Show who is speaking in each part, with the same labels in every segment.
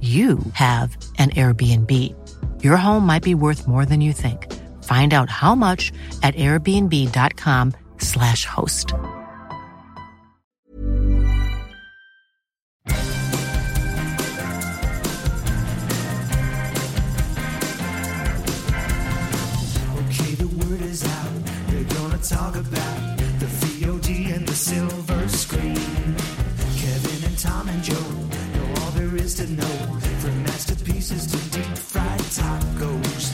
Speaker 1: you have an Airbnb. Your home might be worth more than you think. Find out how much at airbnb.com/slash host.
Speaker 2: Okay, the word is out. They're gonna talk about the VOD and the silver screen. Kevin and Tom and Joe know all there is to know. From masterpieces to deep fried tacos.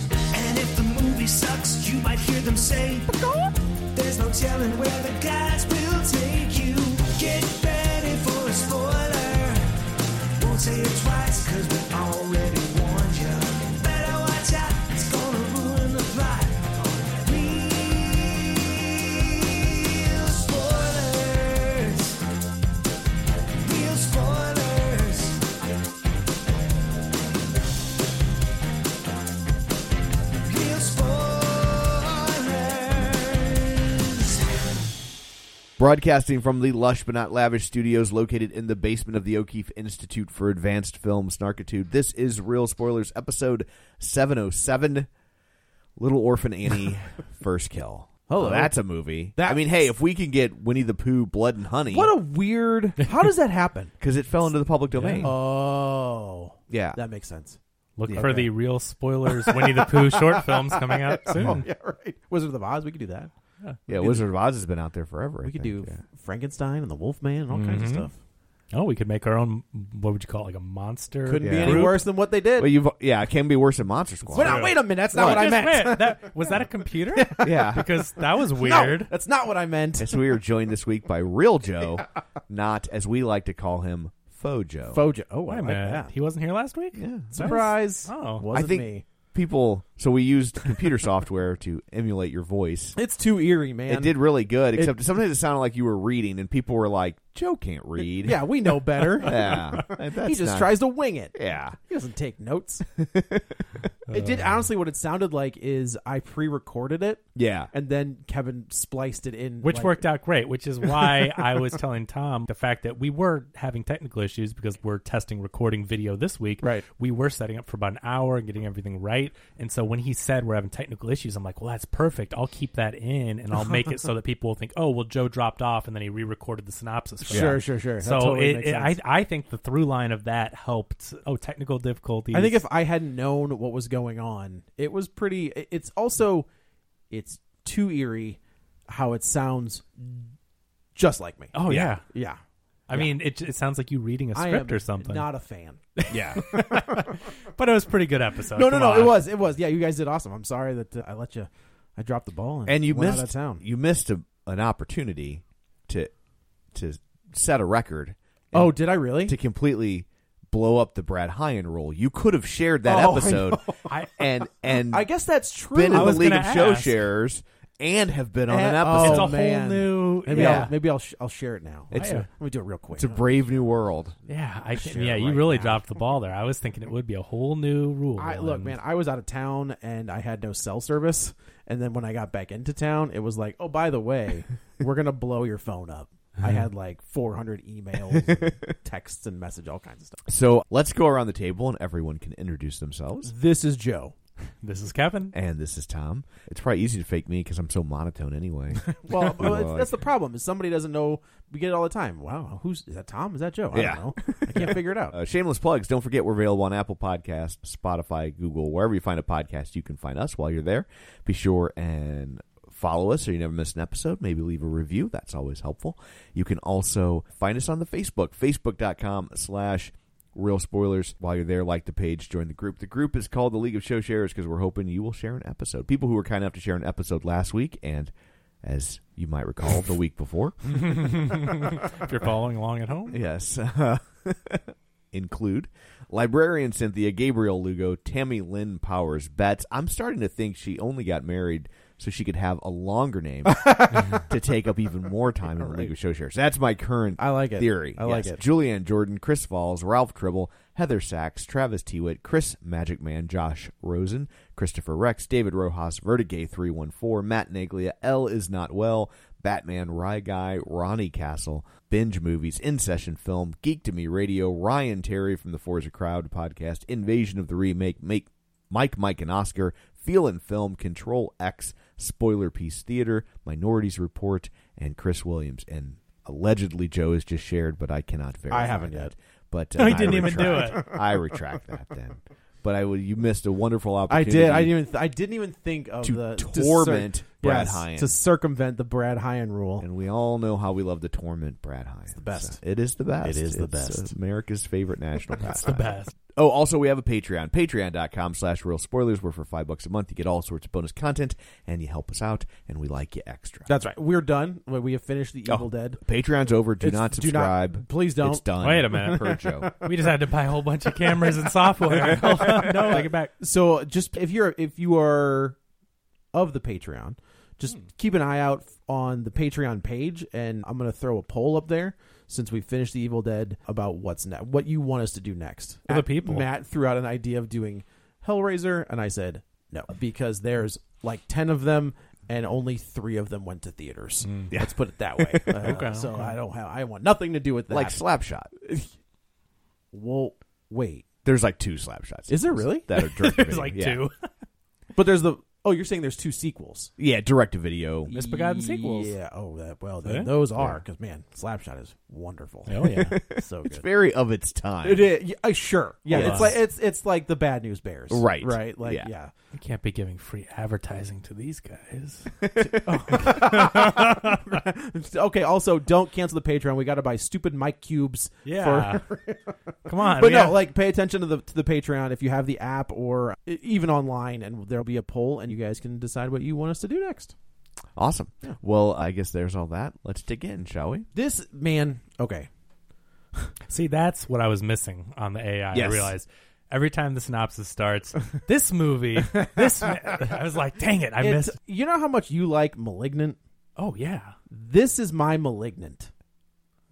Speaker 2: And if the movie sucks, you might hear them say, There's no telling where the guys will take you. Get ready for a spoiler. Won't say it twice, cause we already warned you. Better watch out, it's gonna ruin the plot. Real spoilers. Real spoilers. Real spoilers.
Speaker 3: Broadcasting from the lush but not lavish studios located in the basement of the O'Keefe Institute for Advanced Film Snarkitude, this is Real Spoilers, episode 707 Little Orphan Annie First Kill. Oh, that's a movie. I mean, hey, if we can get Winnie the Pooh Blood and Honey,
Speaker 4: What a weird. How does that happen?
Speaker 3: because it fell into the public domain.
Speaker 4: Oh,
Speaker 3: Yeah.
Speaker 4: that makes sense.
Speaker 5: Look for the real spoilers Winnie the Pooh short films coming out soon.
Speaker 4: Oh, Yeah, right. Wizard of Oz, we could do that.
Speaker 3: yeah, Wizard of Oz has been out there forever. I
Speaker 4: We could do
Speaker 3: think, yeah.
Speaker 4: Frankenstein and the Wolfman and all kinds of stuff.
Speaker 5: Oh, we could make our own. What would you call it, like a monster?
Speaker 4: Couldn't be
Speaker 3: Yeah.
Speaker 4: any
Speaker 3: Group.
Speaker 4: worse than what they did.
Speaker 3: Well, you've yeah, it can be worse than Monster Squad.
Speaker 4: wait, wait a minute, that's not what, I
Speaker 5: Just
Speaker 4: meant.
Speaker 5: wait, that- was that a computer?
Speaker 3: Yeah.
Speaker 5: because that was
Speaker 4: No,
Speaker 5: weird.
Speaker 4: that's not what I meant.
Speaker 3: And so we are joined this week by Real Joe, not as we like to call him, Faux Joe.
Speaker 4: Fojo. Oh, I
Speaker 5: Wait a
Speaker 4: like
Speaker 5: minute,
Speaker 4: that.
Speaker 5: he wasn't here last week.
Speaker 3: Yeah.
Speaker 4: Surprise!
Speaker 5: Oh.
Speaker 4: wasn't
Speaker 3: I think
Speaker 4: me.
Speaker 3: people. So we used computer software to emulate your voice.
Speaker 4: It's too eerie, man.
Speaker 3: It did really good, except sometimes it sounded like you were reading, and people were like, "Joe can't read."
Speaker 4: Yeah, we know better.
Speaker 3: yeah. That's
Speaker 4: he just
Speaker 3: not-
Speaker 4: tries to wing it.
Speaker 3: Yeah,
Speaker 4: He doesn't take notes. it
Speaker 5: Uh.
Speaker 4: did honestly. What it sounded like is I pre-recorded it,
Speaker 3: yeah.
Speaker 4: and then Kevin spliced it in,
Speaker 5: Which
Speaker 4: like-
Speaker 5: worked out great, which is why I was telling Tom the fact that we were having technical issues because we're testing recording video this week.
Speaker 4: Right.
Speaker 5: We were setting up for about an hour and getting everything right. And so when he said we're having technical issues, I'm like, well, that's perfect. I'll keep that in and I'll make it so that people will think, oh, well, Joe dropped off and then he re recorded the synopsis. for
Speaker 4: Sure,
Speaker 5: that.
Speaker 4: sure, sure. That
Speaker 5: So
Speaker 4: totally
Speaker 5: it,
Speaker 4: makes
Speaker 5: it- I,
Speaker 4: sense.
Speaker 5: I think the through line of that helped. Oh, technical difficulties.
Speaker 4: I think if I hadn't known what was going on, it was pretty. it- It's also, it's too eerie how it sounds, just like me.
Speaker 5: Oh, yeah.
Speaker 4: yeah.
Speaker 5: I mean, it, it sounds like you reading a
Speaker 4: I
Speaker 5: script
Speaker 4: am
Speaker 5: or something.
Speaker 4: Not a fan.
Speaker 3: Yeah.
Speaker 5: but it was a pretty good episode.
Speaker 4: no, no,
Speaker 5: Come
Speaker 4: no.
Speaker 5: on.
Speaker 4: It was, it was. Yeah, you guys did awesome. I'm sorry that uh, I let you. I dropped the ball and,
Speaker 3: and you
Speaker 4: went
Speaker 3: missed
Speaker 4: out of town.
Speaker 3: You missed a, an opportunity to to set a record. and
Speaker 4: oh, did I really?
Speaker 3: to completely blow up the Brad Hyan rule. You could have shared that
Speaker 4: Oh, I
Speaker 3: episode
Speaker 4: know.
Speaker 5: I-
Speaker 3: and and
Speaker 4: I guess that's true.
Speaker 3: been in
Speaker 5: I
Speaker 3: the
Speaker 5: was
Speaker 3: league of
Speaker 5: gonna
Speaker 3: show
Speaker 5: ask.
Speaker 3: sharers and have been on an
Speaker 4: Eh,
Speaker 3: episode.
Speaker 5: It's a
Speaker 4: oh,
Speaker 5: whole
Speaker 4: man.
Speaker 5: new-
Speaker 4: Maybe
Speaker 3: yeah.
Speaker 4: I'll maybe I'll sh- I'll share it now.
Speaker 3: It's
Speaker 4: Let
Speaker 3: a-
Speaker 4: me- let me do it real quick.
Speaker 3: It's a brave new world.
Speaker 5: Yeah, I can,
Speaker 4: share
Speaker 5: yeah, you
Speaker 4: right
Speaker 5: really
Speaker 4: now.
Speaker 5: dropped the ball there. I was thinking it would be a whole new rule.
Speaker 4: I, look,
Speaker 5: and-
Speaker 4: man, I was out of town and I had no cell service. And then when I got back into town, it was like, oh, by the way, we're gonna blow your phone up. I had like 400 emails, and texts, and message, all kinds of stuff. Mm-hmm.
Speaker 3: So let's go around the table and everyone can introduce themselves.
Speaker 4: This is Joe.
Speaker 5: This is Kevin.
Speaker 3: And this is Tom. It's probably easy to fake me because I'm so monotone anyway.
Speaker 4: Well, well, it's-
Speaker 3: Well,
Speaker 4: that's the problem. Is somebody doesn't know. We get it all the time. Wow, who's is that? Tom? Is that Joe? I
Speaker 3: Yeah.
Speaker 4: don't know. I can't figure it out.
Speaker 3: Uh, shameless plugs. Don't forget we're available on Apple Podcasts, Spotify, Google, wherever you find a podcast, you can find us while you're there. Be sure and follow us so you never miss an episode. Maybe leave a review. That's always helpful. You can also find us on the Facebook, facebook.com slash real spoilers. While you're there, like the page, join the group. The group is called the League of Show Sharers because we're hoping you will share an episode. People who were kind enough to share an episode last week and as you might recall, the week before.
Speaker 5: If you're following along at home,
Speaker 3: Yes. include librarian Cynthia, Gabriel Lugo, Tammy Lynn Powers Betts. I'm starting to think she only got married so she could have a longer name to take up even more time in the League of Show Shares. That's my current
Speaker 4: I like it.
Speaker 3: theory.
Speaker 4: I like it.
Speaker 3: Julianne Jordan, Chris Falls, Ralph Tribble, Heather Sachs, Travis Tewitt, Chris Magic Man, Josh Rosen, Christopher Rex, David Rojas, Vertigay 314, Matt Naglia, L is Not Well, Batman, Rye Guy, Ronnie Castle, Binge Movies, In Session Film, Geek to Me Radio, Ryan Terry from the Forza Crowd podcast, Invasion of the Remake, Make Mike, Mike, and Oscar, Feel and Film, Control X, Spoiler Piece Theater, Minorities Report, and Chris Williams. And allegedly Joe has just shared, but I cannot verify.
Speaker 4: I haven't
Speaker 3: that.
Speaker 4: yet.
Speaker 3: But
Speaker 5: No, he didn't even do
Speaker 3: do it. I retract that then. But I would. You missed a wonderful
Speaker 4: I
Speaker 3: opportunity.
Speaker 4: did. I didn't. Even th- I didn't even think of
Speaker 3: To
Speaker 4: the cir-
Speaker 3: torment Brad
Speaker 4: yes,
Speaker 3: Hyan.
Speaker 4: to circumvent the Brad Hyan rule.
Speaker 3: And uh, we all know how we love to torment Brad Hines. It's
Speaker 4: the best.
Speaker 3: it is the best.
Speaker 4: It is the
Speaker 3: It's, uh,
Speaker 4: best.
Speaker 3: America's favorite national
Speaker 5: it's the
Speaker 3: pastime.
Speaker 5: best.
Speaker 3: Oh, also we have a Patreon, patreon.com slash real spoilers, where for five bucks a month you get all sorts of bonus content and you help us out and we like you extra.
Speaker 4: That's right. We're done. We we have finished the Evil
Speaker 3: Oh,
Speaker 4: Dead.
Speaker 3: Patreon's over. Do
Speaker 4: It's-
Speaker 3: not
Speaker 4: do not-
Speaker 3: subscribe.
Speaker 4: please don't.
Speaker 3: It's done.
Speaker 5: Wait a minute.
Speaker 3: Per Joe.
Speaker 5: We just had to buy a whole bunch of cameras and software. no, take it back.
Speaker 4: So just if you're if you are of the Patreon, just keep an eye out on the Patreon page, and I'm gonna throw a poll up there since we finished the Evil Dead about what's next, what you want us to do next.
Speaker 5: For the people.
Speaker 4: Matt threw out an idea of doing Hellraiser, and I said no because there's like ten of them. And only three of them went to theaters. Let's put it that way. Uh, so I don't have. I want nothing to do with that.
Speaker 3: like Slapshot.
Speaker 4: well, wait.
Speaker 3: There's like two Slapshots.
Speaker 4: Is there really?
Speaker 3: That are direct
Speaker 5: There's like two.
Speaker 4: But there's the. Oh, you're saying there's two sequels.
Speaker 3: Yeah, direct to video.
Speaker 5: Misbegotten sequels.
Speaker 4: Yeah. Oh, that, well,
Speaker 5: Yeah.
Speaker 4: then those are because man, Slapshot is wonderful.
Speaker 5: Oh, yeah.
Speaker 4: so
Speaker 3: It's
Speaker 4: good.
Speaker 3: very of its time.
Speaker 4: It is yeah, uh, sure. Yeah,
Speaker 5: Yeah.
Speaker 4: it's like it's it's like the Bad News Bears.
Speaker 3: Right.
Speaker 4: Right. Like
Speaker 3: Yeah.
Speaker 4: yeah.
Speaker 5: You can't be giving free advertising to these guys.
Speaker 4: okay. Also, don't cancel the Patreon. We got to buy stupid mic cubes.
Speaker 5: Yeah.
Speaker 4: For,
Speaker 5: Come on.
Speaker 4: but
Speaker 5: we
Speaker 4: no,
Speaker 5: have-
Speaker 4: like pay attention to the to the Patreon if you have the app or e- even online, and there'll be a poll, and you guys can decide what you want us to do next.
Speaker 3: Awesome. Well, I guess there's all that. Let's dig in, shall we?
Speaker 4: This man. Okay.
Speaker 5: See, that's what I was missing on the AI.
Speaker 3: Yes.
Speaker 5: I realized every time the synopsis starts, this movie, this. ma-" I was like, dang it, I
Speaker 4: It's-
Speaker 5: missed.
Speaker 4: you know how much you like Malignant.
Speaker 5: Oh yeah.
Speaker 4: This is my Malignant.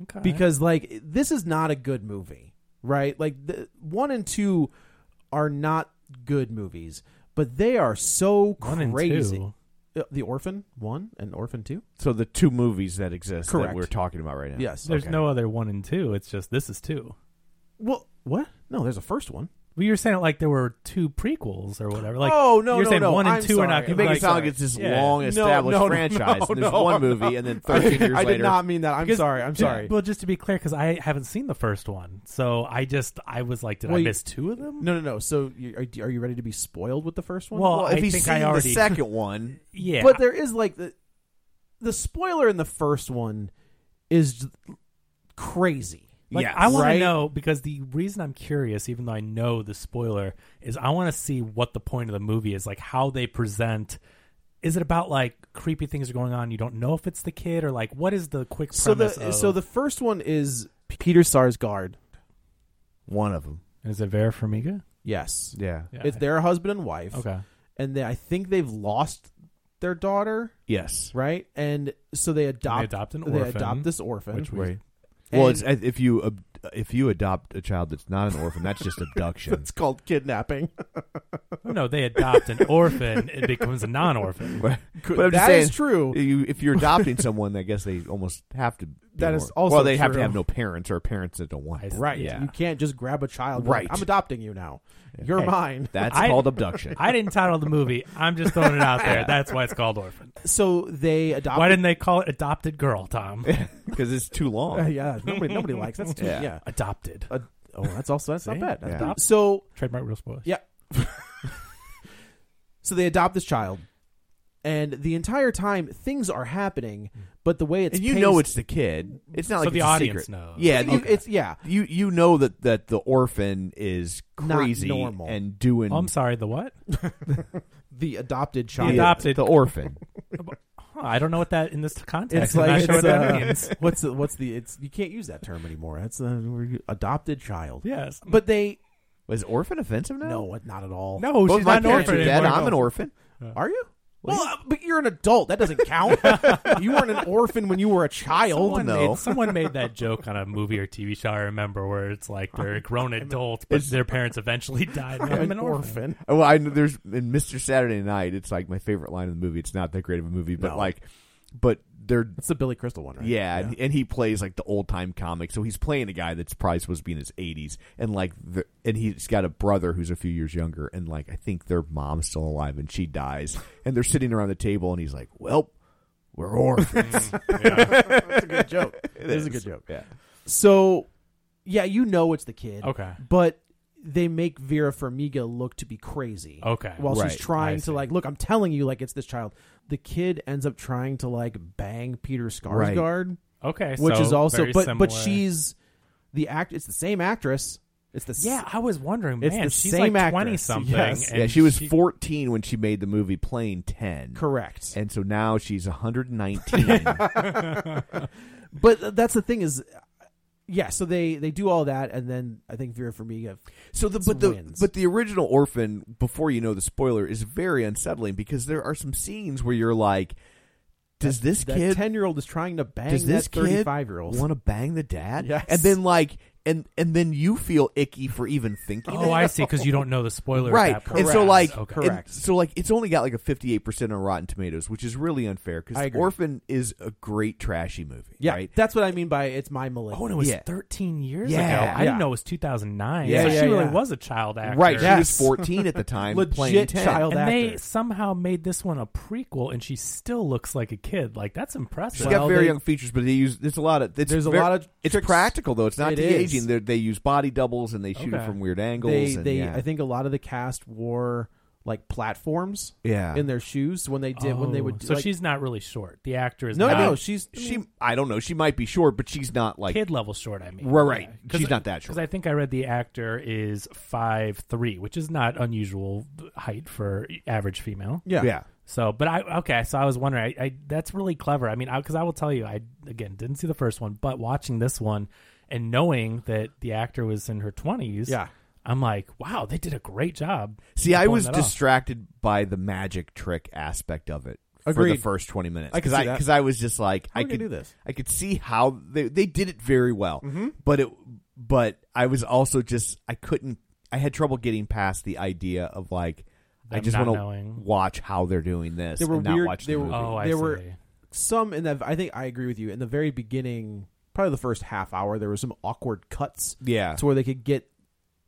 Speaker 5: Okay.
Speaker 4: because like this is not a good movie right like the, one and two are not good movies but they are so
Speaker 5: One and
Speaker 4: crazy
Speaker 5: two.
Speaker 4: Uh, the orphan one and orphan two
Speaker 3: So the two movies that exist that
Speaker 4: Correct.
Speaker 3: we're talking about right now.
Speaker 4: yes
Speaker 5: there's no other one and two. It's just this is two.
Speaker 4: well what no there's a first one
Speaker 5: Well, you were saying it like there were two prequels or whatever. Like,
Speaker 4: Oh, no,
Speaker 5: you're
Speaker 4: no,
Speaker 5: saying
Speaker 4: no,
Speaker 5: one and
Speaker 4: I'm
Speaker 5: two are
Speaker 4: sorry.
Speaker 5: not.
Speaker 3: You
Speaker 4: You
Speaker 3: make
Speaker 4: make
Speaker 3: it
Speaker 4: Like,
Speaker 3: sound like
Speaker 4: sorry.
Speaker 3: it's this
Speaker 5: Yeah.
Speaker 3: long
Speaker 5: No,
Speaker 3: established
Speaker 4: no, no,
Speaker 3: franchise. and there's
Speaker 4: no,
Speaker 3: one
Speaker 4: no.
Speaker 3: movie, and then
Speaker 4: I-
Speaker 3: 13 years
Speaker 4: i
Speaker 3: later.
Speaker 4: did not mean that i'm
Speaker 5: Because-
Speaker 4: sorry i'm
Speaker 5: ju-
Speaker 4: sorry
Speaker 5: Well, just to be clear, because I haven't seen the first one, so I just I was like, did
Speaker 4: Well,
Speaker 5: I
Speaker 4: you-
Speaker 5: miss two of them?
Speaker 4: no no no so you, are, are you ready to be spoiled with the first one
Speaker 5: Well,
Speaker 3: Well,
Speaker 5: I
Speaker 3: if he's
Speaker 5: think
Speaker 3: seen
Speaker 5: I already.
Speaker 3: the second one,
Speaker 5: yeah,
Speaker 4: but there is like the the spoiler in the first one is crazy
Speaker 5: Like,
Speaker 3: Yes.
Speaker 5: I want
Speaker 4: Right?
Speaker 5: to know because the reason I'm curious, even though I know the spoiler, is I want to see what the point of the movie is, like how they present. Is it about like creepy things are going on? You don't know if it's the kid or like what is the quick
Speaker 4: so the
Speaker 5: premise? of-
Speaker 4: so the first one is Peter Sarsgaard.
Speaker 3: one of them.
Speaker 5: is it Vera Farmiga?
Speaker 4: Yes,
Speaker 3: Yeah.
Speaker 5: Yeah.
Speaker 4: it's their husband and wife.
Speaker 5: Okay,
Speaker 4: and they, I think they've lost their daughter,
Speaker 3: Yes.
Speaker 4: right? And so they adopt
Speaker 5: adopt an
Speaker 4: they
Speaker 5: orphan,
Speaker 4: adopt this orphan.
Speaker 5: which we-
Speaker 3: Right.
Speaker 4: And-
Speaker 3: Well, it's, if you ab- if you adopt a child that's not an orphan, that's just abduction.
Speaker 4: it's called kidnapping.
Speaker 5: Oh, no, they adopt an orphan. It becomes a non-orphan.
Speaker 3: But I'm just
Speaker 4: That
Speaker 3: saying,
Speaker 4: is true.
Speaker 3: You, if you're adopting someone, I guess they almost have to
Speaker 4: That
Speaker 3: That is
Speaker 4: is also
Speaker 3: well, they have to
Speaker 4: true.
Speaker 3: have no parents or parents that don't want.
Speaker 5: I
Speaker 3: them.
Speaker 5: see.
Speaker 4: Right.
Speaker 3: Yeah.
Speaker 4: You can't just grab a child.
Speaker 3: Right.
Speaker 4: Right. I'm adopting you now. You're
Speaker 3: Hey,
Speaker 4: mine.
Speaker 3: That's
Speaker 5: I-
Speaker 3: called abduction.
Speaker 5: I didn't title the movie. I'm just throwing it out there. That's why it's called Orphan.
Speaker 4: so they adopted.
Speaker 5: Why didn't they call it Adopted Girl, Tom?
Speaker 3: because it's too long.
Speaker 4: Uh, yeah. Nobody. Nobody likes. That's too.
Speaker 3: Yeah.
Speaker 4: Yeah.
Speaker 5: Adopted.
Speaker 4: Uh, oh, that's also that's not
Speaker 5: See?
Speaker 4: bad. That's
Speaker 3: Yeah.
Speaker 4: not- So
Speaker 5: Trademark real spoilers.
Speaker 4: yeah. so they adopt this child, and the entire time things are happening,
Speaker 5: Hmm.
Speaker 4: but the way it's
Speaker 3: and you
Speaker 4: paced-
Speaker 3: know it's the kid. It's not
Speaker 5: So
Speaker 3: like
Speaker 5: the
Speaker 3: it's a
Speaker 5: audience
Speaker 3: secret.
Speaker 5: knows.
Speaker 3: Yeah,
Speaker 4: You-
Speaker 3: you-
Speaker 4: it's yeah.
Speaker 3: you you know that that the orphan is
Speaker 4: Not
Speaker 3: crazy
Speaker 4: normal.
Speaker 3: and doing
Speaker 5: Oh, I'm sorry. The what?
Speaker 4: The adopted
Speaker 3: the,
Speaker 4: child.
Speaker 5: adopted.
Speaker 3: the orphan.
Speaker 5: Huh, I don't know what that in this context.
Speaker 4: It's
Speaker 5: I'm not
Speaker 4: like
Speaker 5: sure
Speaker 4: it's,
Speaker 5: what that
Speaker 4: uh,
Speaker 5: means.
Speaker 4: what's the, what's the it's you can't use that term anymore. That's the adopted child.
Speaker 5: Yes,
Speaker 4: But they
Speaker 3: Was orphan offensive now?
Speaker 4: no, not at all.
Speaker 5: no,
Speaker 3: Both
Speaker 5: she's
Speaker 3: my
Speaker 5: not an
Speaker 3: parents
Speaker 5: orphan.
Speaker 3: are dead.
Speaker 5: anymore.
Speaker 3: I'm an orphan.
Speaker 4: Are you? Well, uh, but you're an adult. That doesn't count. you weren't an orphan when you were a child.
Speaker 5: Someone,
Speaker 3: no.
Speaker 5: made, someone made that joke on a movie or TV show. I remember where it's like they're a grown adult, but their parents eventually died. I'm an orphan.
Speaker 3: Oh, Well, I know there's in Mr. Saturday Night. It's like my favorite line in the movie. It's not that great of a movie, but
Speaker 4: No.
Speaker 3: like, but they're
Speaker 4: It's the Billy Crystal one, right?
Speaker 3: yeah, And, and he plays like the old time comic. So he's playing a guy that's probably supposed to be in his 80s, and like, the, and he's got a brother who's a few years younger, and like I think their mom's still alive, and she dies, and they're sitting around the table, and he's like, "Well, we're orphans."
Speaker 4: That's a good joke. it is. a good joke.
Speaker 3: yeah.
Speaker 4: So, yeah, you know it's the kid.
Speaker 5: Okay.
Speaker 4: But they make Vera Farmiga look to be crazy.
Speaker 5: Okay.
Speaker 4: While
Speaker 3: Right.
Speaker 4: she's trying
Speaker 5: I
Speaker 4: to
Speaker 5: see.
Speaker 4: like, look, I'm telling you, like it's this child. The kid ends up trying to like bang Peter Skarsgård,
Speaker 5: Okay,
Speaker 4: which
Speaker 5: so
Speaker 4: is also,
Speaker 5: very
Speaker 4: but
Speaker 5: similar.
Speaker 4: but she's the act. It's the same actress. It's the s-
Speaker 5: yeah. I was wondering, man,
Speaker 4: It's the
Speaker 5: she's
Speaker 4: same
Speaker 5: like
Speaker 4: actress,
Speaker 5: twenty something.
Speaker 4: yes.
Speaker 5: and
Speaker 3: yeah, she was 14 when she made the movie Playing 10.
Speaker 4: correct.
Speaker 3: And so now she's 119.
Speaker 4: But that's the thing is, uh, yeah. So they they do all that, and then I think Vera Farmiga.
Speaker 3: So the but the
Speaker 4: wins.
Speaker 3: but the original Orphan, before you know the spoiler, is very unsettling because there are some scenes where you're like, does this
Speaker 4: That
Speaker 3: kid
Speaker 4: ten year old is trying to bang
Speaker 3: does this
Speaker 4: that thirty five year old.
Speaker 3: want to bang the dad?
Speaker 4: Yes.
Speaker 3: And then like and and then you feel icky for even thinking.
Speaker 5: Oh,
Speaker 3: it.
Speaker 5: I see. Because you don't know the spoiler, at
Speaker 3: Right,
Speaker 5: that point.
Speaker 3: and so like,
Speaker 5: okay.
Speaker 3: and so like, it's only got like a fifty-eight percent on Rotten Tomatoes, which is really unfair
Speaker 4: I
Speaker 3: because
Speaker 4: agree.
Speaker 3: Orphan is a great trashy movie.
Speaker 4: Yeah,
Speaker 3: right?
Speaker 4: that's what I mean by it's my millennial.
Speaker 5: Oh, and it was
Speaker 3: Yeah.
Speaker 5: 13 years
Speaker 3: Yeah.
Speaker 5: ago. I
Speaker 4: Yeah.
Speaker 5: didn't know it was 2009.
Speaker 3: Yeah,
Speaker 5: so
Speaker 3: yeah,
Speaker 5: she really
Speaker 4: yeah.
Speaker 5: was a child actor.
Speaker 3: right. She was
Speaker 4: Yes.
Speaker 3: fourteen at the time,
Speaker 4: Legit
Speaker 3: playing 10.
Speaker 4: child
Speaker 5: And
Speaker 4: actor.
Speaker 5: they somehow made this one a prequel, and she still looks like a kid. Like, that's
Speaker 3: She's
Speaker 5: impressive.
Speaker 4: Well,
Speaker 3: got very
Speaker 4: they-
Speaker 3: young features, but they use there's a lot of it's
Speaker 4: There's a
Speaker 3: ver-
Speaker 4: lot of
Speaker 3: it's
Speaker 4: tricks.
Speaker 3: practical though. It's not
Speaker 4: It
Speaker 3: de
Speaker 4: is.
Speaker 3: aging. They they use body doubles and they shoot it
Speaker 5: Okay.
Speaker 3: from weird angles.
Speaker 4: they,
Speaker 3: and,
Speaker 4: they
Speaker 3: yeah.
Speaker 4: I think a lot of the cast wore like platforms
Speaker 3: Yeah.
Speaker 4: in their shoes when they did when they would
Speaker 5: oh, So
Speaker 4: like-
Speaker 5: she's not really short. The actor is
Speaker 4: no
Speaker 5: not
Speaker 4: no she's
Speaker 3: she I don't know. She might be short, but she's not like
Speaker 5: kid level short. I mean,
Speaker 3: Right, right. She's not that short.
Speaker 5: Because I think I read the actor is five three, which is not unusual height for average female.
Speaker 4: yeah
Speaker 3: yeah.
Speaker 5: So, but I okay. So I was wondering. I, I that's really clever. I mean, because I, will tell you, I again didn't see the first one, but watching this one and knowing that the actor was in her twenties,
Speaker 4: Yeah.
Speaker 5: I'm like, wow, they did a great job.
Speaker 3: See,
Speaker 5: of
Speaker 3: I
Speaker 5: pulling
Speaker 3: was
Speaker 5: that off.
Speaker 3: distracted by the magic trick aspect of it for the
Speaker 4: Agreed.
Speaker 3: first twenty minutes
Speaker 4: I can
Speaker 3: because
Speaker 4: see
Speaker 3: I
Speaker 4: that.
Speaker 3: because I was just like
Speaker 4: How
Speaker 3: I
Speaker 4: are we gonna
Speaker 3: could
Speaker 4: do this? Mm-hmm.
Speaker 3: I could see how they they did it very well, but it but I was also just I couldn't I had trouble getting past the idea of like. I
Speaker 5: Them
Speaker 3: just
Speaker 5: not
Speaker 3: want to
Speaker 5: knowing.
Speaker 3: watch how they're doing this
Speaker 4: They were
Speaker 3: and not
Speaker 4: weird-
Speaker 3: watch
Speaker 4: they
Speaker 3: the
Speaker 4: were-
Speaker 3: movie.
Speaker 5: Oh, I
Speaker 4: There
Speaker 5: see.
Speaker 4: were- some in that I think I agree with you in the very beginning probably the first half hour there were some awkward cuts
Speaker 3: Yeah.
Speaker 4: to where they could get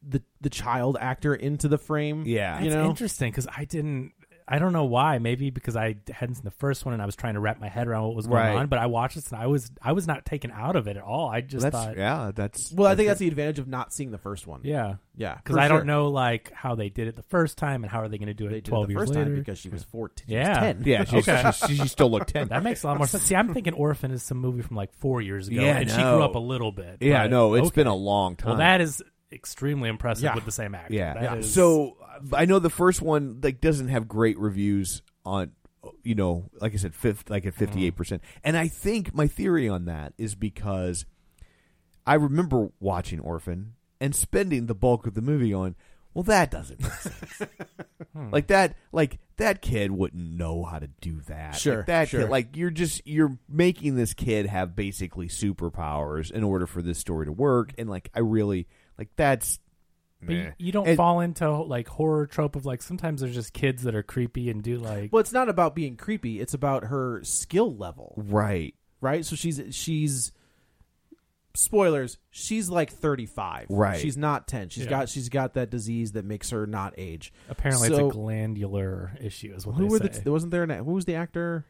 Speaker 4: the the child actor into the frame
Speaker 3: Yeah.
Speaker 4: you
Speaker 5: That's
Speaker 4: know
Speaker 5: interesting because I didn't. I don't know why. Maybe because I hadn't seen the first one and I was trying to wrap my head around what was going
Speaker 3: Right.
Speaker 5: on. But I watched this and I was I was not taken out of it at all. I just
Speaker 3: that's
Speaker 5: thought,
Speaker 3: yeah, that's
Speaker 4: well I think that's the advantage of not seeing the first one
Speaker 5: yeah,
Speaker 4: yeah
Speaker 5: because
Speaker 4: for
Speaker 5: I
Speaker 4: sure.
Speaker 5: don't know like how they did it the first time and how are they going to do it
Speaker 4: they did
Speaker 5: twelve
Speaker 4: it the
Speaker 5: years
Speaker 4: first
Speaker 5: later
Speaker 4: time because she was 14 she was
Speaker 5: Yeah.
Speaker 4: 10
Speaker 3: yeah, she,
Speaker 5: Okay.
Speaker 3: she, she still looked ten.
Speaker 5: That makes a lot more sense. See, I'm thinking Orphan is some movie from like four years ago,
Speaker 3: Yeah,
Speaker 5: and she
Speaker 3: no.
Speaker 5: grew up a little bit.
Speaker 3: yeah,
Speaker 5: but-
Speaker 3: no, it's
Speaker 5: okay.
Speaker 3: been a long time.
Speaker 5: well. That is extremely impressive
Speaker 4: Yeah.
Speaker 5: with the same actor.
Speaker 3: yeah.
Speaker 5: That is-
Speaker 3: So uh, I know the first one like doesn't have great reviews on you know, like I said, fifth like at fifty
Speaker 4: Mm-hmm.
Speaker 3: eight percent. And I think my theory on that is because I remember watching Orphan and spending the bulk of the movie on well, that doesn't make sense.
Speaker 4: Hmm.
Speaker 3: like that, like that kid wouldn't know how to do that.
Speaker 4: Sure,
Speaker 3: like that
Speaker 4: sure.
Speaker 3: kid, like you're just you're making this kid have basically superpowers in order for this story to work. And like, I really like that's
Speaker 5: but you, you don't
Speaker 3: And-
Speaker 5: fall into like horror trope of like sometimes there's just kids that are creepy and do like
Speaker 4: Well, it's not about being creepy. It's about her skill level,
Speaker 3: right.
Speaker 4: right? So she's she's spoilers, she's like 35.
Speaker 3: Right.
Speaker 4: She's not 10. She's
Speaker 5: Yeah.
Speaker 4: got she's got that disease that makes her not age.
Speaker 5: Apparently,
Speaker 4: So-
Speaker 5: it's a glandular issue, is what
Speaker 4: Who
Speaker 5: they
Speaker 4: were
Speaker 5: say.
Speaker 4: the wasn't there an who was the actor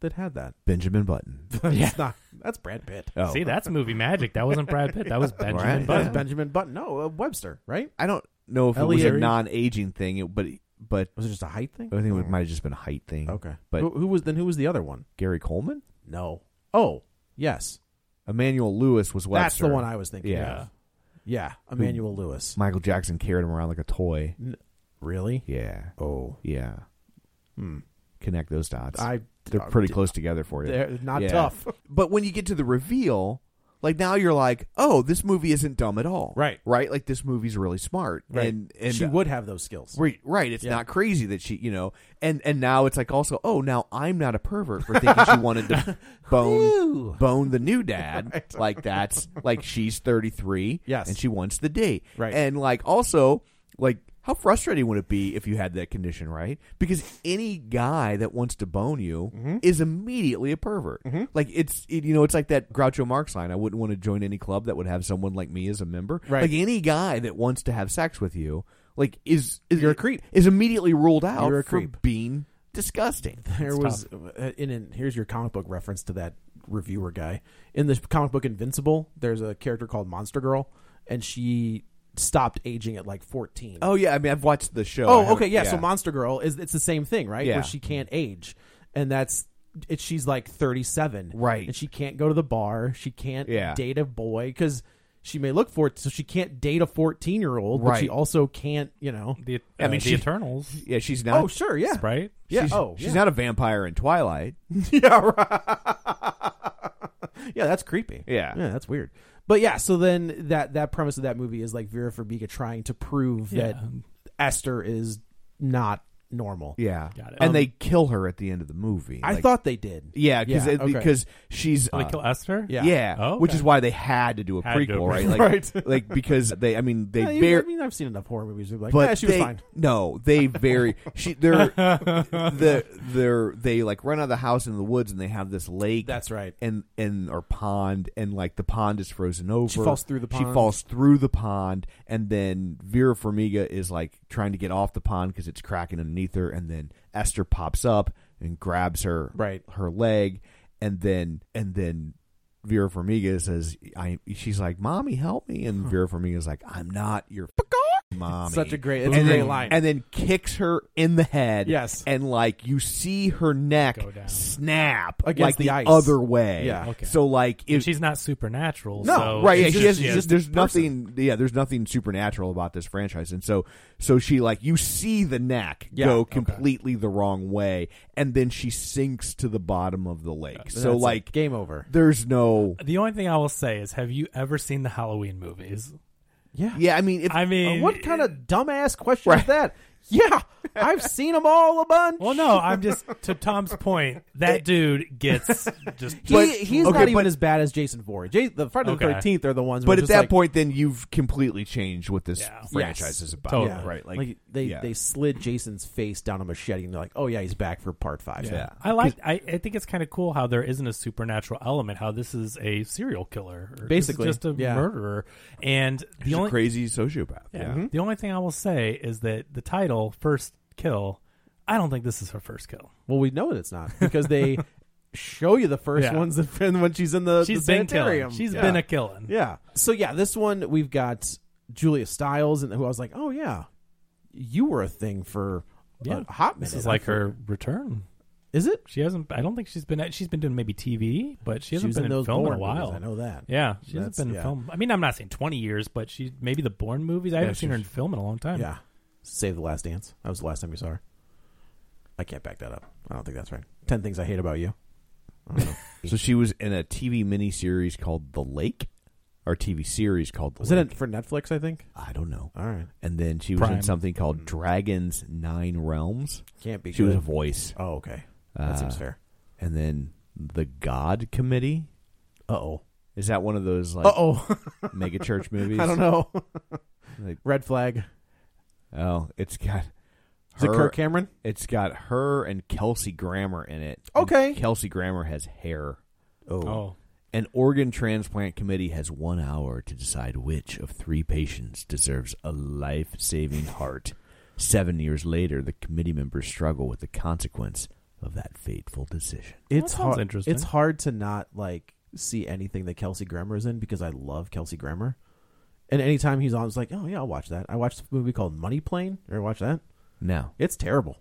Speaker 4: that had that?
Speaker 3: Benjamin Button.
Speaker 5: Yeah.
Speaker 4: It's not- that's Brad Pitt.
Speaker 3: Oh.
Speaker 5: See, that's movie magic. That wasn't Brad Pitt. That was Benjamin
Speaker 3: Right.
Speaker 4: That's
Speaker 5: Button.
Speaker 4: Benjamin Button. No, uh, Webster, right?
Speaker 3: I don't know if it was
Speaker 4: Elliot-
Speaker 3: a non-aging thing, it- but but
Speaker 4: Was it just a height thing?
Speaker 3: I think it might have just been a height thing.
Speaker 4: Okay.
Speaker 3: but
Speaker 4: who, who was then who was the other one?
Speaker 3: Gary Coleman,
Speaker 4: Oh. No. Oh, yes.
Speaker 3: Emmanuel Lewis was Webster.
Speaker 4: That's the one I was thinking.
Speaker 3: Yeah.
Speaker 4: of. Yeah, Emmanuel Lewis.
Speaker 3: Michael Jackson carried him around like a toy.
Speaker 4: Really?
Speaker 3: Yeah,
Speaker 4: Oh. Hmm.
Speaker 3: yeah. Connect those dots.
Speaker 4: I
Speaker 3: They're
Speaker 4: uh,
Speaker 3: pretty
Speaker 4: d-
Speaker 3: close together for you.
Speaker 4: They're not
Speaker 3: Yeah.
Speaker 4: tough.
Speaker 3: But when you get to the reveal, like now you're like, oh, this movie isn't dumb at all.
Speaker 4: Right.
Speaker 3: Right. Like this movie's really smart.
Speaker 4: Right.
Speaker 3: And and
Speaker 4: she would have those skills.
Speaker 3: Right, right. It's
Speaker 4: Yeah.
Speaker 3: not crazy that she, you know, and and now it's like also, oh, now I'm not a pervert for thinking she wanted to bone bone the new dad like that's like she's 33,
Speaker 4: Yes.
Speaker 3: and she wants the date,
Speaker 4: Right.
Speaker 3: and like also like how frustrating would it be if you had that condition, right? Because any guy that wants to bone you
Speaker 4: Mm-hmm.
Speaker 3: is immediately a pervert. Like it's it, you know it's like that Groucho Marx line. I wouldn't want to join any club that would have someone like me as a member.
Speaker 4: Right.
Speaker 3: Like any guy that wants to have sex with you, like is, is
Speaker 4: You're a creep.
Speaker 3: is immediately ruled out
Speaker 4: You're a
Speaker 3: for
Speaker 4: creep.
Speaker 3: being disgusting.
Speaker 4: There was uh, in, in here's your comic book reference to that reviewer guy in the comic book Invincible. There's a character called Monster Girl, and she stopped aging at like 14.
Speaker 3: Oh yeah, I mean I've watched the show. I
Speaker 4: Oh,
Speaker 3: haven't-
Speaker 4: okay, yeah, So Monster Girl is it's the same thing, right?
Speaker 3: Yeah.
Speaker 4: Where she can't age, and that's it. She's like thirty seven,
Speaker 3: Right.
Speaker 4: And she can't go to the bar. She can't
Speaker 3: Yeah.
Speaker 4: date a boy because she may look for it. So she can't date a fourteen year old, but she
Speaker 3: Right.
Speaker 4: also can't, you know.
Speaker 5: The,
Speaker 3: I
Speaker 5: uh,
Speaker 3: mean,
Speaker 5: the
Speaker 3: she-
Speaker 5: Eternals,
Speaker 3: yeah, she's not.
Speaker 4: Oh, sure, yeah,
Speaker 5: right?
Speaker 4: Yeah.
Speaker 3: she's-
Speaker 4: oh,
Speaker 3: she's
Speaker 4: yeah.
Speaker 3: not a vampire in Twilight.
Speaker 4: yeah, right. yeah, that's creepy.
Speaker 3: Yeah.
Speaker 4: yeah, that's weird. But yeah, so then that that premise of that movie is like Vera Farmiga trying to prove that Esther is not normal.
Speaker 3: Yeah,
Speaker 5: Got it.
Speaker 3: and
Speaker 5: Um,
Speaker 3: they kill her at the end of the movie.
Speaker 4: I
Speaker 3: Like-
Speaker 4: thought they did.
Speaker 3: yeah, because
Speaker 4: Yeah,
Speaker 3: it-
Speaker 4: okay.
Speaker 3: because she's
Speaker 5: Will
Speaker 3: uh,
Speaker 5: they kill Esther?
Speaker 4: yeah.
Speaker 3: Yeah,
Speaker 5: Oh,
Speaker 3: which
Speaker 5: okay.
Speaker 3: is why they had to do a
Speaker 5: Had to
Speaker 3: prequel,
Speaker 5: do a
Speaker 3: right?
Speaker 5: prequel.
Speaker 3: Like,
Speaker 4: Right.
Speaker 3: like because they, I mean, they
Speaker 4: Yeah, you-
Speaker 3: very,
Speaker 4: I mean, I've seen enough horror movies. Where like,
Speaker 3: but
Speaker 4: yeah, she
Speaker 3: they-
Speaker 4: was fine.
Speaker 3: No, they very she they're the they're they like run out of the house into the woods and they have this lake.
Speaker 4: That's right.
Speaker 3: And and or pond and like the pond is frozen over.
Speaker 4: falls through the
Speaker 3: She
Speaker 4: pond.
Speaker 3: falls through the pond and then Vera Farmiga is like trying to get off the pond because it's cracking underneath her and then Esther pops up and grabs her
Speaker 4: Right.
Speaker 3: her leg and then and then Vera Farmiga says I she's like mommy help me and Vera Farmiga's like I'm not your mommy
Speaker 4: Such a great-
Speaker 3: and
Speaker 4: it's a great
Speaker 3: then,
Speaker 4: line.
Speaker 3: and then kicks her in the head
Speaker 4: Yes.
Speaker 3: and like you see her neck
Speaker 5: Go down.
Speaker 3: snap
Speaker 4: Against
Speaker 3: like
Speaker 4: the
Speaker 3: the
Speaker 4: ice.
Speaker 3: other way
Speaker 4: Yeah.
Speaker 5: Okay.
Speaker 3: so like if
Speaker 5: And she's not supernatural.
Speaker 3: no,
Speaker 5: so
Speaker 3: right? Yeah,
Speaker 5: it's
Speaker 3: she
Speaker 5: just-
Speaker 3: has,
Speaker 5: she has-
Speaker 3: just, there's nothing. Yeah, there's nothing supernatural about this franchise, and so so she like you see the neck
Speaker 4: Yeah,
Speaker 3: go
Speaker 4: okay.
Speaker 3: completely the wrong way, and then she sinks to the bottom of the lake.
Speaker 4: That's
Speaker 3: so
Speaker 4: it.
Speaker 3: like,
Speaker 4: game over.
Speaker 3: there's no.
Speaker 5: The only thing I will say is, have you ever seen the Halloween movies?
Speaker 4: Yeah.
Speaker 3: Yeah, I mean, if,
Speaker 5: I mean,
Speaker 4: Uh, what kind of dumbass question is that? Yeah, I've seen them all a bunch.
Speaker 5: Well, no, I'm just to Tom's point. That dude gets just.
Speaker 4: he,
Speaker 3: but-
Speaker 4: he's
Speaker 3: okay,
Speaker 4: not even
Speaker 3: but-
Speaker 4: as bad as Jason Voorhees. Ja- the Friday
Speaker 5: Okay.
Speaker 4: the Thirteenth are the ones. who
Speaker 3: but at
Speaker 4: are just
Speaker 3: that
Speaker 4: like-
Speaker 3: point, then you've completely changed what this
Speaker 5: Yeah.
Speaker 3: franchise
Speaker 4: Yes.
Speaker 3: is about,
Speaker 5: Totally.
Speaker 4: yeah.
Speaker 3: right? Like,
Speaker 4: Like, they
Speaker 3: yeah.
Speaker 4: they slid Jason's face down a machete, and they're like, "Oh yeah, he's back for part five.
Speaker 3: Yeah.
Speaker 5: I like. I, I think it's kind of cool how there isn't a supernatural element. How this is a serial killer, or this is
Speaker 4: Basically,
Speaker 5: just a
Speaker 4: yeah.
Speaker 5: murderer. And the
Speaker 3: She's a
Speaker 5: only
Speaker 3: crazy sociopath.
Speaker 5: yeah,
Speaker 4: Mm-hmm.
Speaker 5: the only thing I will say is that the title first kill. I don't think this is her first kill.
Speaker 4: Well, we know it's not because they show you the first
Speaker 5: Yeah.
Speaker 4: ones and when she's in the
Speaker 5: She's
Speaker 4: the
Speaker 5: been killing.
Speaker 4: sanitarium.
Speaker 5: She's
Speaker 4: Yeah.
Speaker 5: been a killing.
Speaker 4: Yeah. So yeah, this one we've got Julia Stiles, and who I was like, oh yeah, you were a thing for
Speaker 5: Yeah.
Speaker 4: a hot minute.
Speaker 5: This is like her return.
Speaker 4: Is it?
Speaker 5: She hasn't. I don't think she's been. at- She's been doing maybe TV, but she hasn't
Speaker 4: was
Speaker 5: been
Speaker 4: in
Speaker 5: in,
Speaker 4: those
Speaker 5: film in a
Speaker 4: Bourne movies,
Speaker 5: while.
Speaker 4: I know that.
Speaker 5: Yeah, she hasn't
Speaker 4: That's-
Speaker 5: been in
Speaker 4: yeah.
Speaker 5: film. I mean, I'm not saying 20 years, but she maybe the Bourne movies. I haven't seen her in film in a long time.
Speaker 4: Yeah. Save the Last Dance. That was the last time you saw her. I can't back that up. I don't think that's right. Ten things I hate about you.
Speaker 3: So she was in a TV miniseries called The Lake, or TV series called The
Speaker 4: Was
Speaker 3: Lake.
Speaker 4: it for Netflix? I think.
Speaker 3: I don't know.
Speaker 4: All right.
Speaker 3: and then she was
Speaker 5: Prime.
Speaker 3: in something called Dragons Nine Realms.
Speaker 4: Can't be.
Speaker 3: She was
Speaker 4: good.
Speaker 3: a voice,
Speaker 4: oh, okay. That
Speaker 3: Uh,
Speaker 4: seems fair.
Speaker 3: and then the God Committee.
Speaker 4: Uh oh.
Speaker 3: Is that one of those like
Speaker 4: Uh oh.
Speaker 3: mega church movies?
Speaker 4: I don't know.
Speaker 3: Like-
Speaker 4: Red flag.
Speaker 3: Oh, it's got
Speaker 4: Is it
Speaker 3: her-
Speaker 4: Kirk Cameron?
Speaker 3: It's got her and Kelsey Grammer in it.
Speaker 4: Okay.
Speaker 3: And Kelsey Grammer has hair,
Speaker 5: Oh,
Speaker 3: An organ transplant committee has one hour to decide which of three patients deserves a life saving heart. Seven years later, the committee members struggle with the consequence of that fateful decision.
Speaker 4: It's
Speaker 5: sounds
Speaker 4: hard.
Speaker 5: interesting.
Speaker 4: It's hard to not like see anything that Kelsey Grammer is in because I love Kelsey Grammer. And anytime he's on, it's like, oh yeah, I'll watch that. I watched a movie called Money Plane. Or watch that.
Speaker 3: Now,
Speaker 4: It's terrible.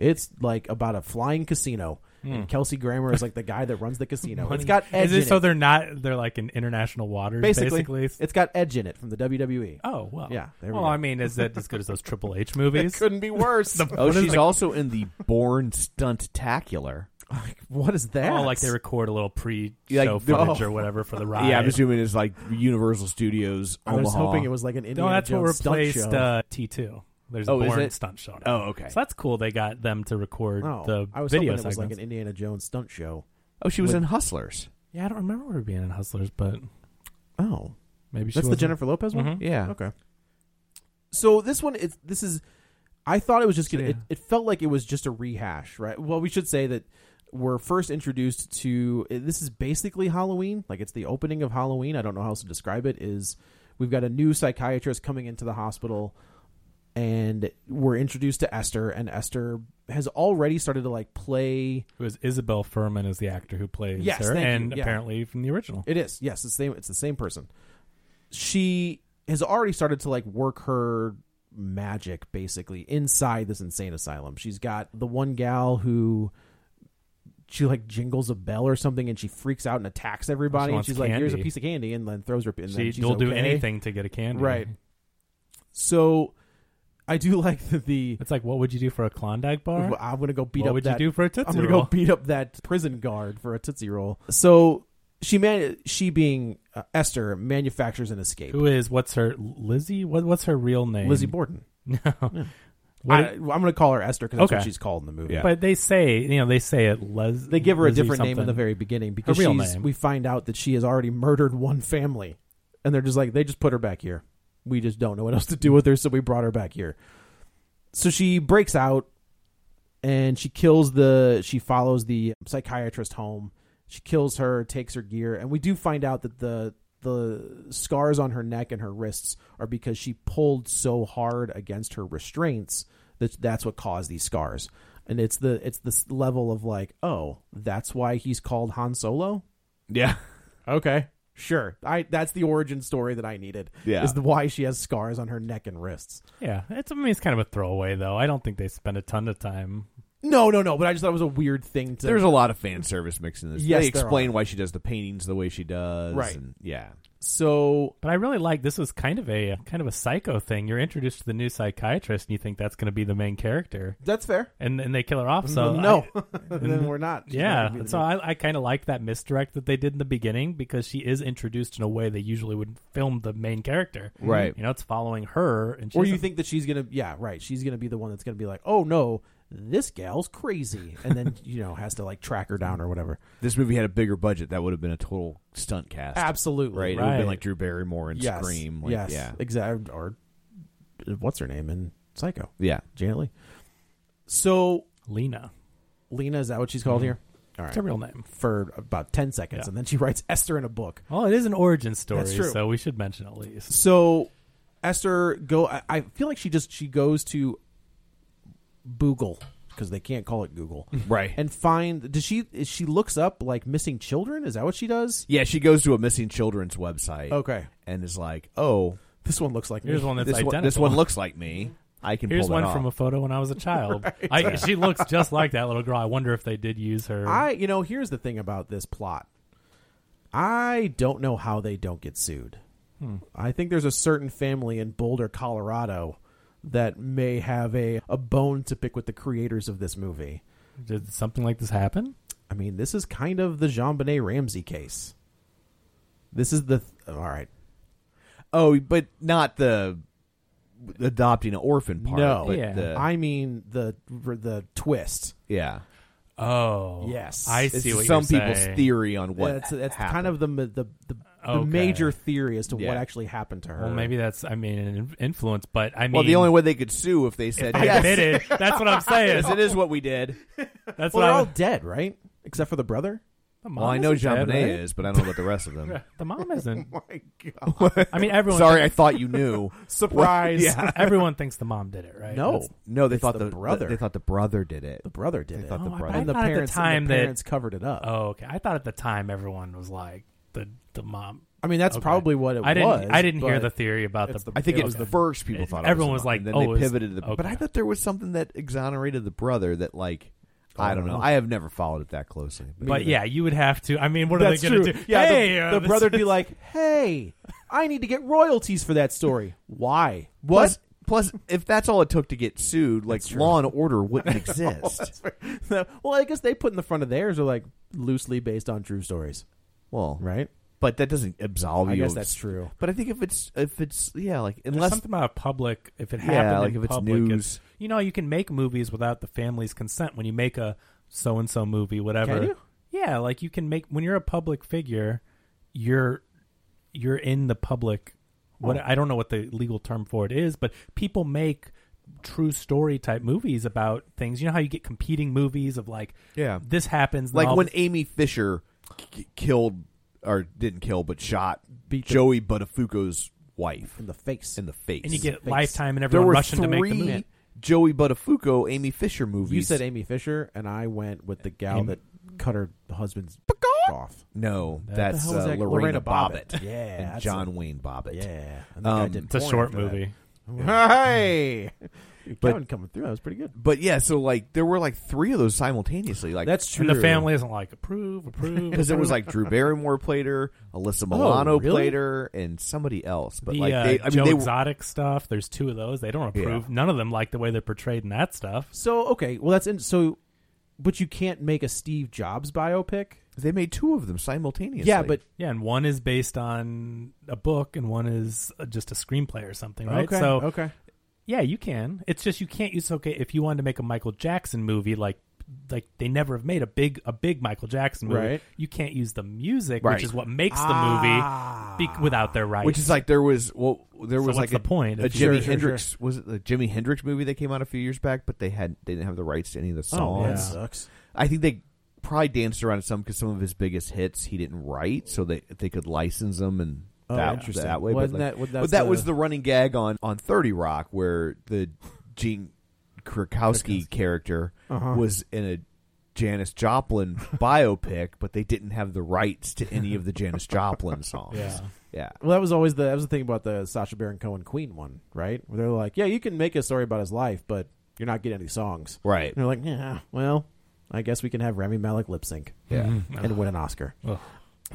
Speaker 4: It's like about a flying casino. And Kelsey Grammer is like the guy that runs the casino.
Speaker 5: Hmm. Money-
Speaker 4: It's got edge
Speaker 5: Is it
Speaker 4: in
Speaker 5: so
Speaker 4: it.
Speaker 5: they're not? They're like in international waters,
Speaker 4: basically,
Speaker 5: basically.
Speaker 4: it's got edge in it from the E. WWE.
Speaker 5: oh well,
Speaker 4: Yeah, there we
Speaker 5: well,
Speaker 4: go.
Speaker 5: I mean, is that as good as those Triple H movies?
Speaker 4: couldn't be worse.
Speaker 3: oh, she's also in the Born Stunt Tacular.
Speaker 4: what is that?
Speaker 5: Oh, like they record a little pre-show
Speaker 3: Like, the-
Speaker 5: footage
Speaker 3: oh.
Speaker 5: or whatever for the ride.
Speaker 3: Yeah, I'm assuming it's like Universal Studios.
Speaker 4: I was
Speaker 3: Omaha.
Speaker 4: hoping it was like an
Speaker 5: No,
Speaker 4: Indiana
Speaker 5: Oh, that's what
Speaker 4: Jones stunt
Speaker 5: replaced
Speaker 4: show.
Speaker 5: uh, T2. There's
Speaker 3: Oh,
Speaker 5: a
Speaker 3: is
Speaker 5: Bourne
Speaker 3: it?
Speaker 5: stunt show. now.
Speaker 3: Oh, okay.
Speaker 5: So that's cool. They got them to record
Speaker 4: oh,
Speaker 5: the
Speaker 4: I was
Speaker 5: video
Speaker 4: hoping it was like an
Speaker 5: segments.
Speaker 4: Indiana Jones stunt show.
Speaker 3: Oh, she was in Hustlers.
Speaker 5: yeah, I don't remember her being in Hustlers, but
Speaker 4: Oh,
Speaker 5: maybe she
Speaker 4: that's the
Speaker 5: wasn't.
Speaker 4: Jennifer Lopez one.
Speaker 5: Mhm.
Speaker 3: Yeah.
Speaker 4: Okay. Mm-hmm. So this one, it's this is. I thought it was just gonna. It, it felt like it was just a rehash, right? Well, we should say that we're first introduced to this is basically Halloween. Like it's the opening of Halloween. I don't know how else to describe it. Is we've got a new psychiatrist coming into the hospital, and we're introduced to Esther, and Esther has already started to like play.
Speaker 5: It was Isabel Furman is the actor who plays
Speaker 4: Yes,
Speaker 5: her,
Speaker 4: thank you,
Speaker 5: and
Speaker 4: yeah.
Speaker 5: apparently from the original.
Speaker 4: It is. Yes, it's the same. It's the same person. She has already started to like work her magic basically inside this insane asylum. She's got the one gal who she like jingles a bell or something and she freaks out and attacks everybody. and
Speaker 5: wants
Speaker 4: she's like, "Here's a
Speaker 5: candy."
Speaker 4: piece of candy," and then throws her. And
Speaker 5: she
Speaker 4: then she's
Speaker 5: will do
Speaker 4: okay.
Speaker 5: anything to get a candy.
Speaker 4: right? So, I do like that the.
Speaker 5: It's like, what would you do for a Klondike bar?
Speaker 4: I'm gonna go beat
Speaker 5: what
Speaker 4: up
Speaker 5: would
Speaker 4: that
Speaker 5: you do for a Tootsie
Speaker 4: I'm gonna
Speaker 5: Roll?
Speaker 4: go beat up that prison guard for a tootsie roll. So she man, she being uh, Esther manufactures an escape.
Speaker 5: Who is what's her Lizzie? What, what's her real name?
Speaker 4: Lizzie Borden.
Speaker 5: No.
Speaker 4: I,
Speaker 5: What
Speaker 4: I'm gonna call her Esther because that's what
Speaker 5: Okay.
Speaker 4: she's called in the movie.
Speaker 5: But they say, you know, they say it. Les-
Speaker 4: they give her a
Speaker 5: Lizzie
Speaker 4: different name in
Speaker 5: something.
Speaker 4: the very beginning because
Speaker 5: real
Speaker 4: she's,
Speaker 5: name.
Speaker 4: we find out that she has already murdered one family, and they're just like they just put her back here. We just don't know what else to do with her, so we brought her back here. So she breaks out, and she kills the. She follows the psychiatrist home. She kills her, takes her gear, and we do find out that the the scars on her neck and her wrists are because she pulled so hard against her restraints that that's what caused these scars. And it's the it's this level of like, oh, that's why he's called Han Solo.
Speaker 3: Yeah.
Speaker 4: Okay, sure. I that's the origin story that I needed.
Speaker 3: Yeah.
Speaker 4: is the, why she has scars on her neck and wrists.
Speaker 5: Yeah, it's I mean it's kind of a throwaway though. I don't think they spend a ton of time.
Speaker 4: No, no, no. But I just thought it was a weird thing to.
Speaker 3: There's a lot of fan service mixed in this.
Speaker 4: Yes,
Speaker 3: they
Speaker 4: there
Speaker 3: explain
Speaker 4: are.
Speaker 3: why she does the paintings the way she does.
Speaker 4: Right.
Speaker 3: and- yeah.
Speaker 4: so
Speaker 5: But I really like this was kind of a kind of a psycho thing. You're introduced to the new psychiatrist and you think that's going to be the main character,
Speaker 4: that's fair.
Speaker 5: and and they kill her off. So
Speaker 4: no,
Speaker 5: I-
Speaker 4: then we're not. She's not
Speaker 5: yeah,
Speaker 4: gonna be the
Speaker 5: so I, I kind of like that misdirect that they did in the beginning because she is introduced in a way they usually would film the main character.
Speaker 3: Right.
Speaker 5: You know, it's following her, and she
Speaker 4: or you
Speaker 5: doesn't-
Speaker 4: think that she's gonna yeah right she's gonna be the one that's gonna be like oh no this gal's crazy and then you know has to like track her down or whatever
Speaker 3: This movie had a bigger budget. That would have been a total stunt cast.
Speaker 4: absolutely
Speaker 3: Right. It would have been
Speaker 5: Right.
Speaker 3: like Drew Barrymore and
Speaker 4: yes
Speaker 3: Scream. Like,
Speaker 4: yes
Speaker 3: Yeah.
Speaker 4: exactly or uh, what's her name in Psycho
Speaker 3: Yeah.
Speaker 4: Janet Leigh so
Speaker 5: Lena,
Speaker 4: Lena is that what she's called here
Speaker 3: Mm-hmm.
Speaker 4: all
Speaker 5: it's a
Speaker 4: right
Speaker 5: real name.
Speaker 4: for about ten seconds
Speaker 5: Yeah.
Speaker 4: and then she writes Esther in a book
Speaker 5: Well, it is an origin story,
Speaker 4: That's true.
Speaker 5: so we should mention at least.
Speaker 4: so Esther go I, I feel like she just she goes to Boogle because they can't call it Google
Speaker 3: Right.
Speaker 4: and find does she is she looks up like missing children is that what she does
Speaker 3: yeah, she goes to a missing children's website.
Speaker 4: okay
Speaker 3: And is like, oh,
Speaker 4: this one looks like
Speaker 5: Here's
Speaker 4: me.
Speaker 5: one that's
Speaker 3: this
Speaker 5: identical.
Speaker 3: one, this one looks like me. I can
Speaker 5: Here's
Speaker 3: pull
Speaker 5: one
Speaker 3: that
Speaker 5: from a
Speaker 3: off.
Speaker 5: photo when I was a child. I, she looks just like that little girl. I wonder if they did use her.
Speaker 4: i you know here's the thing about this plot i don't know how they don't get sued i think there's a certain family in boulder colorado that may have a, a bone to pick with the creators of this movie
Speaker 5: Did something like this happen?
Speaker 4: i mean this is kind of the jean bonnet ramsey case this is the th- all right
Speaker 3: Oh, but not the adopting an orphan part.
Speaker 4: no
Speaker 3: but
Speaker 5: Yeah.
Speaker 3: the-
Speaker 4: i mean the the twist
Speaker 3: yeah.
Speaker 5: Oh,
Speaker 4: Yes.
Speaker 5: I
Speaker 4: It's
Speaker 3: It's
Speaker 5: see what
Speaker 3: some
Speaker 5: you're
Speaker 3: people's
Speaker 5: saying.
Speaker 3: theory on what
Speaker 4: that's that's
Speaker 3: happened.
Speaker 4: kind of the ma- the the, the
Speaker 5: Okay.
Speaker 4: major theory as to
Speaker 3: Yeah.
Speaker 4: what actually happened to her.
Speaker 5: Well, maybe that's I mean an in- influence, but I mean
Speaker 3: well, the only way they could sue if they said
Speaker 5: I
Speaker 3: yes,
Speaker 5: admitted. That's what I'm saying.
Speaker 3: yes, it is what we did.
Speaker 5: That's
Speaker 4: well,
Speaker 5: what
Speaker 4: they're
Speaker 5: I
Speaker 4: all dead, right? Except for the brother.
Speaker 5: The mom
Speaker 3: Well, I know
Speaker 5: isn't
Speaker 3: Jean
Speaker 5: dead,
Speaker 3: Bonnet
Speaker 5: right?
Speaker 3: is, but I don't know about the rest of them.
Speaker 5: The mom isn't.
Speaker 6: My God.
Speaker 5: Oh I mean, everyone.
Speaker 3: Sorry, I thought you knew.
Speaker 6: Surprise.
Speaker 5: yeah. Everyone thinks the mom did it, right?
Speaker 4: No,
Speaker 5: That's-
Speaker 3: No, they
Speaker 4: It's
Speaker 3: thought
Speaker 4: the
Speaker 3: the,
Speaker 4: brother.
Speaker 3: They thought the brother did it.
Speaker 4: the brother did it.
Speaker 3: thought the
Speaker 5: Oh, I
Speaker 3: brother-
Speaker 5: thought-
Speaker 4: and the
Speaker 5: I thought at the
Speaker 4: parents, and
Speaker 5: time
Speaker 4: the
Speaker 5: that-
Speaker 4: parents covered it up.
Speaker 5: Oh, okay. I thought at the time everyone was like the the mom.
Speaker 4: I mean, that's
Speaker 5: Okay.
Speaker 4: probably what it
Speaker 5: I didn't.
Speaker 4: was.
Speaker 5: I didn't hear
Speaker 4: but
Speaker 5: the theory about the.
Speaker 4: it's the-
Speaker 3: I think
Speaker 4: It
Speaker 3: at
Speaker 4: was the-
Speaker 3: first people
Speaker 5: it-
Speaker 3: thought it
Speaker 5: everyone
Speaker 3: was,
Speaker 5: was
Speaker 3: the mom,
Speaker 5: like,
Speaker 3: and then
Speaker 5: oh, it
Speaker 3: they
Speaker 5: was-
Speaker 3: pivoted to the. But I
Speaker 5: okay.
Speaker 3: thought there was something that exonerated the brother that like I don't know. I have never followed it that closely.
Speaker 5: Oh, But yeah, you would have to. I mean, what
Speaker 4: That's
Speaker 5: are they going
Speaker 4: true.
Speaker 5: to do?
Speaker 4: Yeah, the-
Speaker 5: Hey, uh,
Speaker 4: the,
Speaker 5: this
Speaker 4: brother'd be
Speaker 5: is-
Speaker 4: like, "Hey, I need to get royalties for that story. Why?
Speaker 3: Plus, plus, if that's all it took to get sued, like Law and Order wouldn't exist.
Speaker 4: well, I guess they put in the front of theirs are like loosely based on true stories,
Speaker 3: well,
Speaker 4: right?
Speaker 3: But that doesn't absolve
Speaker 4: I
Speaker 3: you.
Speaker 4: guess
Speaker 3: of-
Speaker 4: that's true.
Speaker 3: But I think if it's if it's yeah, like
Speaker 5: There's
Speaker 3: unless
Speaker 5: something about public, if it
Speaker 3: Yeah,
Speaker 5: happened,
Speaker 3: like
Speaker 5: in
Speaker 3: if it's
Speaker 5: public,
Speaker 3: news.
Speaker 5: you know, you can make movies without the family's consent when you make a so and so movie, whatever.
Speaker 4: Can you?
Speaker 5: Yeah, like you can make when you're a public figure, you're you're in the public. What
Speaker 3: Oh.
Speaker 5: I don't know what the legal term for it is, but people make true story type movies about things. You know how you get competing movies of like,
Speaker 3: Yeah.
Speaker 5: this happens, then
Speaker 3: like
Speaker 5: all
Speaker 3: when
Speaker 5: this-
Speaker 3: Amy Fisher k- killed or didn't kill but shot
Speaker 4: Beat the-
Speaker 3: Joey Buttafuoco's wife
Speaker 4: In the face.
Speaker 3: in the face,
Speaker 5: and you get
Speaker 4: face.
Speaker 5: lifetime and
Speaker 3: there
Speaker 5: everyone
Speaker 3: were
Speaker 5: rushing
Speaker 3: three
Speaker 5: to make the movie.
Speaker 3: Joey Buttafuoco Amy Fisher movies.
Speaker 4: you said Amy Fisher, and I went with the gal
Speaker 5: Amy-
Speaker 4: that cut her husband's off.
Speaker 3: no,
Speaker 5: the
Speaker 3: that's
Speaker 4: hell was
Speaker 3: uh,
Speaker 4: that? Lorena
Speaker 3: Lorena
Speaker 4: Bobbitt.
Speaker 3: Bobbitt,
Speaker 4: Yeah,
Speaker 3: and
Speaker 4: that's
Speaker 3: John
Speaker 4: a-
Speaker 3: Wayne Bobbitt.
Speaker 4: Yeah, I think I
Speaker 3: Um,
Speaker 4: did
Speaker 5: It's a
Speaker 4: porn
Speaker 5: short
Speaker 4: after that.
Speaker 5: movie.
Speaker 4: Hey,
Speaker 3: But-
Speaker 4: Kevin coming through. That was pretty good.
Speaker 3: But yeah, so like there were like three of those simultaneously. Like
Speaker 4: That's true.
Speaker 5: And the family isn't like approve, approve,
Speaker 3: because it was like Drew Barrymore played her, Alyssa Milano
Speaker 4: really?
Speaker 3: played her, and somebody else. But
Speaker 5: the
Speaker 3: like
Speaker 5: uh,
Speaker 3: they, I
Speaker 5: Joe
Speaker 3: mean, they were,
Speaker 5: Exotic stuff. There's two of those. They don't approve. None of them like the way they're portrayed in that stuff.
Speaker 4: So okay, well that's in, so, but you can't make a Steve Jobs biopic.
Speaker 3: they made two of them simultaneously.
Speaker 4: Yeah, but
Speaker 5: Yeah, and one is based on a book, and one is uh, just a screenplay or something, right?
Speaker 4: okay,
Speaker 5: so
Speaker 4: okay,
Speaker 5: yeah, you can. It's just you can't use okay if you wanted to make a Michael Jackson movie, like like they never have made a big a big Michael Jackson movie.
Speaker 4: Right.
Speaker 5: You can't use the music,
Speaker 3: Right.
Speaker 5: which is what makes
Speaker 4: Ah.
Speaker 5: the movie be- without their rights.
Speaker 3: which is like there was well there
Speaker 5: So
Speaker 3: was like a,
Speaker 5: what's the point
Speaker 3: a
Speaker 5: if you-
Speaker 3: Jimi
Speaker 4: Sure, sure,
Speaker 3: Hendrix was it the Jimi Hendrix movie that came out a few years back, but they had they didn't have the rights to any of the
Speaker 4: oh, that
Speaker 3: songs.
Speaker 4: sucks.
Speaker 3: I think they probably danced around some because some of his biggest hits he didn't write, so they they could license them and.
Speaker 4: Oh,
Speaker 3: that,
Speaker 4: interesting.
Speaker 3: that way,
Speaker 4: Wasn't
Speaker 3: but, like-
Speaker 4: that what-
Speaker 3: but
Speaker 4: that's
Speaker 3: that
Speaker 4: the-
Speaker 3: was the running gag on, on Thirty Rock, where the Gene Krakowski character
Speaker 4: Uh-huh.
Speaker 3: was in a Janis Joplin biopic, but they didn't have the rights to any of the Janis Joplin songs.
Speaker 5: Yeah.
Speaker 3: yeah,
Speaker 4: Well, that was always the that was the thing about the Sasha Baron Cohen Queen one, right? Where they're like, yeah, you can make a story about his life, but you're not getting any songs,
Speaker 3: Right.
Speaker 4: And they're like, yeah, well, I guess we can have Rami Malek lip sync,
Speaker 3: Yeah.
Speaker 5: Mm-hmm.
Speaker 4: and win an Oscar.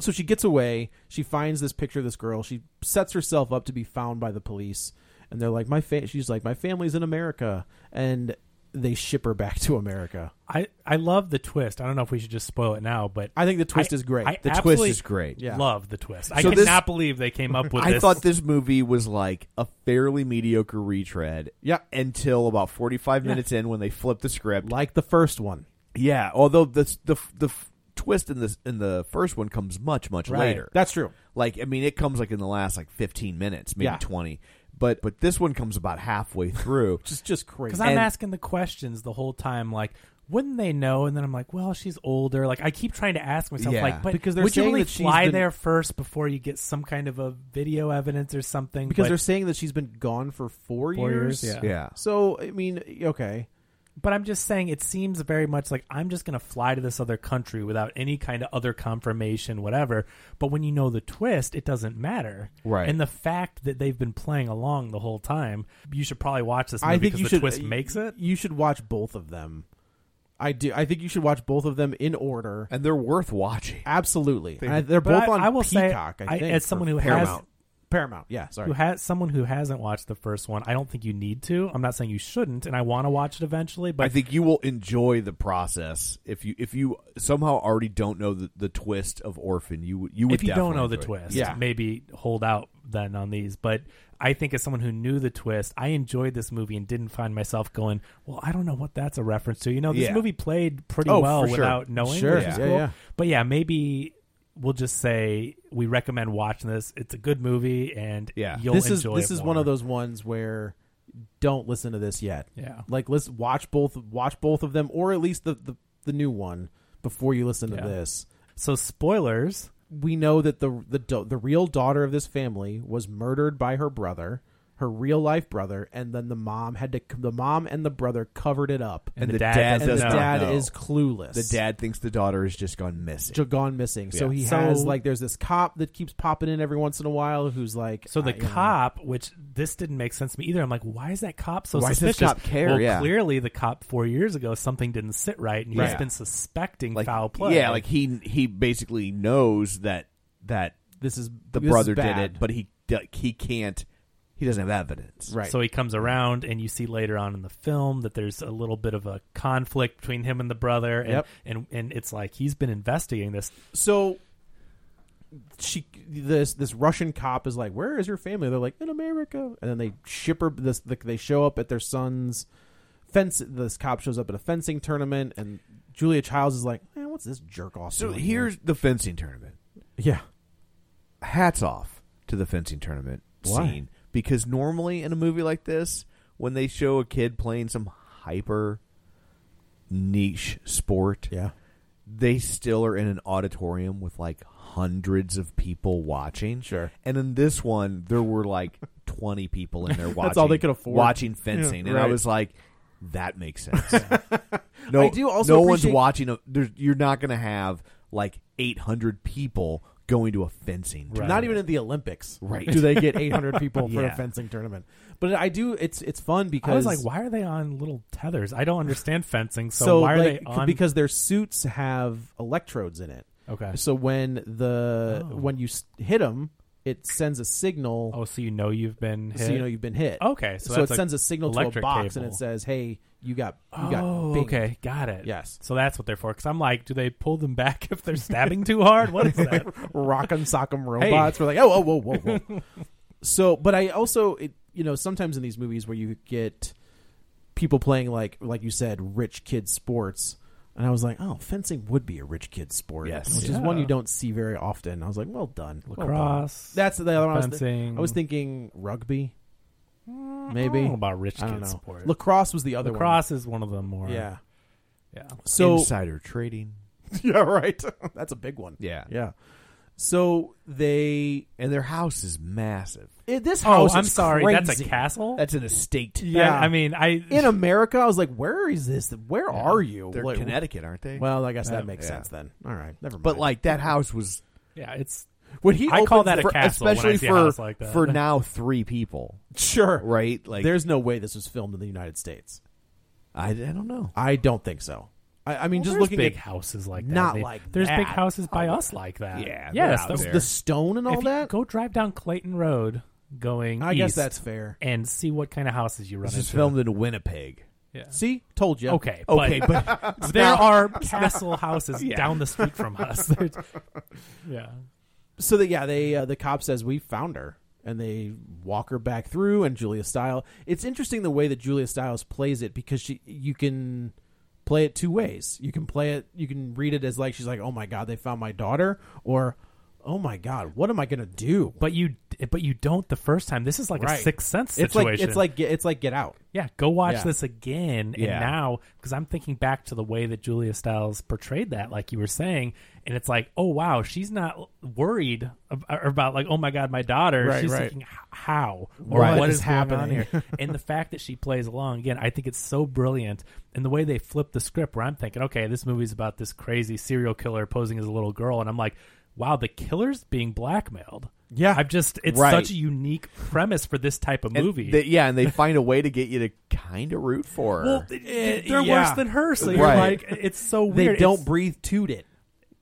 Speaker 4: So she gets away. She finds this picture of this girl. She sets herself up to be found by the police, and they're like, "My fa-, she's like, my family's in America," and they ship her back to America.
Speaker 5: I I love the twist. I don't know if we should just spoil it now, but
Speaker 4: I think the twist is great.
Speaker 5: I
Speaker 3: The twist
Speaker 5: absolutely
Speaker 3: is great.
Speaker 4: Yeah.
Speaker 5: Love the twist. I
Speaker 3: So
Speaker 5: cannot
Speaker 3: this-
Speaker 5: believe they came up with
Speaker 3: I
Speaker 5: this.
Speaker 3: thought this movie was like a fairly mediocre retread.
Speaker 4: Yeah.
Speaker 3: Until about 45 minutes in when they flipped the script.
Speaker 4: like the first one.
Speaker 3: yeah. Although the the the f- twist in the in the first one comes much much
Speaker 5: Right.
Speaker 3: later.
Speaker 4: That's true.
Speaker 3: like I mean it comes like in the last like 15 minutes, maybe
Speaker 4: Yeah.
Speaker 3: 20. But but this one comes about halfway through.
Speaker 4: It's just crazy.
Speaker 5: because I'm
Speaker 3: and-
Speaker 5: asking the questions the whole time, like. Wouldn't they know? And then I'm like, well, she's older. Like I keep trying to ask myself,
Speaker 3: Yeah.
Speaker 5: like, but
Speaker 4: Because they're
Speaker 5: would you
Speaker 4: saying
Speaker 5: really
Speaker 4: that she's
Speaker 5: fly
Speaker 4: the-
Speaker 5: there first before you get some kind of a video evidence or something?
Speaker 4: because
Speaker 5: but,
Speaker 4: they're saying that she's been gone for four,
Speaker 5: Four years, yeah.
Speaker 3: yeah.
Speaker 4: So I mean, okay.
Speaker 5: but I'm just saying, it seems very much like I'm just going to fly to this other country without any kind of other confirmation, whatever. But when you know the twist, it doesn't matter,
Speaker 3: Right.
Speaker 5: And the fact that they've been playing along the whole time, you should probably watch this movie
Speaker 4: I think
Speaker 5: because
Speaker 4: you
Speaker 5: the
Speaker 4: should uh,
Speaker 5: twist makes it.
Speaker 4: You should watch both of them. I do. I think you should watch both of them in order.
Speaker 3: And they're worth watching.
Speaker 4: Absolutely, And I- they're
Speaker 5: But
Speaker 4: both
Speaker 5: I-
Speaker 4: on
Speaker 5: I will say,
Speaker 4: Peacock. I
Speaker 5: I-
Speaker 4: think
Speaker 5: as someone
Speaker 4: or
Speaker 5: who has-
Speaker 4: Paramount. Paramount, yeah, sorry.
Speaker 5: who has someone who hasn't watched the first one, I don't think you need to. I'm not saying you shouldn't, and I want to watch it eventually. But
Speaker 3: I think you will enjoy the process if you if you somehow already don't know the, the twist of Orphan. You would- you would
Speaker 5: if you don't
Speaker 3: definitely
Speaker 5: know the
Speaker 3: enjoy it.
Speaker 5: twist,
Speaker 4: Yeah.
Speaker 5: maybe hold out then on these. But I think as someone who knew the twist, I enjoyed this movie and didn't find myself going, "Well, I don't know what that's a reference to." You know, this
Speaker 3: Yeah.
Speaker 5: movie played pretty
Speaker 3: Oh,
Speaker 5: well
Speaker 3: for sure.
Speaker 5: without knowing.
Speaker 4: Sure.
Speaker 5: which is
Speaker 4: Yeah,
Speaker 5: cool.
Speaker 4: yeah.
Speaker 5: But yeah, maybe we'll just say we recommend watching this. It's a good movie, and
Speaker 3: Yeah.
Speaker 5: you'll
Speaker 4: this is
Speaker 5: enjoy
Speaker 4: this
Speaker 5: it
Speaker 4: is one of
Speaker 5: more.
Speaker 4: those ones where don't listen to this yet.
Speaker 5: Yeah.
Speaker 4: like let's watch both watch both of them, or at least the the, the new one before you listen to
Speaker 5: Yeah.
Speaker 4: this,
Speaker 5: So spoilers.
Speaker 4: we know that the the da- the real daughter of this family was murdered by her brother, her real life brother, and then the mom had to the mom and the brother covered it up,
Speaker 3: And the dad
Speaker 4: and the
Speaker 3: does not
Speaker 4: dad
Speaker 3: know.
Speaker 4: is clueless.
Speaker 3: The dad thinks the daughter has just gone missing.
Speaker 4: j- gone missing. So
Speaker 3: Yeah.
Speaker 4: he
Speaker 5: So-
Speaker 4: has like there's this cop that keeps popping in every once in a while who's like
Speaker 5: So the
Speaker 4: I- you know,
Speaker 5: cop, which this didn't make sense to me either. I'm like, why is that cop so
Speaker 3: Why does this cop
Speaker 5: suspicious?
Speaker 3: care?
Speaker 5: Well,
Speaker 3: Yeah.
Speaker 5: clearly the cop four years ago something didn't sit right, and he's
Speaker 3: Right.
Speaker 5: been suspecting
Speaker 3: like
Speaker 5: foul play.
Speaker 3: Yeah, like he he basically knows that that
Speaker 4: this is
Speaker 3: the
Speaker 4: this is
Speaker 3: brother did
Speaker 4: bad.
Speaker 3: it, but he d- he can't. He doesn't have evidence.
Speaker 4: right.
Speaker 5: So he comes around, and you see later on in the film that there's a little bit of a conflict between him and the brother, and
Speaker 4: Yep.
Speaker 5: and, and it's like he's been investigating this.
Speaker 4: so she this this Russian cop is like, "Where is your family?" They're like, "In America." And then they ship her this they show up at their son's fence this cop shows up at a fencing tournament and Julia Childs is like, "Man, what's this jerk off?"
Speaker 3: So
Speaker 4: doing
Speaker 3: here's the fencing tournament.
Speaker 4: here?
Speaker 3: Hats off to the fencing tournament
Speaker 4: Why?
Speaker 3: scene because normally in a movie like this, when they show a kid playing some hyper niche sport,
Speaker 4: Yeah. Yeah.
Speaker 3: they still are in an auditorium with like hundreds of people watching.
Speaker 4: Sure.
Speaker 3: And in this one, there were like 20 people in there watching.
Speaker 4: all they could afford.
Speaker 3: Watching fencing.
Speaker 4: Yeah,
Speaker 3: and I
Speaker 4: right.
Speaker 3: was like, that makes sense. no,
Speaker 4: I do also
Speaker 3: no one's
Speaker 4: appreciate-
Speaker 3: watching. A, there's, you're not going to have like 800 people going to a fencing.
Speaker 5: Right.
Speaker 4: Not even at the Olympics,
Speaker 3: Right.
Speaker 4: Do they get 800 people for
Speaker 5: Uh, Yeah.
Speaker 4: a fencing tournament? But I do. It's it's fun because
Speaker 5: I was like, why are they on little tethers? I don't understand fencing, so, why are
Speaker 4: like,
Speaker 5: they
Speaker 4: c-
Speaker 5: on?
Speaker 4: Because their suits have electrodes in it.
Speaker 5: okay,
Speaker 4: So when the
Speaker 5: Oh.
Speaker 4: when you s- hit them, it sends a signal,
Speaker 5: oh, so you know you've been hit.
Speaker 4: so you know you've been hit.
Speaker 5: Okay, so
Speaker 4: it
Speaker 5: that's a
Speaker 4: sends a signal to a
Speaker 5: electric
Speaker 4: box, and it
Speaker 5: cable.
Speaker 4: says, "Hey, you got you got."
Speaker 5: oh,
Speaker 4: binged."
Speaker 5: okay, got it.
Speaker 4: Yes.
Speaker 5: So that's what they're for. Because I'm like, do they pull them back if they're stabbing too hard? What is that?
Speaker 4: Rock'em sock'em robots. We're like, oh, whoa, whoa, whoa, whoa. so, but I also, it, you know, sometimes in these movies where you get people playing like, like you said, rich kid sports, and I was like, oh, fencing would be a rich kid sport,
Speaker 3: Yes.
Speaker 4: which is one you don't see very often. I was like, well done, Well done.
Speaker 5: Lacrosse,
Speaker 4: That's the other one. I was, thi-
Speaker 5: fencing. Mm,
Speaker 4: I was thinking rugby, maybe.
Speaker 5: I don't know about rich
Speaker 4: I don't
Speaker 5: kid
Speaker 4: know.
Speaker 5: sport.
Speaker 4: Lacrosse was the other
Speaker 5: Lacrosse is one of the more
Speaker 4: one. Yeah. Oh,
Speaker 5: yeah.
Speaker 4: So
Speaker 3: Insider trading.
Speaker 4: yeah, right. That's a big one.
Speaker 3: Yeah.
Speaker 4: Yeah. So they
Speaker 3: And their house is massive.
Speaker 4: it, this
Speaker 5: Oh,
Speaker 4: house.
Speaker 5: I'm
Speaker 4: is
Speaker 5: sorry. That's a
Speaker 4: crazy.
Speaker 5: castle.
Speaker 3: That's an estate.
Speaker 5: yeah.
Speaker 4: yeah.
Speaker 5: I mean, I
Speaker 4: In America, I was like, "Where is this? Where are you?"
Speaker 3: They're
Speaker 4: Like,
Speaker 3: Connecticut, aren't they?
Speaker 4: Well, I guess that
Speaker 5: Yeah.
Speaker 4: makes sense then. All right, never mind.
Speaker 3: but like that house was
Speaker 5: yeah. It's
Speaker 4: when he
Speaker 5: I call
Speaker 4: opens
Speaker 5: that a
Speaker 3: for,
Speaker 5: castle when I
Speaker 3: especially
Speaker 5: see a
Speaker 3: for
Speaker 5: house like that.
Speaker 3: for now three people,
Speaker 4: the- sure,
Speaker 3: right? Like
Speaker 4: there's no way this was filmed in the United States.
Speaker 3: I, I don't know.
Speaker 4: I don't think so. I, I mean,
Speaker 5: Well,
Speaker 4: just
Speaker 5: there's
Speaker 4: looking
Speaker 5: big
Speaker 4: at
Speaker 5: houses like that.
Speaker 4: Not
Speaker 5: They-
Speaker 4: like
Speaker 5: there's big
Speaker 4: that.
Speaker 5: houses by us like that.
Speaker 3: Yeah, they're
Speaker 5: yes.
Speaker 3: out
Speaker 5: those-
Speaker 3: there.
Speaker 4: the stone and
Speaker 5: if
Speaker 4: all
Speaker 5: you
Speaker 4: that.
Speaker 5: Go drive down Clayton Road going.
Speaker 4: I guess
Speaker 5: east
Speaker 4: that's fair.
Speaker 5: And see what kind of houses you run
Speaker 3: This
Speaker 5: into.
Speaker 3: is filmed in Winnipeg.
Speaker 5: Yeah.
Speaker 4: See, told you.
Speaker 5: Okay.
Speaker 3: Okay,
Speaker 5: but
Speaker 3: but
Speaker 5: there are castle houses down the street from us. There's- yeah.
Speaker 4: so that yeah, they uh, the cop says we found her, and they walk her back through. And Julia Stiles, it's interesting the way that Julia Stiles plays it because she you can play it two ways. You can play it, you can read it as like she's like, oh my god, they found my daughter, or oh my god, what am I gonna do?
Speaker 5: But you, but you don't the first time. This is like a
Speaker 4: Right.
Speaker 5: sixth sense
Speaker 4: It's
Speaker 5: situation.
Speaker 4: like it's like Get- it's like Get Out.
Speaker 5: Yeah, go watch
Speaker 4: Yeah.
Speaker 5: this again.
Speaker 3: Yeah.
Speaker 5: And now, because I'm thinking back to the way that Julia Stiles portrayed that, like you were saying, and it's like, oh, wow, she's not worried ab- about, like, oh my God, my daughter.
Speaker 4: Right,
Speaker 5: she's
Speaker 4: right.
Speaker 5: thinking, "H- how or
Speaker 4: Right.
Speaker 5: what
Speaker 4: What
Speaker 5: is,
Speaker 4: is
Speaker 5: happening on
Speaker 4: happening?
Speaker 5: here. and the fact that she plays along, again, I think it's so brilliant. And the way they flip the script, where I'm thinking, okay, this movie's about this crazy serial killer posing as a little girl. And I'm like, wow, the killer's being blackmailed.
Speaker 4: Yeah.
Speaker 5: I've just, it's
Speaker 3: Right.
Speaker 5: such a unique premise for this type of
Speaker 3: and
Speaker 5: movie.
Speaker 3: they- yeah, and they find a way to get you to kind of root for her.
Speaker 5: Well, th- th- they're
Speaker 4: yeah.
Speaker 5: worse than her, so you're
Speaker 3: Right.
Speaker 5: like, it's so
Speaker 4: They
Speaker 5: weird.
Speaker 4: don't
Speaker 5: It's-
Speaker 4: breathe toot it.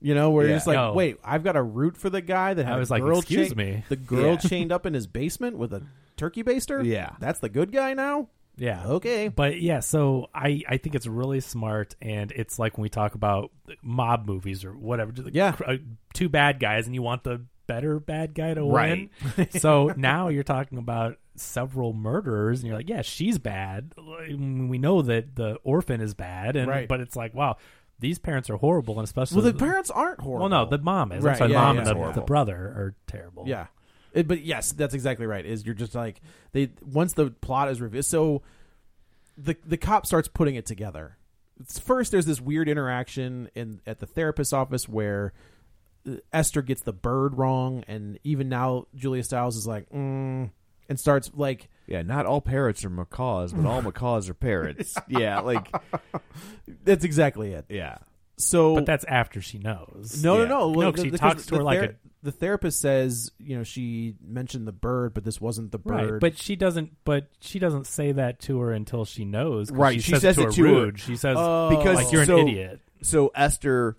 Speaker 4: You know, where
Speaker 3: Yeah.
Speaker 4: you're just like,
Speaker 5: No.
Speaker 4: wait, I've got to root for the guy that had
Speaker 5: I was
Speaker 4: a
Speaker 5: like,
Speaker 4: girl
Speaker 5: "Excuse
Speaker 4: chain-
Speaker 5: me."
Speaker 4: the girl
Speaker 3: Yeah.
Speaker 4: chained up in his basement with a turkey baster.
Speaker 3: Yeah.
Speaker 4: that's the good guy now.
Speaker 5: yeah,
Speaker 4: Okay.
Speaker 5: but yeah, so I I think it's really smart, and it's like when we talk about mob movies or whatever. just like
Speaker 4: Yeah.
Speaker 5: cr- uh, two bad guys, and you want the better bad guy to
Speaker 3: Right.
Speaker 5: win. so now you're talking about several murderers, and you're like, yeah, she's bad. Like, We know that the orphan is bad, and
Speaker 4: Right.
Speaker 5: but it's like, wow, these parents are horrible, and especially
Speaker 4: well, the parents aren't horrible.
Speaker 5: Well, no, the mom is.
Speaker 4: Right,
Speaker 5: I'm sorry, the
Speaker 4: yeah,
Speaker 5: mom
Speaker 4: yeah,
Speaker 5: and the,
Speaker 4: yeah.
Speaker 5: the brother are terrible.
Speaker 4: Yeah. It- but yes, that's exactly right. Is you're just like they once the plot is revealed. So the the cop starts putting it together. It's, first, there's this weird interaction in at the therapist's office where uh, Esther gets the bird wrong, and even now Julia Stiles is like, mm, and starts like
Speaker 3: Yeah, not all parrots are macaws, but all macaws are parrots. Yeah, like
Speaker 4: that's exactly it.
Speaker 3: yeah.
Speaker 4: So,
Speaker 5: But that's after she knows.
Speaker 4: No,
Speaker 3: Yeah.
Speaker 4: no, no.
Speaker 5: No, 'cause she talks to her like a-
Speaker 4: the therapist says. You know, she mentioned the bird, but this wasn't the bird.
Speaker 5: Right, but she doesn't. But she doesn't say that to her until she knows. 'cause
Speaker 3: Right,
Speaker 5: she,
Speaker 3: she
Speaker 5: says,
Speaker 3: says
Speaker 5: to
Speaker 3: it
Speaker 5: her
Speaker 3: to her. Oh.
Speaker 5: rude. She says
Speaker 4: Oh.
Speaker 3: because
Speaker 5: like you're
Speaker 3: so-
Speaker 5: an idiot.
Speaker 3: So Esther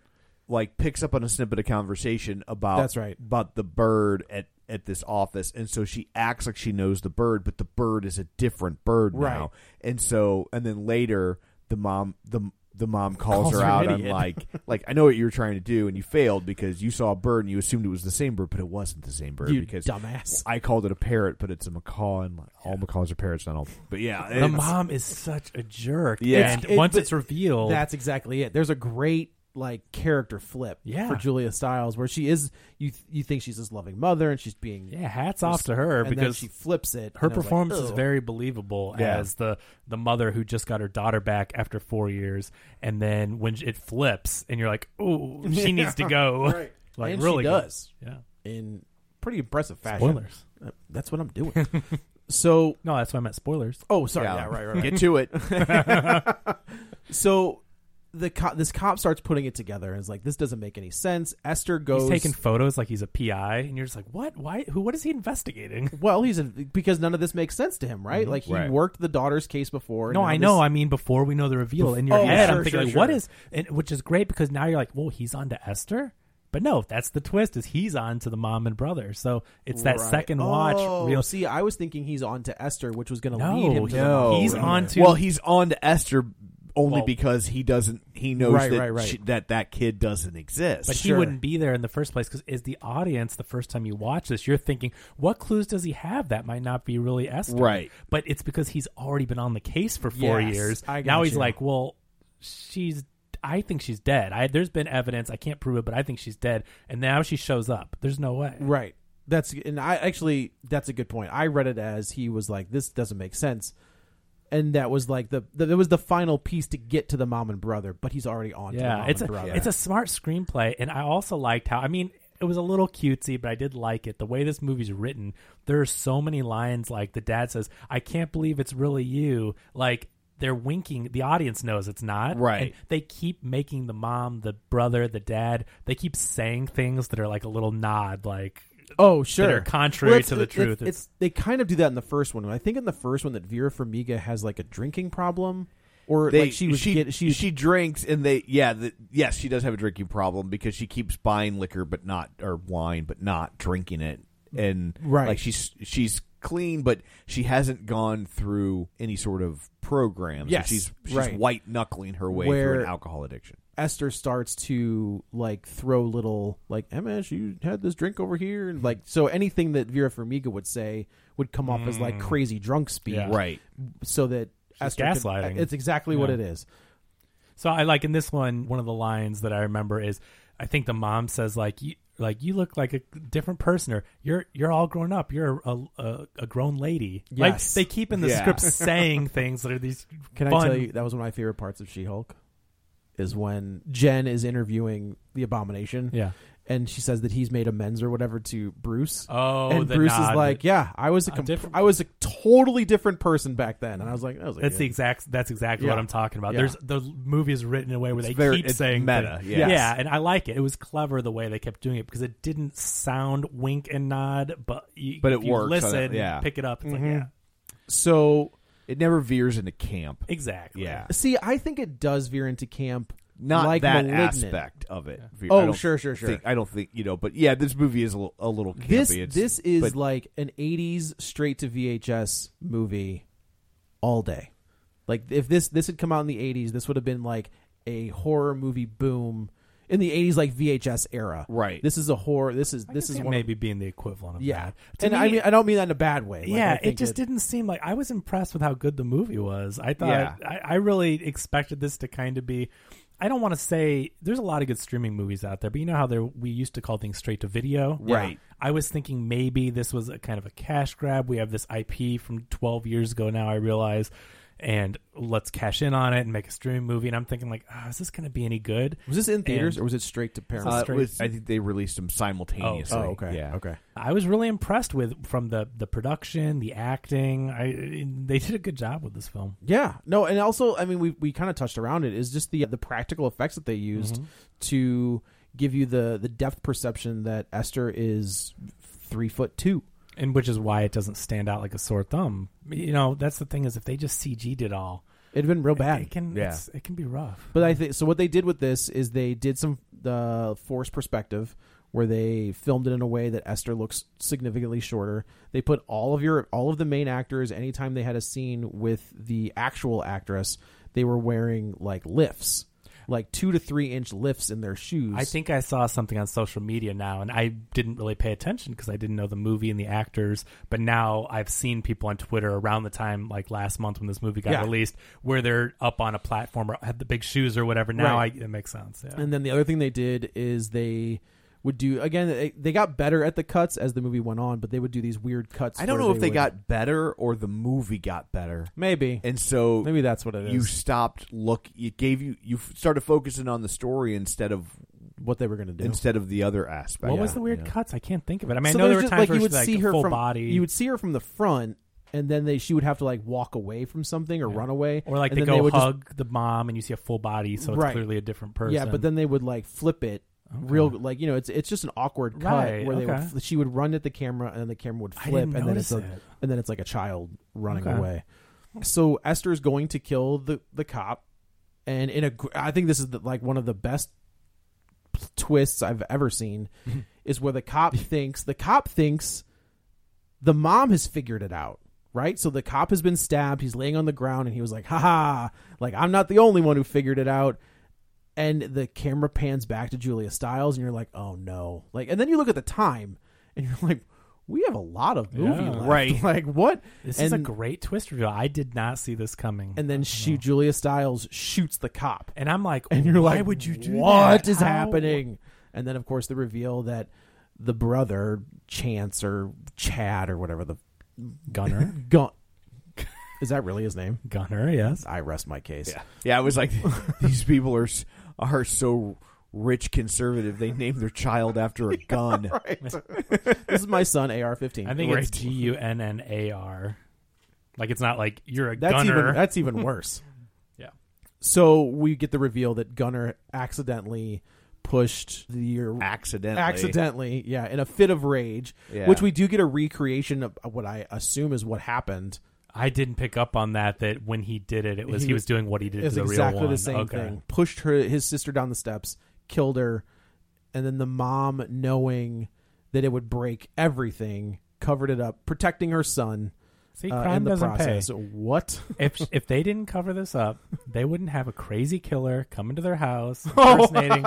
Speaker 3: like picks up on a snippet of conversation about
Speaker 4: That's right.
Speaker 3: about the bird at at this office and so she acts like she knows the bird but the bird is a different bird
Speaker 4: Right.
Speaker 3: now. And so and then later the mom the the mom calls,
Speaker 4: Calls
Speaker 3: her
Speaker 4: her an
Speaker 3: out on
Speaker 4: idiot.
Speaker 3: like like I know what you were trying to do and you failed because you saw a bird and you assumed it was the same bird but it wasn't the same bird
Speaker 4: You
Speaker 3: because
Speaker 4: dumbass.
Speaker 3: I called it a parrot but it's a macaw and like, all macaws are parrots not all but yeah
Speaker 5: The
Speaker 3: it's-
Speaker 5: mom is such a jerk.
Speaker 3: Yeah.
Speaker 5: and
Speaker 4: It's- it-
Speaker 5: once
Speaker 4: but
Speaker 5: it's revealed,
Speaker 4: that's exactly it. There's a great like character flip
Speaker 5: Yeah.
Speaker 4: for Julia Stiles, where she is you th- you think she's this loving mother, and she's being
Speaker 5: yeah, hats off to her
Speaker 4: and then
Speaker 5: because
Speaker 4: she flips it.
Speaker 5: her
Speaker 4: and I was like,
Speaker 5: performance is
Speaker 4: "Ugh."
Speaker 5: very believable
Speaker 3: Yeah.
Speaker 5: as the the mother who just got her daughter back after four years, and then when it flips, and you're like, oh, she needs to go.
Speaker 4: Right.
Speaker 5: Like
Speaker 4: And she
Speaker 5: really go.
Speaker 4: does.
Speaker 5: Yeah.
Speaker 4: in pretty impressive fashion.
Speaker 5: Spoilers.
Speaker 4: Uh, That's what I'm doing. so
Speaker 5: No, that's why I meant spoilers.
Speaker 4: oh, sorry,
Speaker 3: Yeah.
Speaker 4: yeah, right, right, right.
Speaker 3: get to it.
Speaker 4: so. The co- this cop starts putting it together and is like, "This doesn't make any sense." Esther goes
Speaker 5: He's taking photos like he's a PI, and you're just like, what? Why? Who? What is he investigating?
Speaker 4: Well, he's a, because none of this makes sense to him, right? Like he
Speaker 3: Mm-hmm. Right.
Speaker 4: worked the daughter's case before.
Speaker 5: No,
Speaker 4: now
Speaker 5: I
Speaker 4: this-
Speaker 5: know. I mean, before we know the reveal, in your
Speaker 4: Oh,
Speaker 5: head,
Speaker 4: sure,
Speaker 5: I'm thinking,
Speaker 4: sure,
Speaker 5: like, what
Speaker 4: sure.
Speaker 5: is? And, which is great because now you're like, whoa, he's on to Esther. But no, that's the twist: is he's on to the mom and brother. So it's that
Speaker 4: Right.
Speaker 5: second watch.
Speaker 4: Oh,
Speaker 5: Real
Speaker 4: See, I was thinking he's on to Esther, which was going to
Speaker 5: No,
Speaker 4: lead him. To
Speaker 5: no.
Speaker 4: the
Speaker 5: He's
Speaker 4: mom.
Speaker 5: on to-
Speaker 3: Oh, Well, he's on to Esther only
Speaker 5: Well-
Speaker 3: because he doesn't. He knows
Speaker 4: Right,
Speaker 3: that
Speaker 4: right, right.
Speaker 3: She, that that kid doesn't exist.
Speaker 5: But he
Speaker 4: Sure.
Speaker 5: wouldn't be there in the first place because is the audience the first time you watch this, you're thinking, what clues does he have that might not be really Esther?
Speaker 3: Right.
Speaker 5: But it's because he's already been on the case for four
Speaker 4: Yes,
Speaker 5: years.
Speaker 4: I got
Speaker 5: now he's
Speaker 4: you.
Speaker 5: like, well, she's. I think she's dead. I, there's been evidence. I can't prove it, but I think she's dead. And now she shows up. There's no way.
Speaker 4: right. That's and I actually that's a good point. I read it as he was like, "This doesn't make sense," and that was like the, the that was the final piece to get to the mom and brother. But he's already on. to the
Speaker 5: Yeah,
Speaker 4: mom
Speaker 5: it's
Speaker 4: and
Speaker 5: a,
Speaker 4: brother.
Speaker 5: it's a smart screenplay, and I also liked how. I mean, it was a little cutesy, but I did like it. The way this movie's written, there are so many lines. Like the dad says, "I can't believe it's really you." Like they're winking. The audience knows it's not.
Speaker 3: Right.
Speaker 5: And they keep making the mom, the brother, the dad. They keep saying things that are like a little nod, like
Speaker 4: Oh, sure.
Speaker 5: are contrary
Speaker 4: Well, it's-
Speaker 5: to the
Speaker 4: it- It's,
Speaker 5: truth.
Speaker 4: it's- they kind of do that in the first one. I think in the first one that Vera Farmiga has like a drinking problem, or
Speaker 3: They-
Speaker 4: like she was
Speaker 3: she
Speaker 4: get,
Speaker 3: she,
Speaker 4: she
Speaker 3: drinks and they yeah the, yes she does have a drinking problem because she keeps buying liquor but not or wine but not drinking it and
Speaker 4: Right.
Speaker 3: like she's she's clean but she hasn't gone through any sort of program. So
Speaker 4: Yes,
Speaker 3: she's she's
Speaker 4: right.
Speaker 3: white knuckling her way through
Speaker 4: Where-
Speaker 3: an alcohol addiction.
Speaker 4: Esther starts to like throw little like Emma, you had this drink over here, and like so anything that Vera Farmiga would say would come off as like crazy drunk speak,
Speaker 5: Mm. Yeah.
Speaker 3: Right.
Speaker 4: So that Esther could-
Speaker 5: gaslighting.
Speaker 4: it's exactly what
Speaker 5: Yeah.
Speaker 4: it is.
Speaker 5: So I like in this one, one of the lines that I remember is, I think the mom says like you like you look like a different person or you're you're all grown up you're a a, a grown lady
Speaker 4: Yes.
Speaker 5: like they keep in the
Speaker 3: Yeah.
Speaker 5: script saying things that are these
Speaker 4: Can
Speaker 5: fun-
Speaker 4: I tell you that was one of my favorite parts of She Hulk? Is when Jen is interviewing the Abomination.
Speaker 5: Yeah.
Speaker 4: And she says that he's made amends or whatever to Bruce.
Speaker 5: Oh,
Speaker 4: and
Speaker 5: the
Speaker 4: Bruce
Speaker 5: nod.
Speaker 4: is like, "Yeah, I was a,
Speaker 5: A
Speaker 4: comp-
Speaker 5: different-
Speaker 4: I was a totally different person back then." And I was like, "That was like,
Speaker 5: that's
Speaker 4: yeah.
Speaker 5: the exact that's exactly what
Speaker 4: Yeah.
Speaker 5: I'm talking about
Speaker 4: Yeah.
Speaker 5: there's the movie is written in a way where
Speaker 3: It's
Speaker 5: they
Speaker 3: very-
Speaker 5: keep
Speaker 3: it's
Speaker 5: saying
Speaker 3: meta,
Speaker 5: things.
Speaker 3: yes.
Speaker 5: yeah and I like it it was clever the way they kept doing it because it didn't sound wink and nod but you,
Speaker 3: But it
Speaker 5: if you
Speaker 3: works on
Speaker 5: listen
Speaker 3: it, yeah. Mm-hmm.
Speaker 5: pick it up it's like yeah
Speaker 4: so."
Speaker 3: It never veers into camp.
Speaker 5: exactly
Speaker 3: Yeah.
Speaker 4: See, I think it does veer into camp,
Speaker 3: not
Speaker 4: like
Speaker 3: that
Speaker 4: Malignant.
Speaker 3: aspect of it. Fe-
Speaker 4: Oh,
Speaker 3: I don't
Speaker 4: sure, sure, sure.
Speaker 3: think- I don't think you know, but yeah, this movie is a little, a little campy.
Speaker 4: This
Speaker 3: It's-
Speaker 4: this is
Speaker 3: but
Speaker 4: like an '80s straight to VHS movie, all day. Like if this this had come out in the '80s, this would have been like a horror movie boom in the '80s, like VHS era.
Speaker 3: Right.
Speaker 4: This is a horror. This is this is
Speaker 5: it
Speaker 4: one. of-
Speaker 5: maybe being the equivalent of
Speaker 4: yeah,
Speaker 5: that. To
Speaker 4: and I
Speaker 5: me-
Speaker 4: mean I don't mean that in a bad way. Like, I
Speaker 5: yeah, it
Speaker 4: think
Speaker 5: just didn't seem like I was impressed with how good the movie was. I thought
Speaker 3: Yeah.
Speaker 5: I, I really expected this to kind of be. I don't want to say there's a lot of good streaming movies out there, but you know how there we used to call things straight to video,
Speaker 3: Right.
Speaker 5: I was thinking maybe this was a kind of a cash grab. We have this IP from 12 years ago now. I realize. and let's cash in on it and make a streaming movie. And I'm thinking like, oh, is this going to be any good?
Speaker 4: Was this in theaters
Speaker 5: And-
Speaker 4: or was it straight to Paramount?
Speaker 3: Uh, it
Speaker 5: straight-
Speaker 3: was- I think they released them simultaneously.
Speaker 4: oh, okay.
Speaker 3: Yeah.
Speaker 4: Okay.
Speaker 5: I was really impressed with from the the production, the acting. I they did a good job with this film.
Speaker 4: Yeah. No, and also I mean we we kind of touched around it is just the the practical effects that they used
Speaker 5: Mm-hmm.
Speaker 4: to give you the the depth perception that Esther is 3 foot 2.
Speaker 5: and which is why it doesn't stand out like a sore thumb. You know, that's the thing is if they just CG'd it all,
Speaker 4: It'd been real bad.
Speaker 5: it can
Speaker 3: Yeah.
Speaker 5: it's, it can be rough.
Speaker 4: But I think so. What they did with this is they did some the forced perspective, where they filmed it in a way that Esther looks significantly shorter. They put all of your all of the main actors. Anytime they had a scene with the actual actress, they were wearing like lifts, like two to three inch lifts in their shoes.
Speaker 5: I think I saw something on social media now, and I didn't really pay attention because I didn't know the movie and the actors. But now I've seen people on Twitter around the time, like last month when this movie got
Speaker 4: Yeah.
Speaker 5: released, where they're up on a platform or have the big shoes or whatever. Now
Speaker 4: Right.
Speaker 5: I, it makes sense. Yeah.
Speaker 4: And then the other thing they did is they would do again. They, they got better at the cuts as the movie went on, but they would do these weird cuts.
Speaker 3: I don't
Speaker 4: where
Speaker 3: know if they
Speaker 4: would-
Speaker 3: got better or the movie got better,
Speaker 4: maybe
Speaker 3: and so
Speaker 4: maybe that's what it is.
Speaker 3: you stopped look. It gave you you f- started focusing on the story instead of
Speaker 4: what they were going to do.
Speaker 3: instead of the other aspect.
Speaker 5: what was the weird
Speaker 3: Yeah.
Speaker 5: cuts? I can't think of it. I mean,
Speaker 4: So
Speaker 5: I know there
Speaker 4: there's
Speaker 5: were
Speaker 4: just,
Speaker 5: times where
Speaker 4: you
Speaker 5: she
Speaker 4: would
Speaker 5: was, like
Speaker 4: see her
Speaker 5: full
Speaker 4: from,
Speaker 5: body.
Speaker 4: You would see her from the front, and then they she would have to like walk away from something or run away,
Speaker 5: or like
Speaker 4: and
Speaker 5: they
Speaker 4: then they
Speaker 5: go
Speaker 4: would just-
Speaker 5: hug the mom, and you see a full body, so it's
Speaker 4: Right.
Speaker 5: clearly a different person.
Speaker 4: yeah, but then they would like flip it. Real like you know it's it's just an awkward cut
Speaker 5: Right,
Speaker 4: where they
Speaker 5: okay.
Speaker 4: would, she would run at the camera and then the camera would
Speaker 5: I
Speaker 4: flip
Speaker 5: didn't
Speaker 4: and then it's a,
Speaker 5: notice it.
Speaker 4: and then it's like a child running
Speaker 5: Okay.
Speaker 4: away. So Esther's going to kill the the cop, and in a gr- I think this is the, like one of the best twists I've ever seen
Speaker 5: Mm-hmm.
Speaker 4: is where the cop thinks the cop thinks the mom has figured it out, right? So the cop has been stabbed, he's laying on the ground and he was like, "Ha ha, like I'm not the only one who figured it out." And the camera pans back to Julia Stiles and you're like, "Oh no." Like and then you look at the time and you're like, "We have a lot of movie
Speaker 5: Yeah.
Speaker 4: left."
Speaker 3: Right.
Speaker 4: Like what?
Speaker 5: This
Speaker 4: and,
Speaker 5: is a great twist reveal. I did not see this coming.
Speaker 4: and then shoot Julia Stiles shoots the cop.
Speaker 5: and I'm like,
Speaker 4: and you're
Speaker 5: why
Speaker 4: like,
Speaker 5: would you do
Speaker 4: What
Speaker 5: that?
Speaker 4: is
Speaker 5: How-
Speaker 4: happening? And then, of course, the reveal that the brother Chance or Chad or whatever the
Speaker 5: Gunner,
Speaker 4: gun is that really his name?
Speaker 5: Gunner, yes.
Speaker 4: I rest my case.
Speaker 3: Yeah, yeah. It was like these people are s- are so rich conservative. They named their child after a gun.
Speaker 4: This is my son, AR-15.
Speaker 5: I think it's G U N N A R. Like it's not like you're a
Speaker 4: that's
Speaker 5: gunner.
Speaker 4: even that's even worse.
Speaker 5: Yeah.
Speaker 4: So we get the reveal that Gunner accidentally pushed the
Speaker 3: Accidentally.
Speaker 4: accidentally, yeah, in a fit of rage,
Speaker 3: Yeah.
Speaker 4: which we do get a recreation of what I assume is what happened.
Speaker 5: I didn't pick up on that. That when he did it, it was he,
Speaker 4: He-
Speaker 5: was doing what he did to
Speaker 4: It's
Speaker 5: the
Speaker 4: exactly
Speaker 5: real one.
Speaker 4: the same
Speaker 5: Okay.
Speaker 4: thing. Pushed her his sister down the steps, killed her, and then the mom, knowing that it would break everything, covered it up, protecting her son
Speaker 5: See,
Speaker 4: uh,
Speaker 5: crime
Speaker 4: in the
Speaker 5: doesn't
Speaker 4: process. What?
Speaker 5: pay. If if they didn't cover this up, they wouldn't have a crazy killer coming to their house impersonating.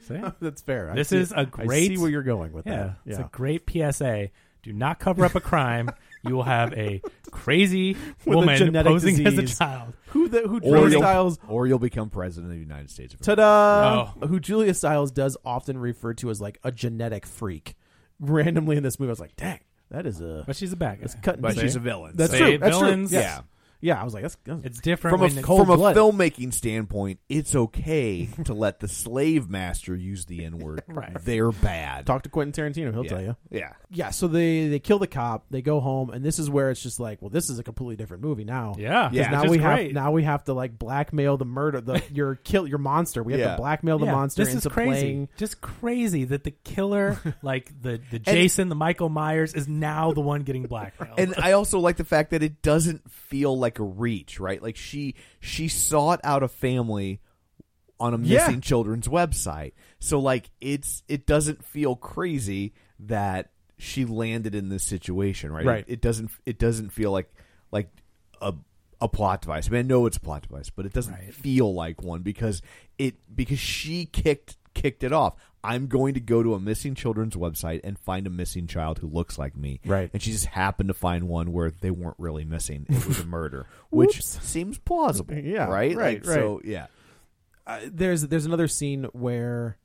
Speaker 5: See?
Speaker 4: That's fair. I
Speaker 5: This
Speaker 4: see-
Speaker 5: is a
Speaker 4: I
Speaker 5: great-
Speaker 4: see where you're going with
Speaker 5: Yeah,
Speaker 4: that.
Speaker 5: it's a great PSA. Do not cover up a crime. you will have a crazy
Speaker 4: With a
Speaker 5: woman
Speaker 4: genetic
Speaker 5: posing as a
Speaker 4: disease.
Speaker 5: child.
Speaker 4: who the, who
Speaker 3: Or
Speaker 4: Julia
Speaker 3: you'll,
Speaker 4: Stiles?
Speaker 3: or you'll become president of the United States. of America.
Speaker 4: Ta-da!
Speaker 5: No.
Speaker 4: Who Julia Stiles does often refer to as like a genetic freak. Randomly in this movie, I was like, dang, that is a
Speaker 5: But she's a bad guy.
Speaker 4: that's cut. and
Speaker 3: But
Speaker 4: dry.
Speaker 3: she's a villain.
Speaker 4: That's
Speaker 3: so-
Speaker 5: Say
Speaker 4: true. That's true.
Speaker 5: villains.
Speaker 4: Yes.
Speaker 3: Yeah.
Speaker 4: Yeah, I was like, that's, that's
Speaker 5: It's different
Speaker 3: From a,
Speaker 5: when it-
Speaker 3: from a
Speaker 4: blood.
Speaker 3: filmmaking standpoint, it's okay to let the slave master use the N word.
Speaker 5: Right.
Speaker 3: They're bad.
Speaker 4: talk to Quentin Tarantino. He'll
Speaker 3: yeah.
Speaker 4: tell you.
Speaker 3: Yeah.
Speaker 4: yeah, so they they kill the cop, they go home, and this is where it's just like, well, this is a completely different movie now.
Speaker 5: Yeah,
Speaker 4: 'Cause
Speaker 3: Yeah,
Speaker 4: now
Speaker 5: which is
Speaker 4: we
Speaker 5: great.
Speaker 4: have now we have to like blackmail the murder, the your kill your monster. We have
Speaker 3: Yeah.
Speaker 4: to blackmail the
Speaker 5: Yeah,
Speaker 4: monster
Speaker 5: This
Speaker 4: into
Speaker 5: is crazy.
Speaker 4: playing.
Speaker 5: Just crazy that the killer, like the the Jason, the Michael Myers, is now the one getting blackmailed.
Speaker 3: And I also like the fact that it doesn't feel like a reach, right? Like she she sought out a family on a
Speaker 4: Yeah.
Speaker 3: missing children's website. So like it's it doesn't feel crazy that she landed in this situation, right?
Speaker 4: Right.
Speaker 3: It, it doesn't it doesn't feel like like a a plot device. I mean, I know it's a plot device, but it doesn't feel like one because it because she kicked kicked it off. I'm going to go to a missing children's website and find a missing child who looks like me.
Speaker 4: Right.
Speaker 3: And she just happened to find one where they weren't really missing. It was a murder, which seems plausible.
Speaker 4: Yeah,
Speaker 3: Right?
Speaker 4: right,
Speaker 3: Like, So, yeah.
Speaker 4: Uh, there's there's another scene where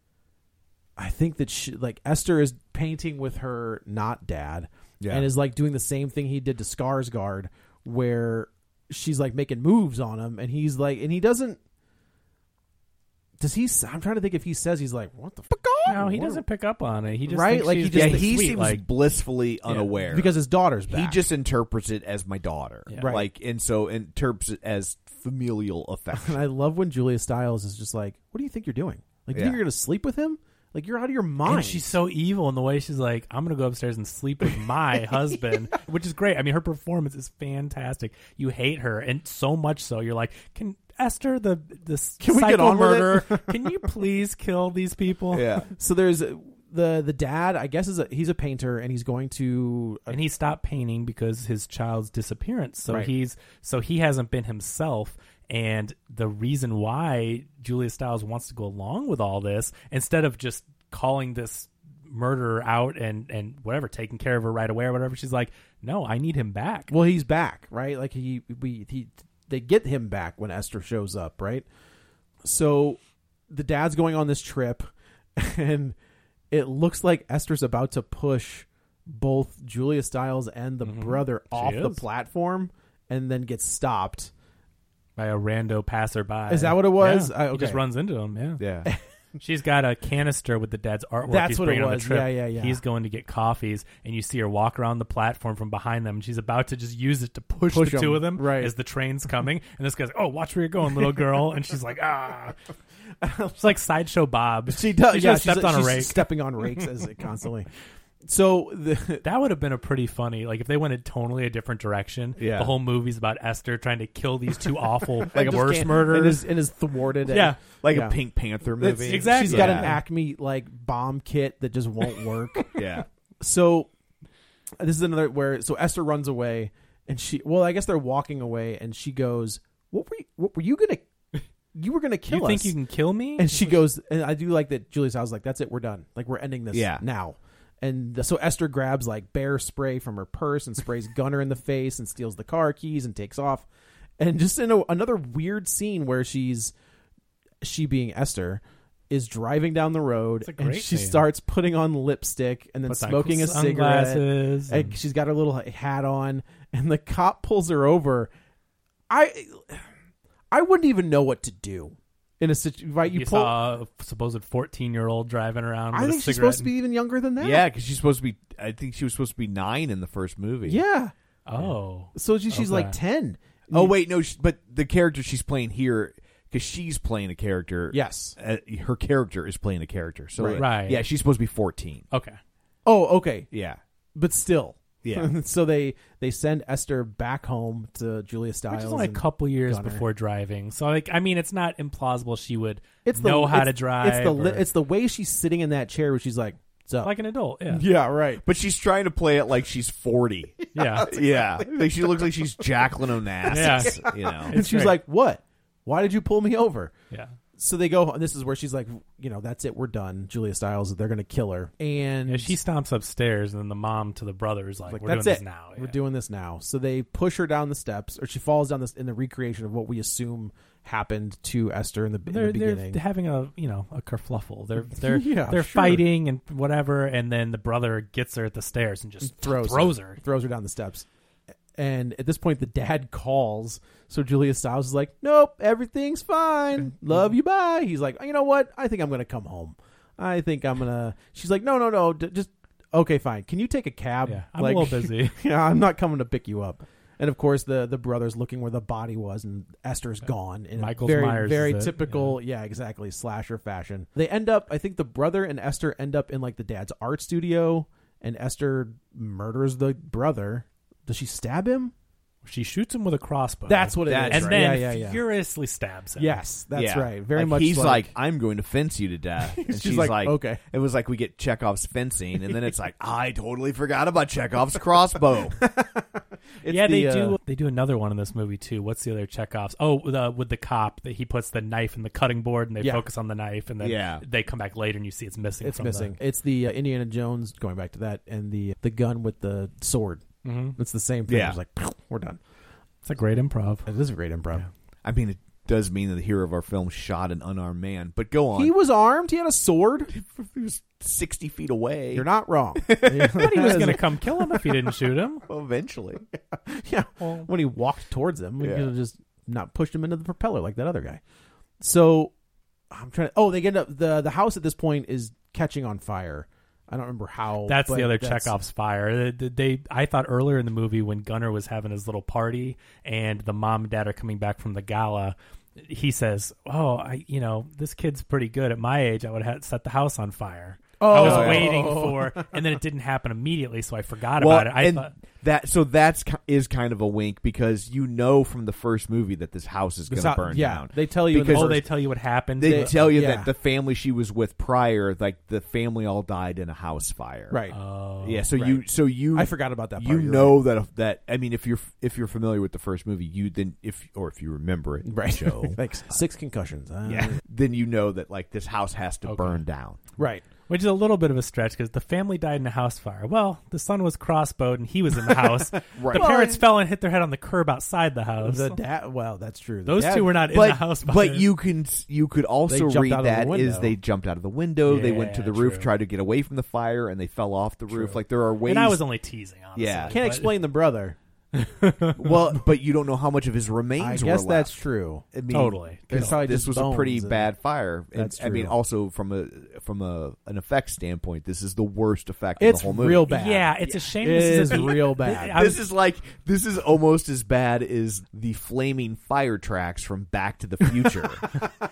Speaker 4: I think that she, like Esther is painting with her not dad,
Speaker 3: Yeah.
Speaker 4: and is like doing the same thing he did to Skarsgård, where she's like making moves on him, and he's like, and he doesn't. Does he? s- I'm trying to think if he says he's like, what the fuck?
Speaker 5: No, he doesn't pick up on it. He just
Speaker 4: Right?
Speaker 5: thinks
Speaker 4: Like, he
Speaker 5: she's
Speaker 4: just
Speaker 3: yeah,
Speaker 5: being
Speaker 4: thinks
Speaker 3: he
Speaker 5: sweet,
Speaker 3: seems
Speaker 5: like,
Speaker 3: blissfully unaware
Speaker 4: Because his daughter's back.
Speaker 3: he just interprets it as my daughter,
Speaker 4: Right.
Speaker 3: like, and so interprets it as familial affection.
Speaker 4: And I love when Julia Stiles is just like, "What do you think you're doing? Like, you
Speaker 3: Yeah.
Speaker 4: think you're gonna sleep with him? Like, you're out of your mind."
Speaker 5: And she's so evil in the way she's like, I'm going to go upstairs and sleep with my husband, which is great. I mean, her performance is fantastic. You hate her, and so much so you're like, can Esther, the this
Speaker 4: Can we get
Speaker 5: psycho
Speaker 4: on with
Speaker 5: murderer, can you please kill these people?
Speaker 3: yeah,
Speaker 4: so there's uh, the the dad. I guess is a, he's a painter, and he's going to uh,
Speaker 5: And he stopped painting because his child's disappearance. So
Speaker 4: Right.
Speaker 5: he's so he hasn't been himself. And the reason why Julia Stiles wants to go along with all this instead of just calling this murderer out and and whatever taking care of her right away or whatever she's like no i need him back
Speaker 4: Well, he's back, right? Like he we he they get him back when Esther shows up, right? So the dad's going on this trip and it looks like Esther's about to push both Julia Stiles and the brother off the
Speaker 5: Mm-hmm. is.
Speaker 4: platform and then gets stopped.
Speaker 5: by a rando passerby.
Speaker 4: Is that what it was?
Speaker 5: Yeah.
Speaker 4: I-
Speaker 5: He just
Speaker 4: okay.
Speaker 5: runs into him. Yeah.
Speaker 3: yeah.
Speaker 5: She's got a canister with the dad's artwork.
Speaker 4: That's
Speaker 5: he's
Speaker 4: what it
Speaker 5: bringing
Speaker 4: was.
Speaker 5: On the trip.
Speaker 4: Yeah, yeah, yeah.
Speaker 5: He's going to get coffees, and you see her walk around the platform from behind them. And she's about to just use it to push,
Speaker 4: Push
Speaker 5: the
Speaker 4: 'em,
Speaker 5: two of them
Speaker 4: right.
Speaker 5: as the train's coming. And this guy's, like, "Oh, watch where you're going, little girl." and she's like, "Ah." It's like sideshow Bob.
Speaker 4: She does.
Speaker 5: She
Speaker 4: yeah,
Speaker 5: just stepped
Speaker 4: she's,
Speaker 5: on a
Speaker 4: she's
Speaker 5: rake.
Speaker 4: stepping on rakes as it constantly. So the
Speaker 5: That would have been a pretty funny, like if they went in totally a different direction.
Speaker 3: Yeah.
Speaker 5: The whole movie's about Esther trying to kill these two awful,
Speaker 4: just
Speaker 5: worse
Speaker 4: can't-
Speaker 5: murderers.
Speaker 4: and is, and is thwarted. and-
Speaker 5: Yeah.
Speaker 3: like
Speaker 4: Yeah.
Speaker 3: a Pink Panther
Speaker 4: It's-
Speaker 3: movie.
Speaker 5: exactly.
Speaker 4: She's got an
Speaker 3: Yeah.
Speaker 4: Acme like bomb kit that just won't work.
Speaker 3: Yeah,
Speaker 4: so this is another where so Esther runs away and she well I guess they're walking away and she goes what were you, what were you gonna you were gonna kill
Speaker 5: you
Speaker 4: us
Speaker 5: think you can kill me?
Speaker 4: and she goes and I do like that Julius I was like that's it we're done like we're ending this
Speaker 3: Yeah.
Speaker 4: now and the- so Esther grabs like bear spray from her purse and sprays Gunner in the face and steals the car keys and takes off and just in a, another weird scene where she's she being Esther is driving down the road
Speaker 5: It's a
Speaker 4: and
Speaker 5: great
Speaker 4: she
Speaker 5: scene.
Speaker 4: starts putting on lipstick and then
Speaker 5: Puts on
Speaker 4: smoking a cigarette.
Speaker 5: sunglasses
Speaker 4: And
Speaker 5: and-
Speaker 4: she's got her little hat on, and the cop pulls her over. I I wouldn't even know what to do in a situation. Right, you,
Speaker 5: you
Speaker 4: pull.
Speaker 5: saw a supposed 14 year old driving around with
Speaker 4: I
Speaker 5: a
Speaker 4: think she's
Speaker 5: cigarette
Speaker 4: supposed to be
Speaker 5: and-
Speaker 4: even younger than that.
Speaker 3: yeah, because she's supposed to be. uh, I think she was supposed to be nine in the first movie.
Speaker 4: yeah.
Speaker 5: oh
Speaker 4: So she, she's like
Speaker 5: Okay.
Speaker 4: ten.
Speaker 3: Oh wait, no. She, but the character she's playing here, because she's playing a character.
Speaker 4: Yes.
Speaker 3: Uh, her character is playing a character. So
Speaker 4: Right.
Speaker 3: like,
Speaker 5: Right.
Speaker 3: Yeah, she's supposed to be fourteen.
Speaker 5: okay
Speaker 4: Oh, okay,
Speaker 3: Yeah.
Speaker 4: but still.
Speaker 3: Yeah.
Speaker 4: so they they send Esther back home to Julia Stiles.
Speaker 5: which is only a
Speaker 4: and-
Speaker 5: couple years
Speaker 4: Gunner.
Speaker 5: before driving so like i mean it's not implausible she would
Speaker 4: It's the,
Speaker 5: know how
Speaker 4: it's-
Speaker 5: to drive
Speaker 4: It's the li-
Speaker 5: or-
Speaker 4: it's the way she's sitting in that chair where she's like, "What's up?"
Speaker 5: like an adult yeah
Speaker 4: yeah, right.
Speaker 3: But she's trying to play it like she's forty.
Speaker 5: yeah
Speaker 3: yeah, like she looks like she's Jacqueline Onassis.
Speaker 5: Yeah.
Speaker 3: you know.
Speaker 4: And
Speaker 5: It's
Speaker 4: she's
Speaker 5: great.
Speaker 4: like, "What? Why did you pull me over?"
Speaker 5: yeah
Speaker 4: so they go this is where she's like you know that's it we're done julia styles they're gonna kill her and
Speaker 5: Yeah, she stomps upstairs and then the mom to the brother is like,
Speaker 4: like
Speaker 5: we're
Speaker 4: that's
Speaker 5: doing
Speaker 4: it
Speaker 5: this now
Speaker 4: we're
Speaker 5: Yeah.
Speaker 4: doing this now so they push her down the steps or she falls down this in the recreation of what we assume happened to esther in the, in
Speaker 5: they're,
Speaker 4: the beginning
Speaker 5: they're having a you know a kerfluffle. They're they're
Speaker 4: Yeah,
Speaker 5: they're
Speaker 4: sure.
Speaker 5: fighting and whatever, and then the brother gets her at the stairs and just
Speaker 4: throws,
Speaker 5: her.
Speaker 4: throws her down the steps and at this point the dad calls so julia styles is like nope everything's fine
Speaker 5: Mm-hmm.
Speaker 4: love you bye he's like you know what i think i'm gonna come home i think i'm gonna she's like no no no d- just okay fine can you take a cab
Speaker 5: Yeah, I'm a little busy.
Speaker 4: yeah, I'm not coming to pick you up. And of course, the the brothers looking where the body was, and Esther's gone. In a
Speaker 5: Michael
Speaker 4: very,
Speaker 5: Myers
Speaker 4: very
Speaker 5: is it,
Speaker 4: typical, yeah. exactly, slasher fashion. They end up, I think, the brother and Esther end up in like the dad's art studio, and Esther murders the brother. Does she stab him?
Speaker 5: She shoots him with a crossbow.
Speaker 4: That's what it is.
Speaker 3: That's
Speaker 5: and
Speaker 3: right.
Speaker 5: then
Speaker 4: yeah, yeah, yeah.
Speaker 5: furiously stabs him.
Speaker 4: yes, that's
Speaker 3: Yeah.
Speaker 4: right. Very
Speaker 3: Like,
Speaker 4: much.
Speaker 3: He's like, I'm going to fence you to death. And she's,
Speaker 4: like,
Speaker 3: like,
Speaker 4: "Okay."
Speaker 3: It was like we get Chekhov's fencing, and then it's like, I totally forgot about Chekhov's crossbow.
Speaker 4: It's
Speaker 5: yeah, they
Speaker 4: the,
Speaker 5: do.
Speaker 4: uh,
Speaker 5: They do another one in this movie too. What's the other Chekhov's? Oh, the, with the cop that he puts the knife in the cutting board, and they
Speaker 4: Yeah.
Speaker 5: focus on the knife, and then
Speaker 3: Yeah.
Speaker 5: they come back later, and you see it's missing.
Speaker 4: It's
Speaker 5: from the-
Speaker 4: missing. It's the uh, Indiana Jones going back to that, and the the gun with the sword.
Speaker 5: Mm-hmm.
Speaker 4: It's the same thing.
Speaker 3: Yeah.
Speaker 4: It's like we're done.
Speaker 5: it's a great improv.
Speaker 4: It is a great improv.
Speaker 3: I mean, it does mean that the hero of our film shot an unarmed man. But go on.
Speaker 4: He was armed. He had a sword.
Speaker 3: He was 60 feet away.
Speaker 4: You're not wrong.
Speaker 5: he was going to come kill him if he didn't shoot him.
Speaker 3: Eventually.
Speaker 4: yeah. when he walked towards them, we
Speaker 3: Yeah.
Speaker 4: could have just not pushed him into the propeller like that other guy. So I'm trying. To, oh, they get up. the The house at this point is catching on fire. I don't remember how.
Speaker 5: That's
Speaker 4: but
Speaker 5: the other
Speaker 4: that's-
Speaker 5: Chekhov's fire. They, they, I thought earlier in the movie when Gunner was having his little party and the mom and dad are coming back from the gala, he says, "Oh, I, you know, this kid's pretty good. At my age, I would have set the house on fire." I was
Speaker 4: Oh.
Speaker 5: waiting for, and then it didn't happen immediately, so I forgot
Speaker 3: well,
Speaker 5: about it. I
Speaker 3: and
Speaker 5: thought
Speaker 3: that so that's ki- is kind of a wink because you know from the first movie that this house is going
Speaker 4: This
Speaker 3: to
Speaker 4: hou-
Speaker 3: burn
Speaker 4: yeah,
Speaker 3: down.
Speaker 4: they tell you in the
Speaker 3: because
Speaker 5: oh, they tell you what happened.
Speaker 3: they,
Speaker 5: They-
Speaker 3: tell you
Speaker 4: yeah.
Speaker 3: that the family she was with prior, like the family all died in a house fire.
Speaker 4: Right.
Speaker 5: Oh,
Speaker 3: Yeah. So you so you
Speaker 4: I forgot about that part,
Speaker 3: you
Speaker 4: you're
Speaker 3: know that that I mean if you're if you're familiar with the first movie, you then if or if you remember it,
Speaker 4: right.
Speaker 3: Joe,
Speaker 4: Thanks. Six concussions. Uh,
Speaker 3: yeah, then you know that like this house has to burn down.
Speaker 4: Right.
Speaker 5: Which is a little bit of a stretch because the family died in a house fire. Well, the son was crossbowed and he was in the house. The parents fell and hit their head on the curb outside the house.
Speaker 4: The dad. Well, that's true. The
Speaker 5: Those
Speaker 4: dad-
Speaker 5: two were not in
Speaker 3: but,
Speaker 5: the house fire.
Speaker 3: But you can you could also
Speaker 4: jumped
Speaker 3: read
Speaker 4: out of the
Speaker 3: that is
Speaker 4: window.
Speaker 3: they jumped out of the window, they went to
Speaker 5: Yeah,
Speaker 3: the roof,
Speaker 5: true.
Speaker 3: tried to get away from the fire, and they fell off the roof. Like there are ways.
Speaker 5: and I was only teasing. Honestly.
Speaker 3: Yeah.
Speaker 4: Can't explain the brother.
Speaker 3: well, but you don't know how much of his
Speaker 4: I
Speaker 3: remains. were
Speaker 4: guess that's
Speaker 3: left.
Speaker 4: true.
Speaker 3: I mean,
Speaker 5: Totally.
Speaker 3: This,
Speaker 4: It's probably
Speaker 3: this
Speaker 4: just
Speaker 3: was a pretty
Speaker 4: bones and-
Speaker 3: bad fire. And,
Speaker 4: That's
Speaker 3: I mean,
Speaker 4: true.
Speaker 3: also from a from a an effect standpoint, this is the worst effect in
Speaker 4: It's
Speaker 3: the whole movie.
Speaker 4: real bad.
Speaker 5: Yeah, it's a shame.
Speaker 4: It
Speaker 5: this
Speaker 4: is
Speaker 5: is a-
Speaker 4: real bad.
Speaker 5: I
Speaker 3: this
Speaker 5: was-
Speaker 3: is like this is almost as bad as the flaming fire tracks from Back to the Future.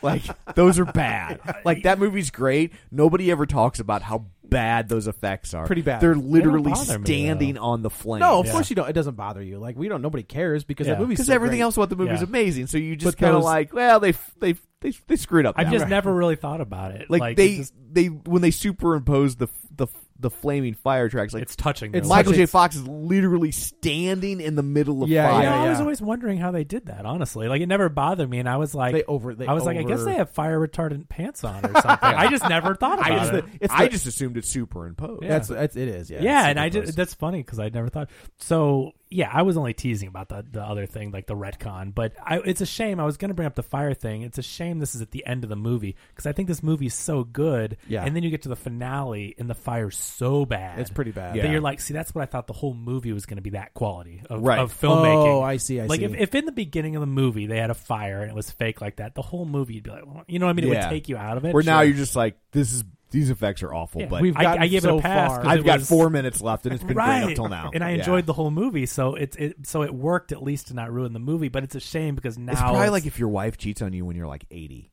Speaker 3: like those are bad. Like that movie's great. Nobody ever talks about how bad those effects are.
Speaker 4: Pretty bad.
Speaker 3: They're
Speaker 4: They don't
Speaker 3: literally
Speaker 5: bother me, though.
Speaker 3: standing on the flame.
Speaker 4: No, Oh, of course you don't. It doesn't bother you. Like we don't. Nobody cares because
Speaker 5: Yeah.
Speaker 4: that movie's
Speaker 3: because
Speaker 4: so
Speaker 3: everything
Speaker 4: great.
Speaker 3: else about the movie's
Speaker 5: Yeah.
Speaker 3: amazing. So you just
Speaker 4: But
Speaker 3: kind of
Speaker 4: those-
Speaker 3: like, well, they f- they f- they they screwed up.
Speaker 5: I've
Speaker 3: now.
Speaker 5: just never really thought about it.
Speaker 3: like,
Speaker 5: it
Speaker 3: they
Speaker 5: just-
Speaker 3: they when they superimpose the f- the f- the flaming fire tracks like
Speaker 5: it's touching.
Speaker 4: It's
Speaker 5: though.
Speaker 3: Michael
Speaker 4: such
Speaker 3: J.
Speaker 4: a-
Speaker 3: Fox is literally standing in the middle of
Speaker 4: Yeah,
Speaker 3: fire.
Speaker 5: You
Speaker 4: yeah,
Speaker 5: know, I was
Speaker 4: yeah.
Speaker 5: always wondering how they did that. Honestly, like it never bothered me, and I was like,
Speaker 4: They over- they
Speaker 5: I was like, I guess
Speaker 4: over-
Speaker 5: they have fire retardant pants on or something. I just never thought about
Speaker 3: I just,
Speaker 5: it.
Speaker 4: It's
Speaker 3: I
Speaker 4: the-
Speaker 3: just assumed it's superimposed.
Speaker 4: That's, that's it is. Yeah.
Speaker 5: yeah,
Speaker 4: It's
Speaker 5: and I
Speaker 4: super
Speaker 5: just that's funny because I never thought. So yeah, I was only teasing about the the other thing, like the retcon. But I, it's a shame. I was going to bring up the fire thing. It's a shame this is at the end of the movie because I think this movie is so good.
Speaker 4: Yeah.
Speaker 5: and then you get to the finale and the fire's so bad.
Speaker 4: It's pretty bad.
Speaker 5: That
Speaker 4: Yeah.
Speaker 5: you're like, see, that's what I thought the whole movie was going to be. That quality of,
Speaker 3: Right.
Speaker 5: of filmmaking.
Speaker 4: Oh, I see, I
Speaker 5: like
Speaker 4: see.
Speaker 5: if if in the beginning of the movie they had a fire and it was fake like that, the whole movie you'd be like, well, you know, what I mean, it would take you out of it.
Speaker 3: Where now
Speaker 5: Sure.
Speaker 3: you're just like, this is these effects are awful,
Speaker 5: Yeah.
Speaker 3: but
Speaker 4: We've
Speaker 5: I-
Speaker 4: gotten
Speaker 5: I, gave
Speaker 4: so
Speaker 5: it a pass. 'cause
Speaker 4: far.
Speaker 3: I've
Speaker 5: it
Speaker 3: got
Speaker 5: was-
Speaker 3: four minutes left, and it's been great up till now.
Speaker 5: and I
Speaker 3: Yeah.
Speaker 5: enjoyed the whole movie, so it's it. So it worked at least to not ruin the movie, but it's a shame because now
Speaker 3: It's probably like if your wife cheats on you when you're like 80.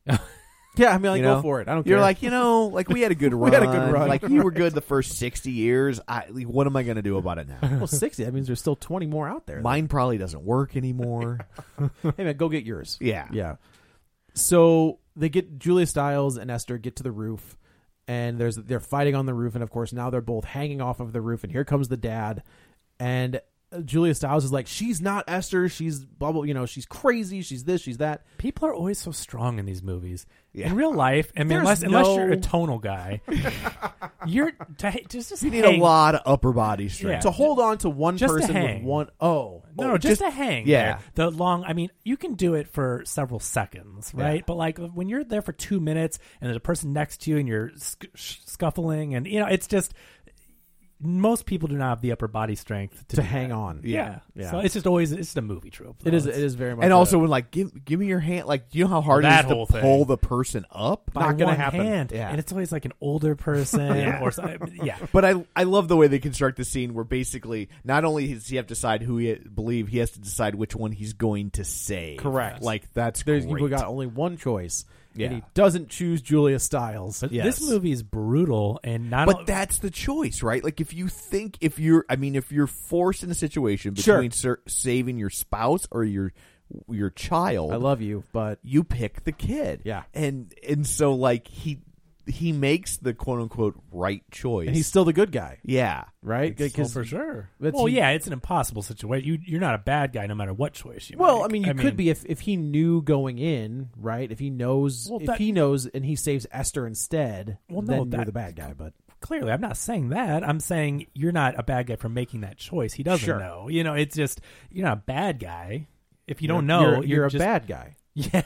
Speaker 4: Yeah, I mean, like
Speaker 3: you know?
Speaker 4: go for it. I don't
Speaker 3: You're
Speaker 4: care.
Speaker 3: like, you know, like we had a good run.
Speaker 4: had a good run.
Speaker 3: Like you were good the first 60 years. I, like, what am I going to do about it now?
Speaker 4: well, sixty. That means there's still twenty more out there.
Speaker 3: Mine probably doesn't work anymore.
Speaker 4: hey man, go get yours.
Speaker 3: Yeah.
Speaker 4: Yeah. So they get Julia Stiles and Esther get to the roof, and there's they're fighting on the roof, and of course now they're both hanging off of the roof, and here comes the dad, and uh, Julia Stiles is like, she's not Esther, she's bubble, you know, she's crazy, she's this, she's that.
Speaker 5: people are always so strong in these movies.
Speaker 3: Yeah.
Speaker 5: In real life, I mean,
Speaker 4: There's
Speaker 5: unless unless
Speaker 4: no-
Speaker 5: you're a tonal guy, you're to, just just
Speaker 3: You need
Speaker 5: hang,
Speaker 3: a lot of upper body strength.
Speaker 5: Yeah.
Speaker 4: To hold on to one
Speaker 5: Just to
Speaker 4: person with
Speaker 5: hang.
Speaker 4: one oh
Speaker 5: No,
Speaker 4: oh,
Speaker 5: no, just, a hang.
Speaker 3: yeah.
Speaker 5: there. the long. I mean, you can do it for several seconds, right? But like when you're there for two minutes and there's a person next to you and you're sc- sh- scuffling, and you know, it's just most people do not have the upper body strength
Speaker 4: to
Speaker 5: to, do
Speaker 4: hang
Speaker 5: that.
Speaker 4: on.
Speaker 5: Yeah.
Speaker 4: Yeah. Oh,
Speaker 5: So it's just always it's just a movie trope.
Speaker 4: It is.
Speaker 5: though.
Speaker 4: It is very much.
Speaker 3: And
Speaker 4: a-
Speaker 3: also, when like give give me your hand, like you know how hard
Speaker 5: That
Speaker 3: it is
Speaker 5: whole
Speaker 3: to
Speaker 5: thing.
Speaker 3: pull the person up.
Speaker 5: by
Speaker 4: not gonna
Speaker 5: one
Speaker 4: happen.
Speaker 5: Hand,
Speaker 4: Yeah.
Speaker 5: And it's always like an older person or something. Yeah.
Speaker 3: But I I love the way they construct the scene where basically not only does he have to decide who he believe, he has to decide which one he's going to save.
Speaker 4: Correct.
Speaker 3: Like that's
Speaker 4: there's
Speaker 3: great.
Speaker 4: you got only one choice,
Speaker 3: Yeah.
Speaker 4: and he doesn't choose Julia Stiles.
Speaker 5: But
Speaker 3: Yes.
Speaker 5: this movie is brutal and not
Speaker 3: but that's the choice, right? Like if you think if you're, I mean, if you're forced in a situation
Speaker 4: Sure.
Speaker 3: between ser- saving your spouse or your your child,
Speaker 4: I love you, but
Speaker 3: you pick the kid.
Speaker 4: Yeah.
Speaker 3: and and so like he he makes the quote unquote right choice.
Speaker 4: and he's still the good guy,
Speaker 3: yeah.
Speaker 4: right?
Speaker 5: Well,
Speaker 4: Because
Speaker 5: for sure.
Speaker 4: That's-
Speaker 5: Well, yeah, it's an impossible situation. You, you're not a bad guy no matter what choice you
Speaker 4: Well,
Speaker 5: make.
Speaker 4: I mean, you could be if, if he knew going in, right? If he knows,
Speaker 5: Well,
Speaker 4: if
Speaker 5: that-
Speaker 4: he knows, and he saves Esther instead,
Speaker 5: Well, no,
Speaker 4: then you're
Speaker 5: that-
Speaker 4: the bad guy. But
Speaker 5: clearly i'm not saying that i'm saying you're not a bad guy for making that choice he doesn't
Speaker 4: Sure.
Speaker 5: know you know it's just you're not a bad guy if you don't
Speaker 4: You're-
Speaker 5: know
Speaker 4: you're,
Speaker 5: you're,
Speaker 4: a
Speaker 5: just-
Speaker 4: bad guy.
Speaker 5: Yeah,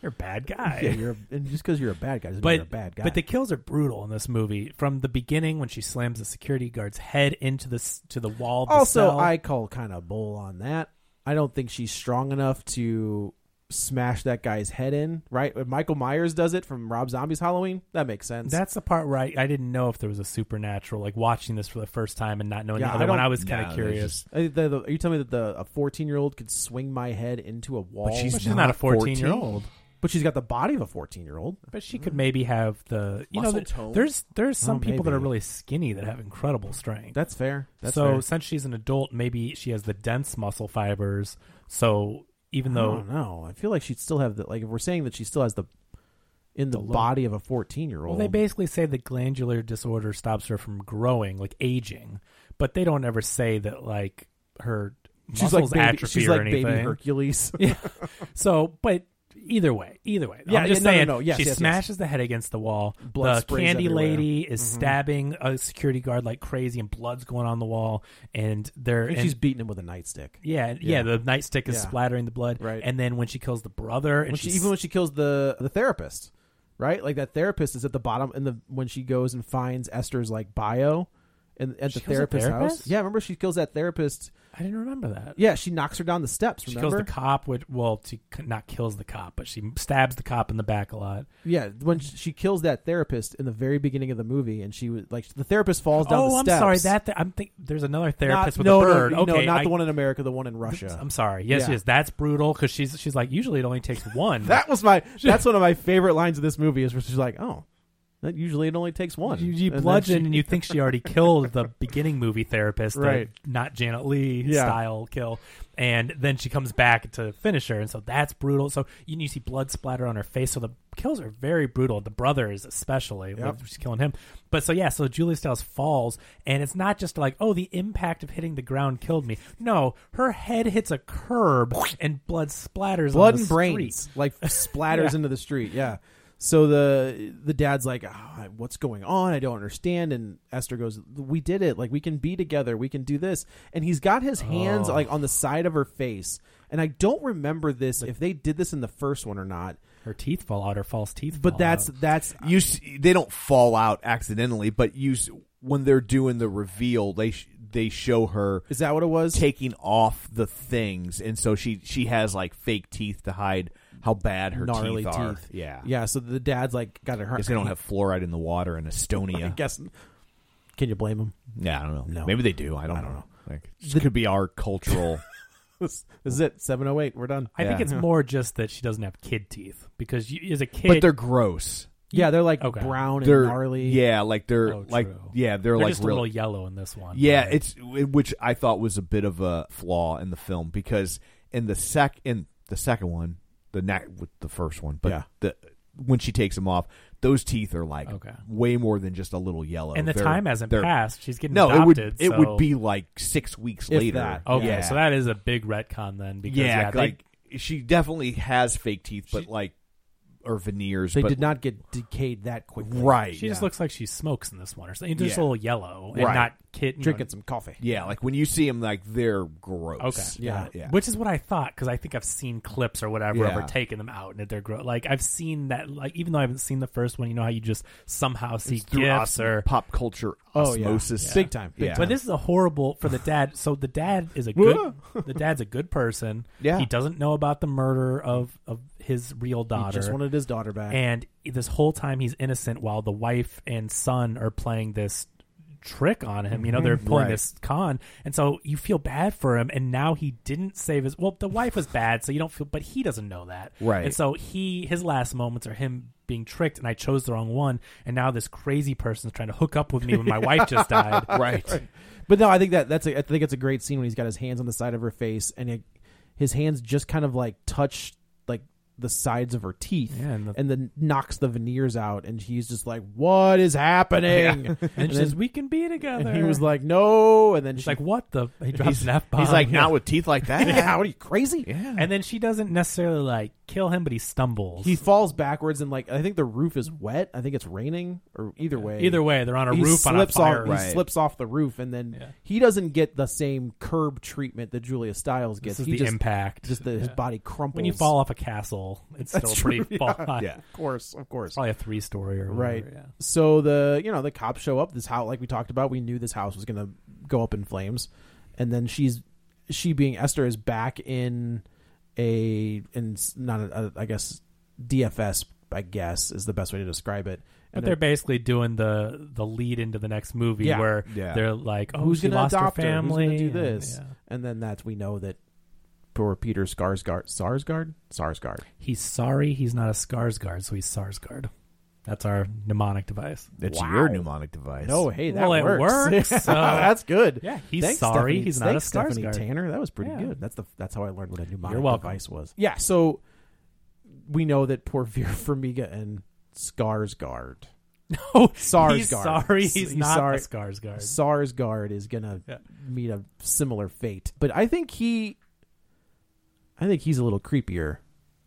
Speaker 5: you're a bad guy.
Speaker 4: Yeah, you're a, and just because you're a bad guy doesn't mean
Speaker 5: but
Speaker 4: you're a bad guy.
Speaker 5: but the kills are brutal in this movie. From the beginning, when she slams the security guard's head into the s- to the wall. Of the
Speaker 4: also,
Speaker 5: cell.
Speaker 4: I call kind of bull on that. I don't think she's strong enough to smash that guy's head in. Right? If Michael Myers does it from Rob Zombie's Halloween, that makes sense.
Speaker 5: that's the part where I, I didn't know if there was a supernatural. Like watching this for the first time and not knowing
Speaker 4: Yeah,
Speaker 5: the
Speaker 4: I
Speaker 5: other one,
Speaker 4: don't-
Speaker 5: I was kind
Speaker 3: Nah,
Speaker 5: of
Speaker 3: there's
Speaker 5: curious.
Speaker 3: just-
Speaker 4: I think Uh, the, the, are you telling me that the a 14 year old could swing my head into a wall?
Speaker 3: she's
Speaker 5: But she's not, a
Speaker 3: 14.
Speaker 5: year old.
Speaker 4: but she's got the body of a 14 year old.
Speaker 5: But she could maybe have the you know
Speaker 3: Muscle
Speaker 5: th-
Speaker 3: tone?
Speaker 5: there's there's some
Speaker 4: Oh,
Speaker 5: people that are
Speaker 4: maybe.
Speaker 5: really skinny that have incredible strength.
Speaker 4: That's fair. That's
Speaker 5: so
Speaker 4: fair.
Speaker 5: since she's an adult, maybe she has the dense muscle fibers. So even
Speaker 4: I
Speaker 5: though
Speaker 4: don't know. I feel like she'd still have the like if we're saying that she still has the in the,
Speaker 5: The look.
Speaker 4: body of a 14 year
Speaker 5: well,
Speaker 4: old.
Speaker 5: they basically say the glandular disorder stops her from growing, like aging, but they don't ever say that like her
Speaker 4: she's like
Speaker 5: muscles
Speaker 4: baby,
Speaker 5: atrophy
Speaker 4: she's
Speaker 5: or
Speaker 4: like
Speaker 5: anything.
Speaker 4: baby Hercules.
Speaker 5: So, but either way, either way,
Speaker 4: Yeah,
Speaker 5: I'm just
Speaker 4: yeah, no, no,
Speaker 5: saying
Speaker 4: no. Yes,
Speaker 5: she
Speaker 4: yes, yes.
Speaker 5: smashes the head against the wall.
Speaker 4: Blood
Speaker 5: the
Speaker 4: sprays
Speaker 5: candy
Speaker 4: everywhere. Mm-hmm.
Speaker 5: lady is stabbing a security guard like crazy, and blood's going on the wall, and they're
Speaker 4: and
Speaker 5: and-
Speaker 4: she's beating him with a nightstick.
Speaker 5: yeah, and- yeah,
Speaker 4: Yeah.
Speaker 5: The nightstick is
Speaker 4: Yeah.
Speaker 5: splattering the blood,
Speaker 4: Right.
Speaker 5: And then when she kills the brother, and
Speaker 4: When she, even when she kills the the therapist, right? Like that therapist is at the bottom, and the when she goes and finds Esther's like bio, and at
Speaker 5: She
Speaker 4: the
Speaker 5: kills a
Speaker 4: therapist's house.
Speaker 5: therapist?
Speaker 4: Yeah, remember she kills that therapist.
Speaker 5: I didn't remember that.
Speaker 4: Yeah, she knocks her down the steps.
Speaker 5: she
Speaker 4: Remember?
Speaker 5: kills the cop. Which, well, she c- not kills the cop, but she stabs the cop in the back a lot.
Speaker 4: Yeah, when sh- she kills that therapist in the very beginning of the movie, and she was like, the therapist falls down.
Speaker 5: oh,
Speaker 4: the
Speaker 5: I'm
Speaker 4: steps.
Speaker 5: sorry. That th- I'm think there's another
Speaker 4: Not-
Speaker 5: therapist with
Speaker 4: no,
Speaker 5: a
Speaker 4: no,
Speaker 5: bird.
Speaker 4: No,
Speaker 5: okay,
Speaker 4: not
Speaker 5: I-
Speaker 4: the one in America, the one in Russia.
Speaker 5: I'm sorry. Yes,
Speaker 4: Yeah.
Speaker 5: yes, that's brutal because she's she's like usually it only takes one.
Speaker 4: That was my. That's one of my favorite lines of this movie is where she's like, "Oh, that usually it only takes one."
Speaker 5: You, you
Speaker 4: And then
Speaker 5: bludgeon
Speaker 4: she-
Speaker 5: and you think she already killed the beginning movie therapist, the
Speaker 4: Right.
Speaker 5: not Janet Lee
Speaker 4: Yeah.
Speaker 5: style kill, and then she comes back to finish her, and so that's brutal. So you, you see blood splatter on her face. So the kills are very brutal. The brothers, especially,
Speaker 4: Yep.
Speaker 5: she's killing him. But so yeah, so Julia Stiles falls, and it's not just like oh the impact of hitting the ground killed me. No, her head hits a curb and blood splatters.
Speaker 4: blood
Speaker 5: on the
Speaker 4: and
Speaker 5: street.
Speaker 4: brains like splatters into the street. Yeah. So the the dad's like, "Ah, "What's going on? I don't understand." And Esther goes, "We did it. Like we can be together. We can do this." And he's got his hands like on the side of her face. And I don't remember this if they did this in the first one or not.
Speaker 5: Her teeth fall out. Her false teeth.
Speaker 4: But
Speaker 5: fall
Speaker 4: that's
Speaker 5: out.
Speaker 4: that's
Speaker 3: you s they don't fall out accidentally, but you s- when they're doing the reveal, they sh- they show her
Speaker 4: is that what it was?
Speaker 3: taking off the things, and so she she has like fake teeth to hide how bad her
Speaker 4: gnarly
Speaker 3: teeth
Speaker 4: teeth,
Speaker 3: are. Yeah,
Speaker 4: yeah. So the dad's like got it hurt.
Speaker 3: Because they don't have fluoride in the water in
Speaker 4: I
Speaker 3: Estonia.
Speaker 4: guess. Can you blame him?
Speaker 3: Yeah, I don't know.
Speaker 4: No.
Speaker 3: Maybe they do. I don't, know. Like, this could be our cultural.
Speaker 4: This, this is it. Seven oh eight. We're done.
Speaker 5: I think
Speaker 3: Yeah.
Speaker 5: it's more just that she doesn't have kid teeth because you, as a kid,
Speaker 3: but they're gross.
Speaker 4: Yeah, they're like
Speaker 5: Okay.
Speaker 4: brown and
Speaker 3: They're
Speaker 4: gnarly.
Speaker 3: Yeah, like they're
Speaker 5: Oh,
Speaker 3: like
Speaker 5: true.
Speaker 3: yeah, they're,
Speaker 5: they're
Speaker 3: like
Speaker 5: just
Speaker 3: real,
Speaker 5: a little yellow in this one.
Speaker 3: Yeah, it's which I thought was a bit of a flaw in the film because in the sec in the second one, the neck with the first one, but
Speaker 4: Yeah.
Speaker 3: the when she takes them off, those teeth are like
Speaker 5: Okay.
Speaker 3: way more than just a little yellow.
Speaker 5: and the
Speaker 3: They're-
Speaker 5: time hasn't
Speaker 3: they're-
Speaker 5: passed. She's getting
Speaker 3: No,
Speaker 5: adopted.
Speaker 3: it would it
Speaker 5: so-
Speaker 3: would be like six weeks
Speaker 4: If
Speaker 3: later.
Speaker 4: that.
Speaker 5: okay.
Speaker 3: yeah.
Speaker 5: So that is a big retcon then. Because,
Speaker 3: yeah,
Speaker 5: yeah, they-
Speaker 3: like she definitely has fake teeth, but
Speaker 5: She-
Speaker 3: like or veneers.
Speaker 4: They
Speaker 3: but,
Speaker 4: did not get decayed that quickly.
Speaker 3: right.
Speaker 5: she just looks like she smokes in this one or something. Just
Speaker 3: Yeah.
Speaker 5: a little yellow and
Speaker 3: Right.
Speaker 5: not kid you know,
Speaker 4: Drinking some coffee.
Speaker 3: yeah, like when you see them, like they're gross.
Speaker 5: Okay.
Speaker 4: Yeah.
Speaker 3: yeah.
Speaker 5: Which is what I thought because I think I've seen clips or whatever of her
Speaker 3: Yeah.
Speaker 5: taking them out and that they're grow. Like I've seen that. Like even though I haven't seen the first one, you know how you just somehow see
Speaker 3: It's through os-
Speaker 5: gifts or
Speaker 3: pop culture
Speaker 4: Oh, yeah.
Speaker 3: osmosis,
Speaker 4: Yeah. Big time, big
Speaker 3: yeah.
Speaker 4: time.
Speaker 5: But this is a horrible for the dad. So the dad is a good. the dad's a good person.
Speaker 3: Yeah.
Speaker 5: he doesn't know about the murder of of his real
Speaker 4: He
Speaker 5: daughter.
Speaker 4: just wanted his daughter back.
Speaker 5: and this whole time he's innocent, while the wife and son are playing this trick on him. You know, they're pulling
Speaker 3: Mm-hmm. Right.
Speaker 5: this con, and so you feel bad for him. And now he didn't save his. Well, the wife was bad, so you don't feel, but he doesn't know that.
Speaker 3: Right.
Speaker 5: And so he his last moments are him being tricked and I chose the wrong one and now this crazy person's trying to hook up with me when my wife just died.
Speaker 3: right.
Speaker 4: but no, I think that that's a, I think it's a great scene when he's got his hands on the side of her face and it, his hands just kind of like touch like the sides of her teeth
Speaker 5: Yeah, and the-
Speaker 4: then knocks the veneers out and he's just like, "What is happening?" and,
Speaker 5: And she
Speaker 4: then-
Speaker 5: says, "We can be together."
Speaker 4: and he was like, "No," and then
Speaker 5: She's
Speaker 4: she
Speaker 5: like, "What the?" He drops an f bomb.
Speaker 3: He's like, not with teeth like that.
Speaker 4: "Yeah, what are you crazy?"
Speaker 3: Yeah.
Speaker 5: And then she doesn't necessarily like kill him, but he stumbles.
Speaker 4: He falls backwards and like I think the roof is wet. I think it's raining or either way.
Speaker 5: Either way, they're on a
Speaker 4: he
Speaker 5: roof on a
Speaker 4: slips
Speaker 5: fire.
Speaker 4: Off, He
Speaker 3: Right.
Speaker 4: slips off the roof and then
Speaker 5: Yeah.
Speaker 4: he doesn't get the same curb treatment that Julia Stiles gets.
Speaker 5: This is
Speaker 4: he
Speaker 5: the
Speaker 4: just,
Speaker 5: impact.
Speaker 4: Just the, his
Speaker 5: Yeah.
Speaker 4: body crumples.
Speaker 5: When you fall off a castle, it's still
Speaker 4: That's
Speaker 5: pretty
Speaker 4: true,
Speaker 5: fall.
Speaker 4: yeah.
Speaker 5: high.
Speaker 4: Yeah, of course, of course.
Speaker 5: Probably a three story or whatever,
Speaker 4: Right.
Speaker 5: Yeah.
Speaker 4: So the you know the cops show up. This house, like we talked about, we knew this house was gonna go up in flames, and then she's she being Esther is back in a in s- not a, a I guess DFS I guess is the best way to describe it.
Speaker 5: But
Speaker 4: And
Speaker 5: they're basically doing the the lead into the next movie
Speaker 4: Yeah.
Speaker 5: where
Speaker 3: Yeah.
Speaker 5: they're like, "Oh,
Speaker 4: who's
Speaker 5: she
Speaker 4: gonna
Speaker 5: lost
Speaker 4: adopt
Speaker 5: her
Speaker 4: her? Who's
Speaker 5: family."
Speaker 4: gonna do
Speaker 5: and-
Speaker 4: this?
Speaker 5: yeah.
Speaker 4: And then that's we know that poor Peter Skarsgård, Sarsgaard, Sarsgaard.
Speaker 5: He's sorry. He's not a Skarsgård, so he's Sarsgaard. That's our mnemonic device.
Speaker 3: That's your mnemonic device.
Speaker 4: No, Oh, hey, that
Speaker 5: Well, it
Speaker 4: works.
Speaker 5: works, so-
Speaker 4: that's good.
Speaker 5: Yeah, he's
Speaker 4: Thanks,
Speaker 5: sorry,
Speaker 4: Stephanie.
Speaker 5: he's not a
Speaker 4: Thanks, Stephanie
Speaker 5: Skarsgård.
Speaker 4: Tanner, that was pretty
Speaker 5: Yeah.
Speaker 4: good. That's the that's how I learned what a mnemonic
Speaker 5: You're welcome.
Speaker 4: device was. Yeah, so we know that poor Vera Farmiga and Skarsgård,
Speaker 5: Oh,
Speaker 4: Sarsgaard.
Speaker 5: He's sorry. He's,
Speaker 4: He's
Speaker 5: not
Speaker 4: sorry.
Speaker 5: a Skarsgård.
Speaker 4: Sarsgaard is gonna
Speaker 5: Yeah.
Speaker 4: meet a similar fate. But I think he, I think he's a little creepier.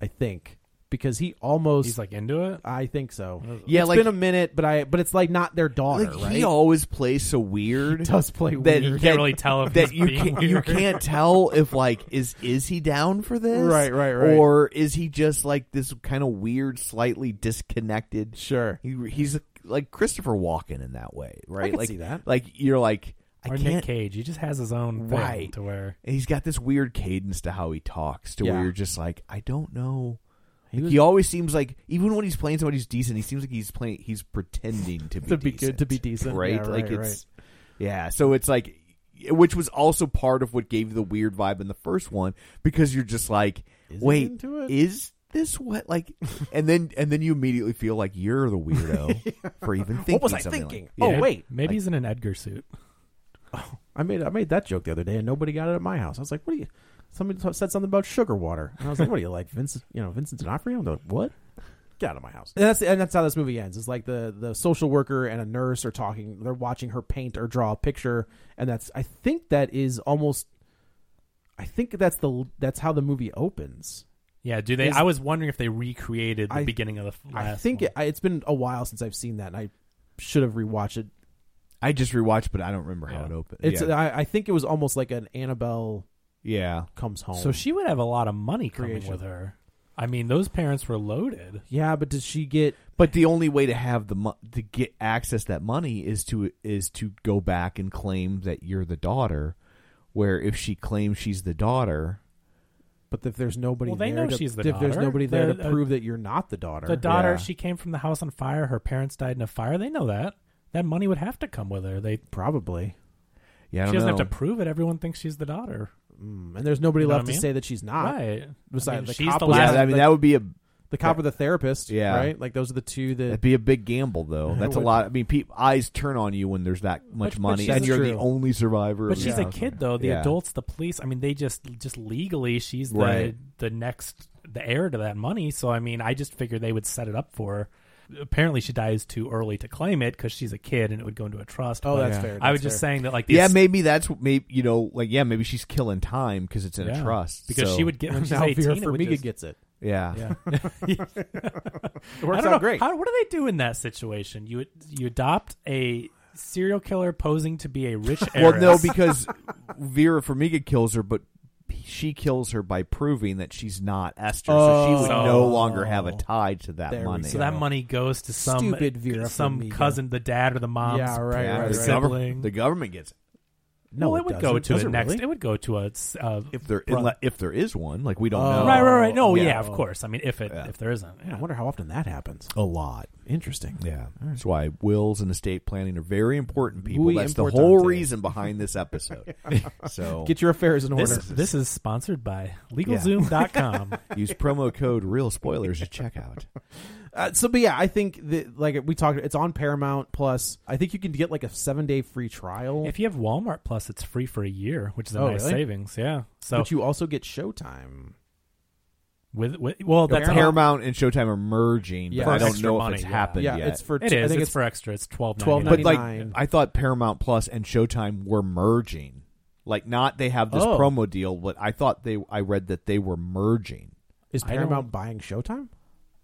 Speaker 4: I think because he almost
Speaker 5: He's like into it.
Speaker 4: I think so.
Speaker 3: Yeah,
Speaker 4: it's
Speaker 3: like-
Speaker 4: been a minute, but I but it's like not their daughter,
Speaker 3: Like,
Speaker 4: right?
Speaker 3: He always plays so weird.
Speaker 4: He does play
Speaker 3: that,
Speaker 4: weird.
Speaker 5: You
Speaker 3: that-
Speaker 5: can't really tell if
Speaker 3: that
Speaker 5: he's
Speaker 3: you
Speaker 5: being
Speaker 3: can't you
Speaker 5: weird.
Speaker 3: can't tell if like is is he down for this
Speaker 4: Right, right, right.
Speaker 3: or is he just like this kind of weird, slightly disconnected.
Speaker 4: Sure.
Speaker 3: He, he's like Christopher Walken in that way, right?
Speaker 4: could
Speaker 3: like
Speaker 4: see that.
Speaker 3: Like you're like I
Speaker 5: Or
Speaker 3: can't.
Speaker 5: Nick Cage. He just has his own thing
Speaker 3: Right.
Speaker 5: to where
Speaker 3: and he's got this weird cadence to how he talks, to
Speaker 4: Yeah.
Speaker 3: where you're just like, I don't know. Like, He,
Speaker 4: was-
Speaker 3: always seems like, even when he's playing somebody who's decent, he seems like he's playing. He's pretending to be
Speaker 4: To be
Speaker 3: decent,
Speaker 4: good, to be decent.
Speaker 3: right?
Speaker 4: Yeah,
Speaker 3: like
Speaker 4: right,
Speaker 3: it's, yeah. So it's like, which was also part of what gave you the weird vibe in the first one, because you're just like,
Speaker 4: Is he
Speaker 3: wait,
Speaker 4: into it?
Speaker 3: is this what like? and then and then you immediately feel like you're the weirdo for even thinking.
Speaker 4: What was I
Speaker 3: something like-
Speaker 4: thinking?
Speaker 3: Yeah.
Speaker 4: Oh wait,
Speaker 5: maybe he's in an Edgar suit.
Speaker 4: I made I made that joke the other day, and nobody got it at my house. I was like, "What are you?" Somebody t- said something about sugar water, and I was like, "What are you like, Vincent? You know, Vincent D'Onofrio?" And they're like, "What?" Get out of my house. And that's and that's how this movie ends. It's like the the social worker and a nurse are talking. They're watching her paint or draw a picture, and that's I think that is almost. I think that's the that's how the movie opens.
Speaker 5: Yeah. Do they?
Speaker 4: Is-
Speaker 5: I was wondering if they recreated the
Speaker 4: I-
Speaker 5: beginning of the f-
Speaker 4: I
Speaker 5: last.
Speaker 4: think
Speaker 5: one.
Speaker 4: it, I, it's been a while since I've seen that, and I should have rewatched it.
Speaker 3: I just rewatched, but I don't remember how it opened.
Speaker 4: It's
Speaker 3: yeah.
Speaker 4: I, I think it was almost like an Annabelle
Speaker 3: yeah.
Speaker 4: comes home.
Speaker 5: so. She would have a lot of money coming
Speaker 4: Creation.
Speaker 5: with her. I mean, those parents were loaded.
Speaker 4: yeah, but does she get
Speaker 3: But the only way to have the mo- to get access to that money is to is to go back and claim that you're the daughter. Where if she claims she's the daughter,
Speaker 4: But if there's nobody,
Speaker 5: Well, they
Speaker 4: there
Speaker 5: know
Speaker 4: to-
Speaker 5: she's the
Speaker 4: if there's
Speaker 5: daughter.
Speaker 4: nobody there to
Speaker 5: They're- uh,
Speaker 4: prove that you're not the daughter,
Speaker 5: The daughter,
Speaker 3: Yeah.
Speaker 5: she came from the house on fire. Her parents died in a fire. They know that. That money would have to come with her. They
Speaker 4: probably,
Speaker 3: yeah, I
Speaker 5: she
Speaker 3: don't
Speaker 5: doesn't
Speaker 3: know.
Speaker 5: have to prove it. Everyone thinks she's the daughter,
Speaker 4: Mm, and there's nobody
Speaker 5: You know
Speaker 4: left
Speaker 5: what I
Speaker 4: to
Speaker 5: mean?
Speaker 4: say that she's not.
Speaker 5: right?
Speaker 4: Ah. Besides,
Speaker 5: I mean,
Speaker 4: the
Speaker 5: she's
Speaker 4: cop
Speaker 5: the
Speaker 4: was-
Speaker 5: last.
Speaker 3: yeah, I mean that would be a
Speaker 4: The cop or the therapist,
Speaker 3: Yeah.
Speaker 4: right? Like those are the two that
Speaker 3: that'd be a big gamble though. That's a
Speaker 4: would.
Speaker 3: lot. I mean, peop eyes turn on you when there's that
Speaker 5: But-
Speaker 3: much
Speaker 5: but
Speaker 3: money,
Speaker 5: she's
Speaker 3: and
Speaker 5: a-
Speaker 3: you're the
Speaker 4: true.
Speaker 3: only survivor.
Speaker 5: but
Speaker 3: of
Speaker 5: she's
Speaker 3: the
Speaker 5: a kid though. The
Speaker 3: Yeah.
Speaker 5: adults, the police. I mean, they just just legally, she's the
Speaker 3: Right.
Speaker 5: the next the heir to that money. So I mean, I just figured they would set it up for her. Apparently, she dies too early to claim it because she's a kid and it would go into a trust.
Speaker 4: Oh,
Speaker 5: but
Speaker 4: that's fair,
Speaker 5: I was
Speaker 4: that's
Speaker 5: just
Speaker 4: fair.
Speaker 5: saying that like the
Speaker 3: Yeah,
Speaker 5: es-
Speaker 3: maybe that's what- maybe you know, like yeah, maybe she's killing time because it's in
Speaker 5: yeah.
Speaker 3: a trust.
Speaker 5: because
Speaker 3: so-
Speaker 5: she would get when she's
Speaker 4: now Vera
Speaker 5: eighteen. it would
Speaker 4: Farmiga
Speaker 5: just-
Speaker 4: gets it.
Speaker 3: yeah,
Speaker 5: Yeah.
Speaker 4: It works
Speaker 5: I don't
Speaker 4: out
Speaker 5: know.
Speaker 4: great.
Speaker 5: How, what do they do in that situation? You you adopt a serial killer posing to be a rich
Speaker 3: Well,
Speaker 5: heiress.
Speaker 3: no, because Vera Farmiga kills her, but she kills her by proving that she's not Esther, so she would
Speaker 5: Oh.
Speaker 3: no longer have a tie to that
Speaker 4: There we
Speaker 3: money.
Speaker 4: go.
Speaker 5: so that money goes to some
Speaker 4: Stupid Vera
Speaker 5: some
Speaker 4: Farmiga.
Speaker 5: cousin, the dad or the mom.
Speaker 4: Yeah, right,
Speaker 3: Yeah,
Speaker 4: right,
Speaker 3: the,
Speaker 4: right.
Speaker 3: government,
Speaker 5: Sibling.
Speaker 3: the government gets it.
Speaker 4: No,
Speaker 5: well, it,
Speaker 4: it
Speaker 5: would
Speaker 4: doesn't.
Speaker 5: go to
Speaker 4: Does
Speaker 5: the
Speaker 4: it
Speaker 5: next.
Speaker 4: really?
Speaker 5: It would go to a. s- Uh,
Speaker 3: if there
Speaker 5: Right.
Speaker 3: unle- if there is one. Like we don't
Speaker 4: Oh.
Speaker 3: know.
Speaker 5: right, right, right. No,
Speaker 3: Yeah.
Speaker 5: yeah. of course. I mean, if it
Speaker 3: Yeah.
Speaker 5: if there isn't,
Speaker 4: Man, I
Speaker 5: yeah.
Speaker 4: wonder how often that happens.
Speaker 3: A lot.
Speaker 4: Interesting.
Speaker 3: Yeah, that's why wills and estate planning are very important, people.
Speaker 4: Muy
Speaker 3: that's the
Speaker 4: importante.
Speaker 3: whole reason behind this episode. so
Speaker 4: Get your affairs in order.
Speaker 5: This, this is sponsored by LegalZoom.com.
Speaker 3: use promo code Real Spoilers at checkout.
Speaker 4: Uh, so, but yeah, I think that like we talked, it's on Paramount Plus. I think you can get like a seven day free trial,
Speaker 5: if you have Walmart Plus, it's free for a year, which is a
Speaker 4: Oh,
Speaker 5: nice
Speaker 4: really?
Speaker 5: savings. Yeah. So
Speaker 4: but you also get Showtime.
Speaker 5: with, with well, that's
Speaker 3: Paramount and Showtime are merging,
Speaker 4: Yeah.
Speaker 3: but I
Speaker 4: For
Speaker 3: don't
Speaker 5: extra
Speaker 3: know
Speaker 5: money,
Speaker 3: if it's
Speaker 5: yeah.
Speaker 3: happened
Speaker 4: Yeah,
Speaker 3: yet.
Speaker 4: it's for.
Speaker 5: It
Speaker 4: two-
Speaker 5: is.
Speaker 4: I think
Speaker 5: it's,
Speaker 4: it's
Speaker 5: for extra. It's twelve.
Speaker 4: twelve
Speaker 3: but
Speaker 4: ninety
Speaker 3: like
Speaker 4: nine.
Speaker 3: I thought Paramount Plus and Showtime were merging. Like not they have this
Speaker 4: Oh.
Speaker 3: promo deal, but I thought they I read that they were merging.
Speaker 4: Is
Speaker 5: I don't-
Speaker 4: Paramount buying Showtime?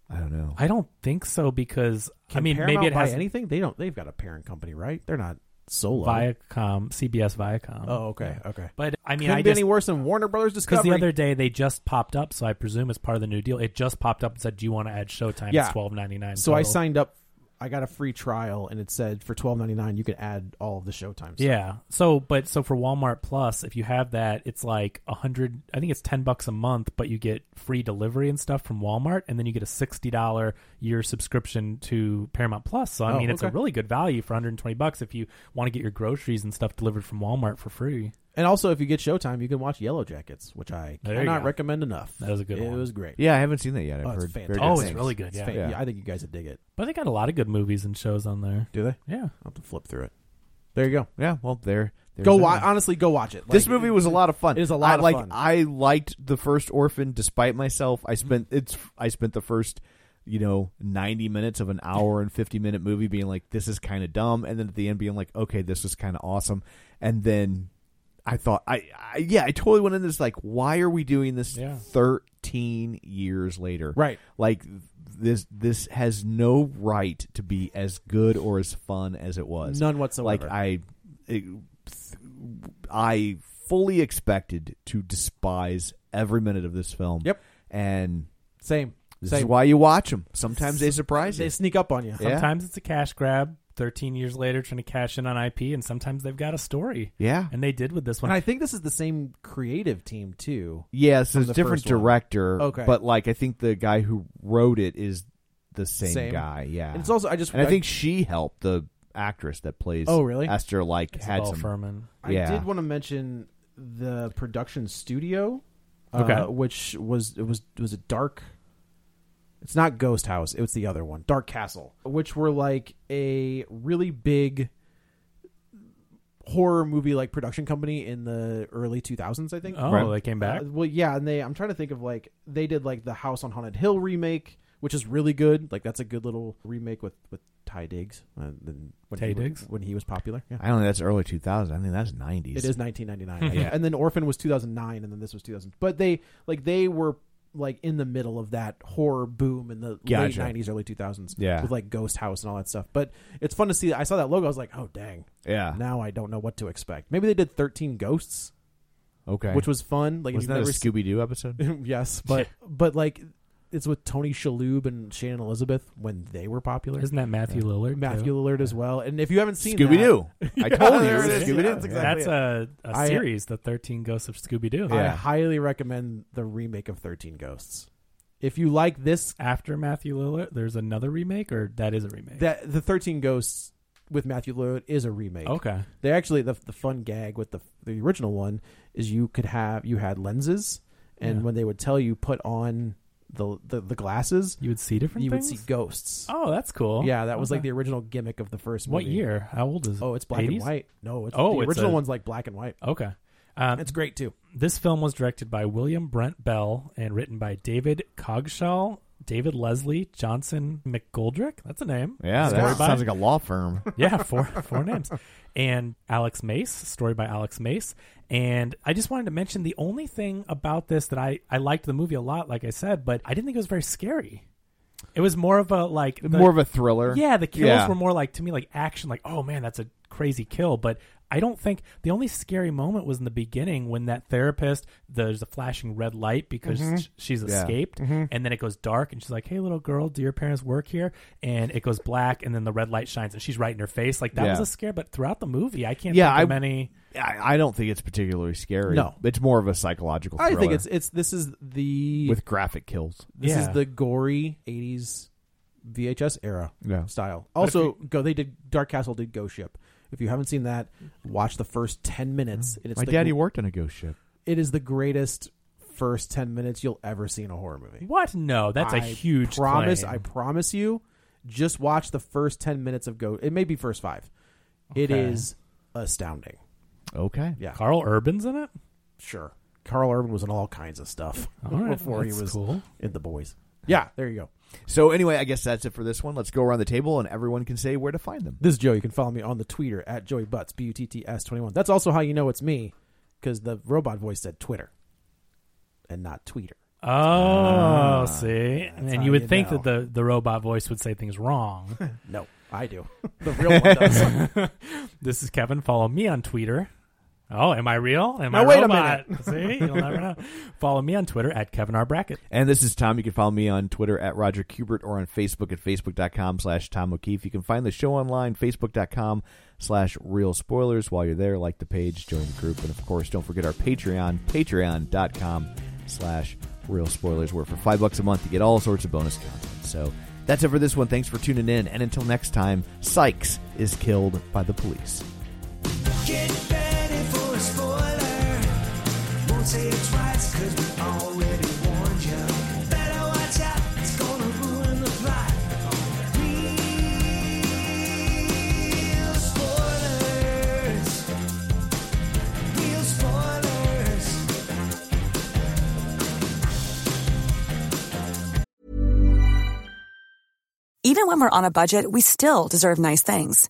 Speaker 3: I don't know.
Speaker 5: I don't think so because
Speaker 4: Can
Speaker 5: I mean
Speaker 4: Paramount
Speaker 5: maybe it
Speaker 4: buy
Speaker 5: has
Speaker 4: anything. They don't. They've got a parent company, right? They're not solo.
Speaker 5: Viacom, CBS Viacom.
Speaker 4: Oh, okay, okay.
Speaker 5: But I mean,
Speaker 4: Couldn't
Speaker 5: I
Speaker 4: be
Speaker 5: just
Speaker 4: any worse than Warner Brothers
Speaker 5: because
Speaker 4: Discovery.
Speaker 5: the other day they just popped up, so I presume it's part of the new deal. It just popped up and said, "Do you want to add Showtime?"
Speaker 4: Yeah.
Speaker 5: It's twelve ninety nine.
Speaker 4: so I signed up. I got a free trial, and it said for twelve ninety nine you could add all of the Showtime. stuff.
Speaker 5: Yeah. So, but so for Walmart Plus, if you have that, it's like a hundred. I think it's ten bucks a month, but you get free delivery and stuff from Walmart, and then you get a sixty dollar year subscription to Paramount Plus. So I
Speaker 4: Oh,
Speaker 5: mean, it's a
Speaker 4: okay.
Speaker 5: really good value for one hundred and twenty bucks if you want to get your groceries and stuff delivered from Walmart for free.
Speaker 4: And also, if you get Showtime, you can watch Yellow Jackets, which I
Speaker 5: There you
Speaker 4: cannot
Speaker 5: go.
Speaker 4: recommend enough.
Speaker 5: That was a good
Speaker 4: it
Speaker 5: one.
Speaker 4: was great.
Speaker 3: Yeah, I haven't seen that yet. I've
Speaker 4: Oh, it's
Speaker 3: heard very
Speaker 4: fantastic.
Speaker 3: good
Speaker 5: Oh, it's
Speaker 3: things.
Speaker 5: really good. Yeah.
Speaker 4: It's fa-
Speaker 3: Yeah.
Speaker 4: yeah, I think you guys would dig it.
Speaker 5: But they got a lot of good movies and shows on there.
Speaker 4: Do they? I'll
Speaker 5: Yeah.
Speaker 4: have to flip through it. There you go.
Speaker 3: Yeah, well, there. there's
Speaker 4: Go
Speaker 3: that.
Speaker 4: watch. Honestly, go watch it.
Speaker 3: this
Speaker 4: Like,
Speaker 3: movie was a lot of fun.
Speaker 4: It is a lot
Speaker 3: I,
Speaker 4: of
Speaker 3: like,
Speaker 4: fun.
Speaker 3: I liked the first Orphan, despite myself. I spent it's I spent the first you know ninety minutes of an hour and fifty minute movie being like, this is kind of dumb, and then at the end being like, okay, this is kind of awesome, and then I thought I, I yeah I totally went into this like, why are we doing this
Speaker 5: Yeah.
Speaker 3: thirteen years later?
Speaker 4: Right.
Speaker 3: like this this has no right to be as good or as fun as it was
Speaker 4: None whatsoever.
Speaker 3: like i it, i fully expected to despise every minute of this film
Speaker 4: Yep.
Speaker 3: and
Speaker 4: same.
Speaker 3: this
Speaker 4: same.
Speaker 3: is why you watch them sometimes they surprise
Speaker 4: they
Speaker 3: you
Speaker 4: sneak up on you.
Speaker 3: Yeah.
Speaker 5: Sometimes it's a cash grab. Thirteen years later, trying to cash in on IP, and sometimes they've got a story.
Speaker 3: yeah
Speaker 5: And they did with this one.
Speaker 4: And I think this is the same creative team too.
Speaker 3: yes there's
Speaker 4: the
Speaker 3: a different
Speaker 4: first one.
Speaker 3: director
Speaker 4: Okay.
Speaker 3: but like i think the guy who wrote it is the same,
Speaker 4: Same.
Speaker 3: guy yeah
Speaker 4: And it's also I just
Speaker 3: and i think she helped the actress that plays
Speaker 4: Oh, really?
Speaker 3: esther like had
Speaker 5: Isabel
Speaker 3: some
Speaker 5: Furman.
Speaker 4: I
Speaker 3: yeah.
Speaker 4: did want to mention the production studio,
Speaker 5: Okay.
Speaker 4: uh, which was it was it was a dark. It's not Ghost House. It was the other one, Dark Castle, which were like a really big horror movie like production company in the early 2000s. I think.
Speaker 5: Oh,
Speaker 3: Right.
Speaker 5: they came back.
Speaker 4: Uh, well, yeah, and they I'm trying to think of like they did like the House on Haunted Hill remake, which is really good. Like that's a good little remake with with Ty Diggs. Uh, then when
Speaker 5: Ty
Speaker 4: he, wa-
Speaker 5: Diggs?
Speaker 4: when he was popular. Yeah.
Speaker 3: I don't think that's early 2000s. I think that's 90s.
Speaker 4: It is 1999.
Speaker 3: Yeah.
Speaker 4: yeah. And then Orphan was 2009 and then this was 2000. But they like they were like in the middle of that horror boom in the
Speaker 3: Gotcha.
Speaker 4: late 90s early 2000s
Speaker 3: Yeah.
Speaker 4: with like Ghost House and all that stuff. But it's fun to see I saw that logo I was like, "Oh dang.
Speaker 3: Yeah.
Speaker 4: Now I don't know what to expect." Maybe they did 13 Ghosts,
Speaker 3: Okay.
Speaker 4: which was fun. Like if
Speaker 3: wasn't
Speaker 4: you've
Speaker 3: that a
Speaker 4: never seen-
Speaker 3: Scooby Doo episode?
Speaker 4: yes, but but like it's with Tony Shalhoub and Shannon Elizabeth when they were popular.
Speaker 5: Isn't that Matthew Lillard?
Speaker 4: Matthew
Speaker 5: too?
Speaker 4: Lillard as well. And if you haven't seen
Speaker 3: Scooby
Speaker 4: that-
Speaker 3: Doo. I told you
Speaker 4: there it is.
Speaker 3: Scooby Doo.
Speaker 4: That's exactly
Speaker 5: That's a, a
Speaker 4: I-
Speaker 5: series, The 13 Ghosts of Scooby Doo.
Speaker 4: I
Speaker 3: Yeah.
Speaker 4: highly recommend the remake of 13 Ghosts. If you like this
Speaker 5: After Matthew Lillard, there's another remake, or that is a remake?
Speaker 4: that the 13 Ghosts with Matthew Lillard is a remake.
Speaker 5: okay.
Speaker 4: They actually the the fun gag with the the original one is you could have you had lenses and
Speaker 5: Yeah.
Speaker 4: when they would tell you put on the the, the glasses
Speaker 5: You would see different
Speaker 4: you
Speaker 5: things?
Speaker 4: would see ghosts.
Speaker 5: Oh, that's cool.
Speaker 4: yeah, that was like
Speaker 5: Okay.
Speaker 4: the original gimmick of the first movie.
Speaker 5: What year? How old is it?
Speaker 4: Oh, it's black
Speaker 5: 80s?
Speaker 4: and white. No, it's
Speaker 5: Oh,
Speaker 4: the
Speaker 5: it's
Speaker 4: original
Speaker 5: a-
Speaker 4: one's like black and white.
Speaker 5: Okay. Um,
Speaker 4: It's great too.
Speaker 5: this film was directed by William Brent Bell and written by David Coggeshall, David Leslie, Johnson McGoldrick. That's a name.
Speaker 3: Yeah,
Speaker 5: Story
Speaker 3: that
Speaker 5: by-
Speaker 3: sounds like a law firm.
Speaker 5: yeah, four four names. And Alex Mace, story by Alex Mace. And I just wanted to mention the only thing about this that I I liked the movie a lot, like I said, but I didn't think it was very scary. It was more of a like the-
Speaker 3: More of a thriller.
Speaker 5: yeah. The kills
Speaker 3: Yeah.
Speaker 5: were more like to me like action, like oh man, that's a crazy kill. But I don't think the only scary moment was in the beginning when that therapist there's a flashing red light because
Speaker 4: Mm-hmm.
Speaker 5: sh- she's escaped, and then it goes dark, and she's like, "Hey, little girl, do your parents work here?" And it goes black, and then the red light shines, and she's right in her face. Like that
Speaker 3: Yeah.
Speaker 5: was a scare. But throughout the movie, I can't
Speaker 3: Yeah,
Speaker 5: think of
Speaker 3: I-
Speaker 5: any.
Speaker 3: I, I don't think it's particularly scary.
Speaker 4: No.
Speaker 3: it's more of a psychological. Thriller
Speaker 4: I think it's it's this is the
Speaker 3: with graphic kills.
Speaker 4: This
Speaker 5: Yeah.
Speaker 4: is the gory '80s VHS era
Speaker 3: Yeah.
Speaker 4: style. Also, go they did Dark Castle did Ghost Ship. If you haven't seen that, watch the first ten
Speaker 5: Oh,
Speaker 4: minutes. And it's
Speaker 3: My
Speaker 4: the,
Speaker 3: daddy worked on a ghost ship.
Speaker 4: It is the greatest first ten minutes you'll ever see in a horror movie.
Speaker 5: What? No, that's a
Speaker 4: I
Speaker 5: huge
Speaker 4: promise.
Speaker 5: claim.
Speaker 4: I promise you. Just watch the first ten minutes of Go. It may be first five. It
Speaker 5: Okay.
Speaker 4: is astounding.
Speaker 3: Okay.
Speaker 4: Yeah,
Speaker 5: Carl Urban's in it.
Speaker 4: sure. Carl Urban was in all kinds of stuff
Speaker 5: All right,
Speaker 4: before he
Speaker 5: that's
Speaker 4: was
Speaker 5: cool.
Speaker 4: in the boys. Yeah, there you go.
Speaker 3: So anyway, I guess that's it for this one. Let's go around the table and everyone can say where to find them.
Speaker 4: This is Joe. You can follow me on the Twitter at Joey Butts, B U T T S 21. That's also how you know it's me because the robot voice said Twitter and not Tweeter.
Speaker 5: Oh, see, and
Speaker 4: Ah, how
Speaker 5: you would
Speaker 4: you
Speaker 5: think
Speaker 4: know.
Speaker 5: that the the robot voice would say things wrong.
Speaker 4: No, I do. The real one does.
Speaker 5: this is Kevin. Follow me on Twitter. Oh, am I real? Am
Speaker 4: Now,
Speaker 5: I
Speaker 4: wait a
Speaker 5: robot? see, you'll never know. Follow me on Twitter at Kevin R Brackett.
Speaker 3: And this is Tom. You can follow me on Twitter at Roger Kubert or on Facebook at Facebook.com slash Tom O'Keefe. You can find the show online, Facebook.com slash Real Spoilers. While you're there, like the page, join the group. And of course, don't forget our Patreon, patreon.com slash Real Spoilers, where for five bucks a month you get all sorts of bonus content. So that's it for this one. Thanks for tuning in. And until next time, Sykes is killed by the police.
Speaker 2: Get ready for a spoiler. Won't say it twice, cause we already warned you. Better watch out, it's gonna ruin the plot. Real spoilers. Real spoilers.
Speaker 6: Even when we're on a budget, we still deserve nice things.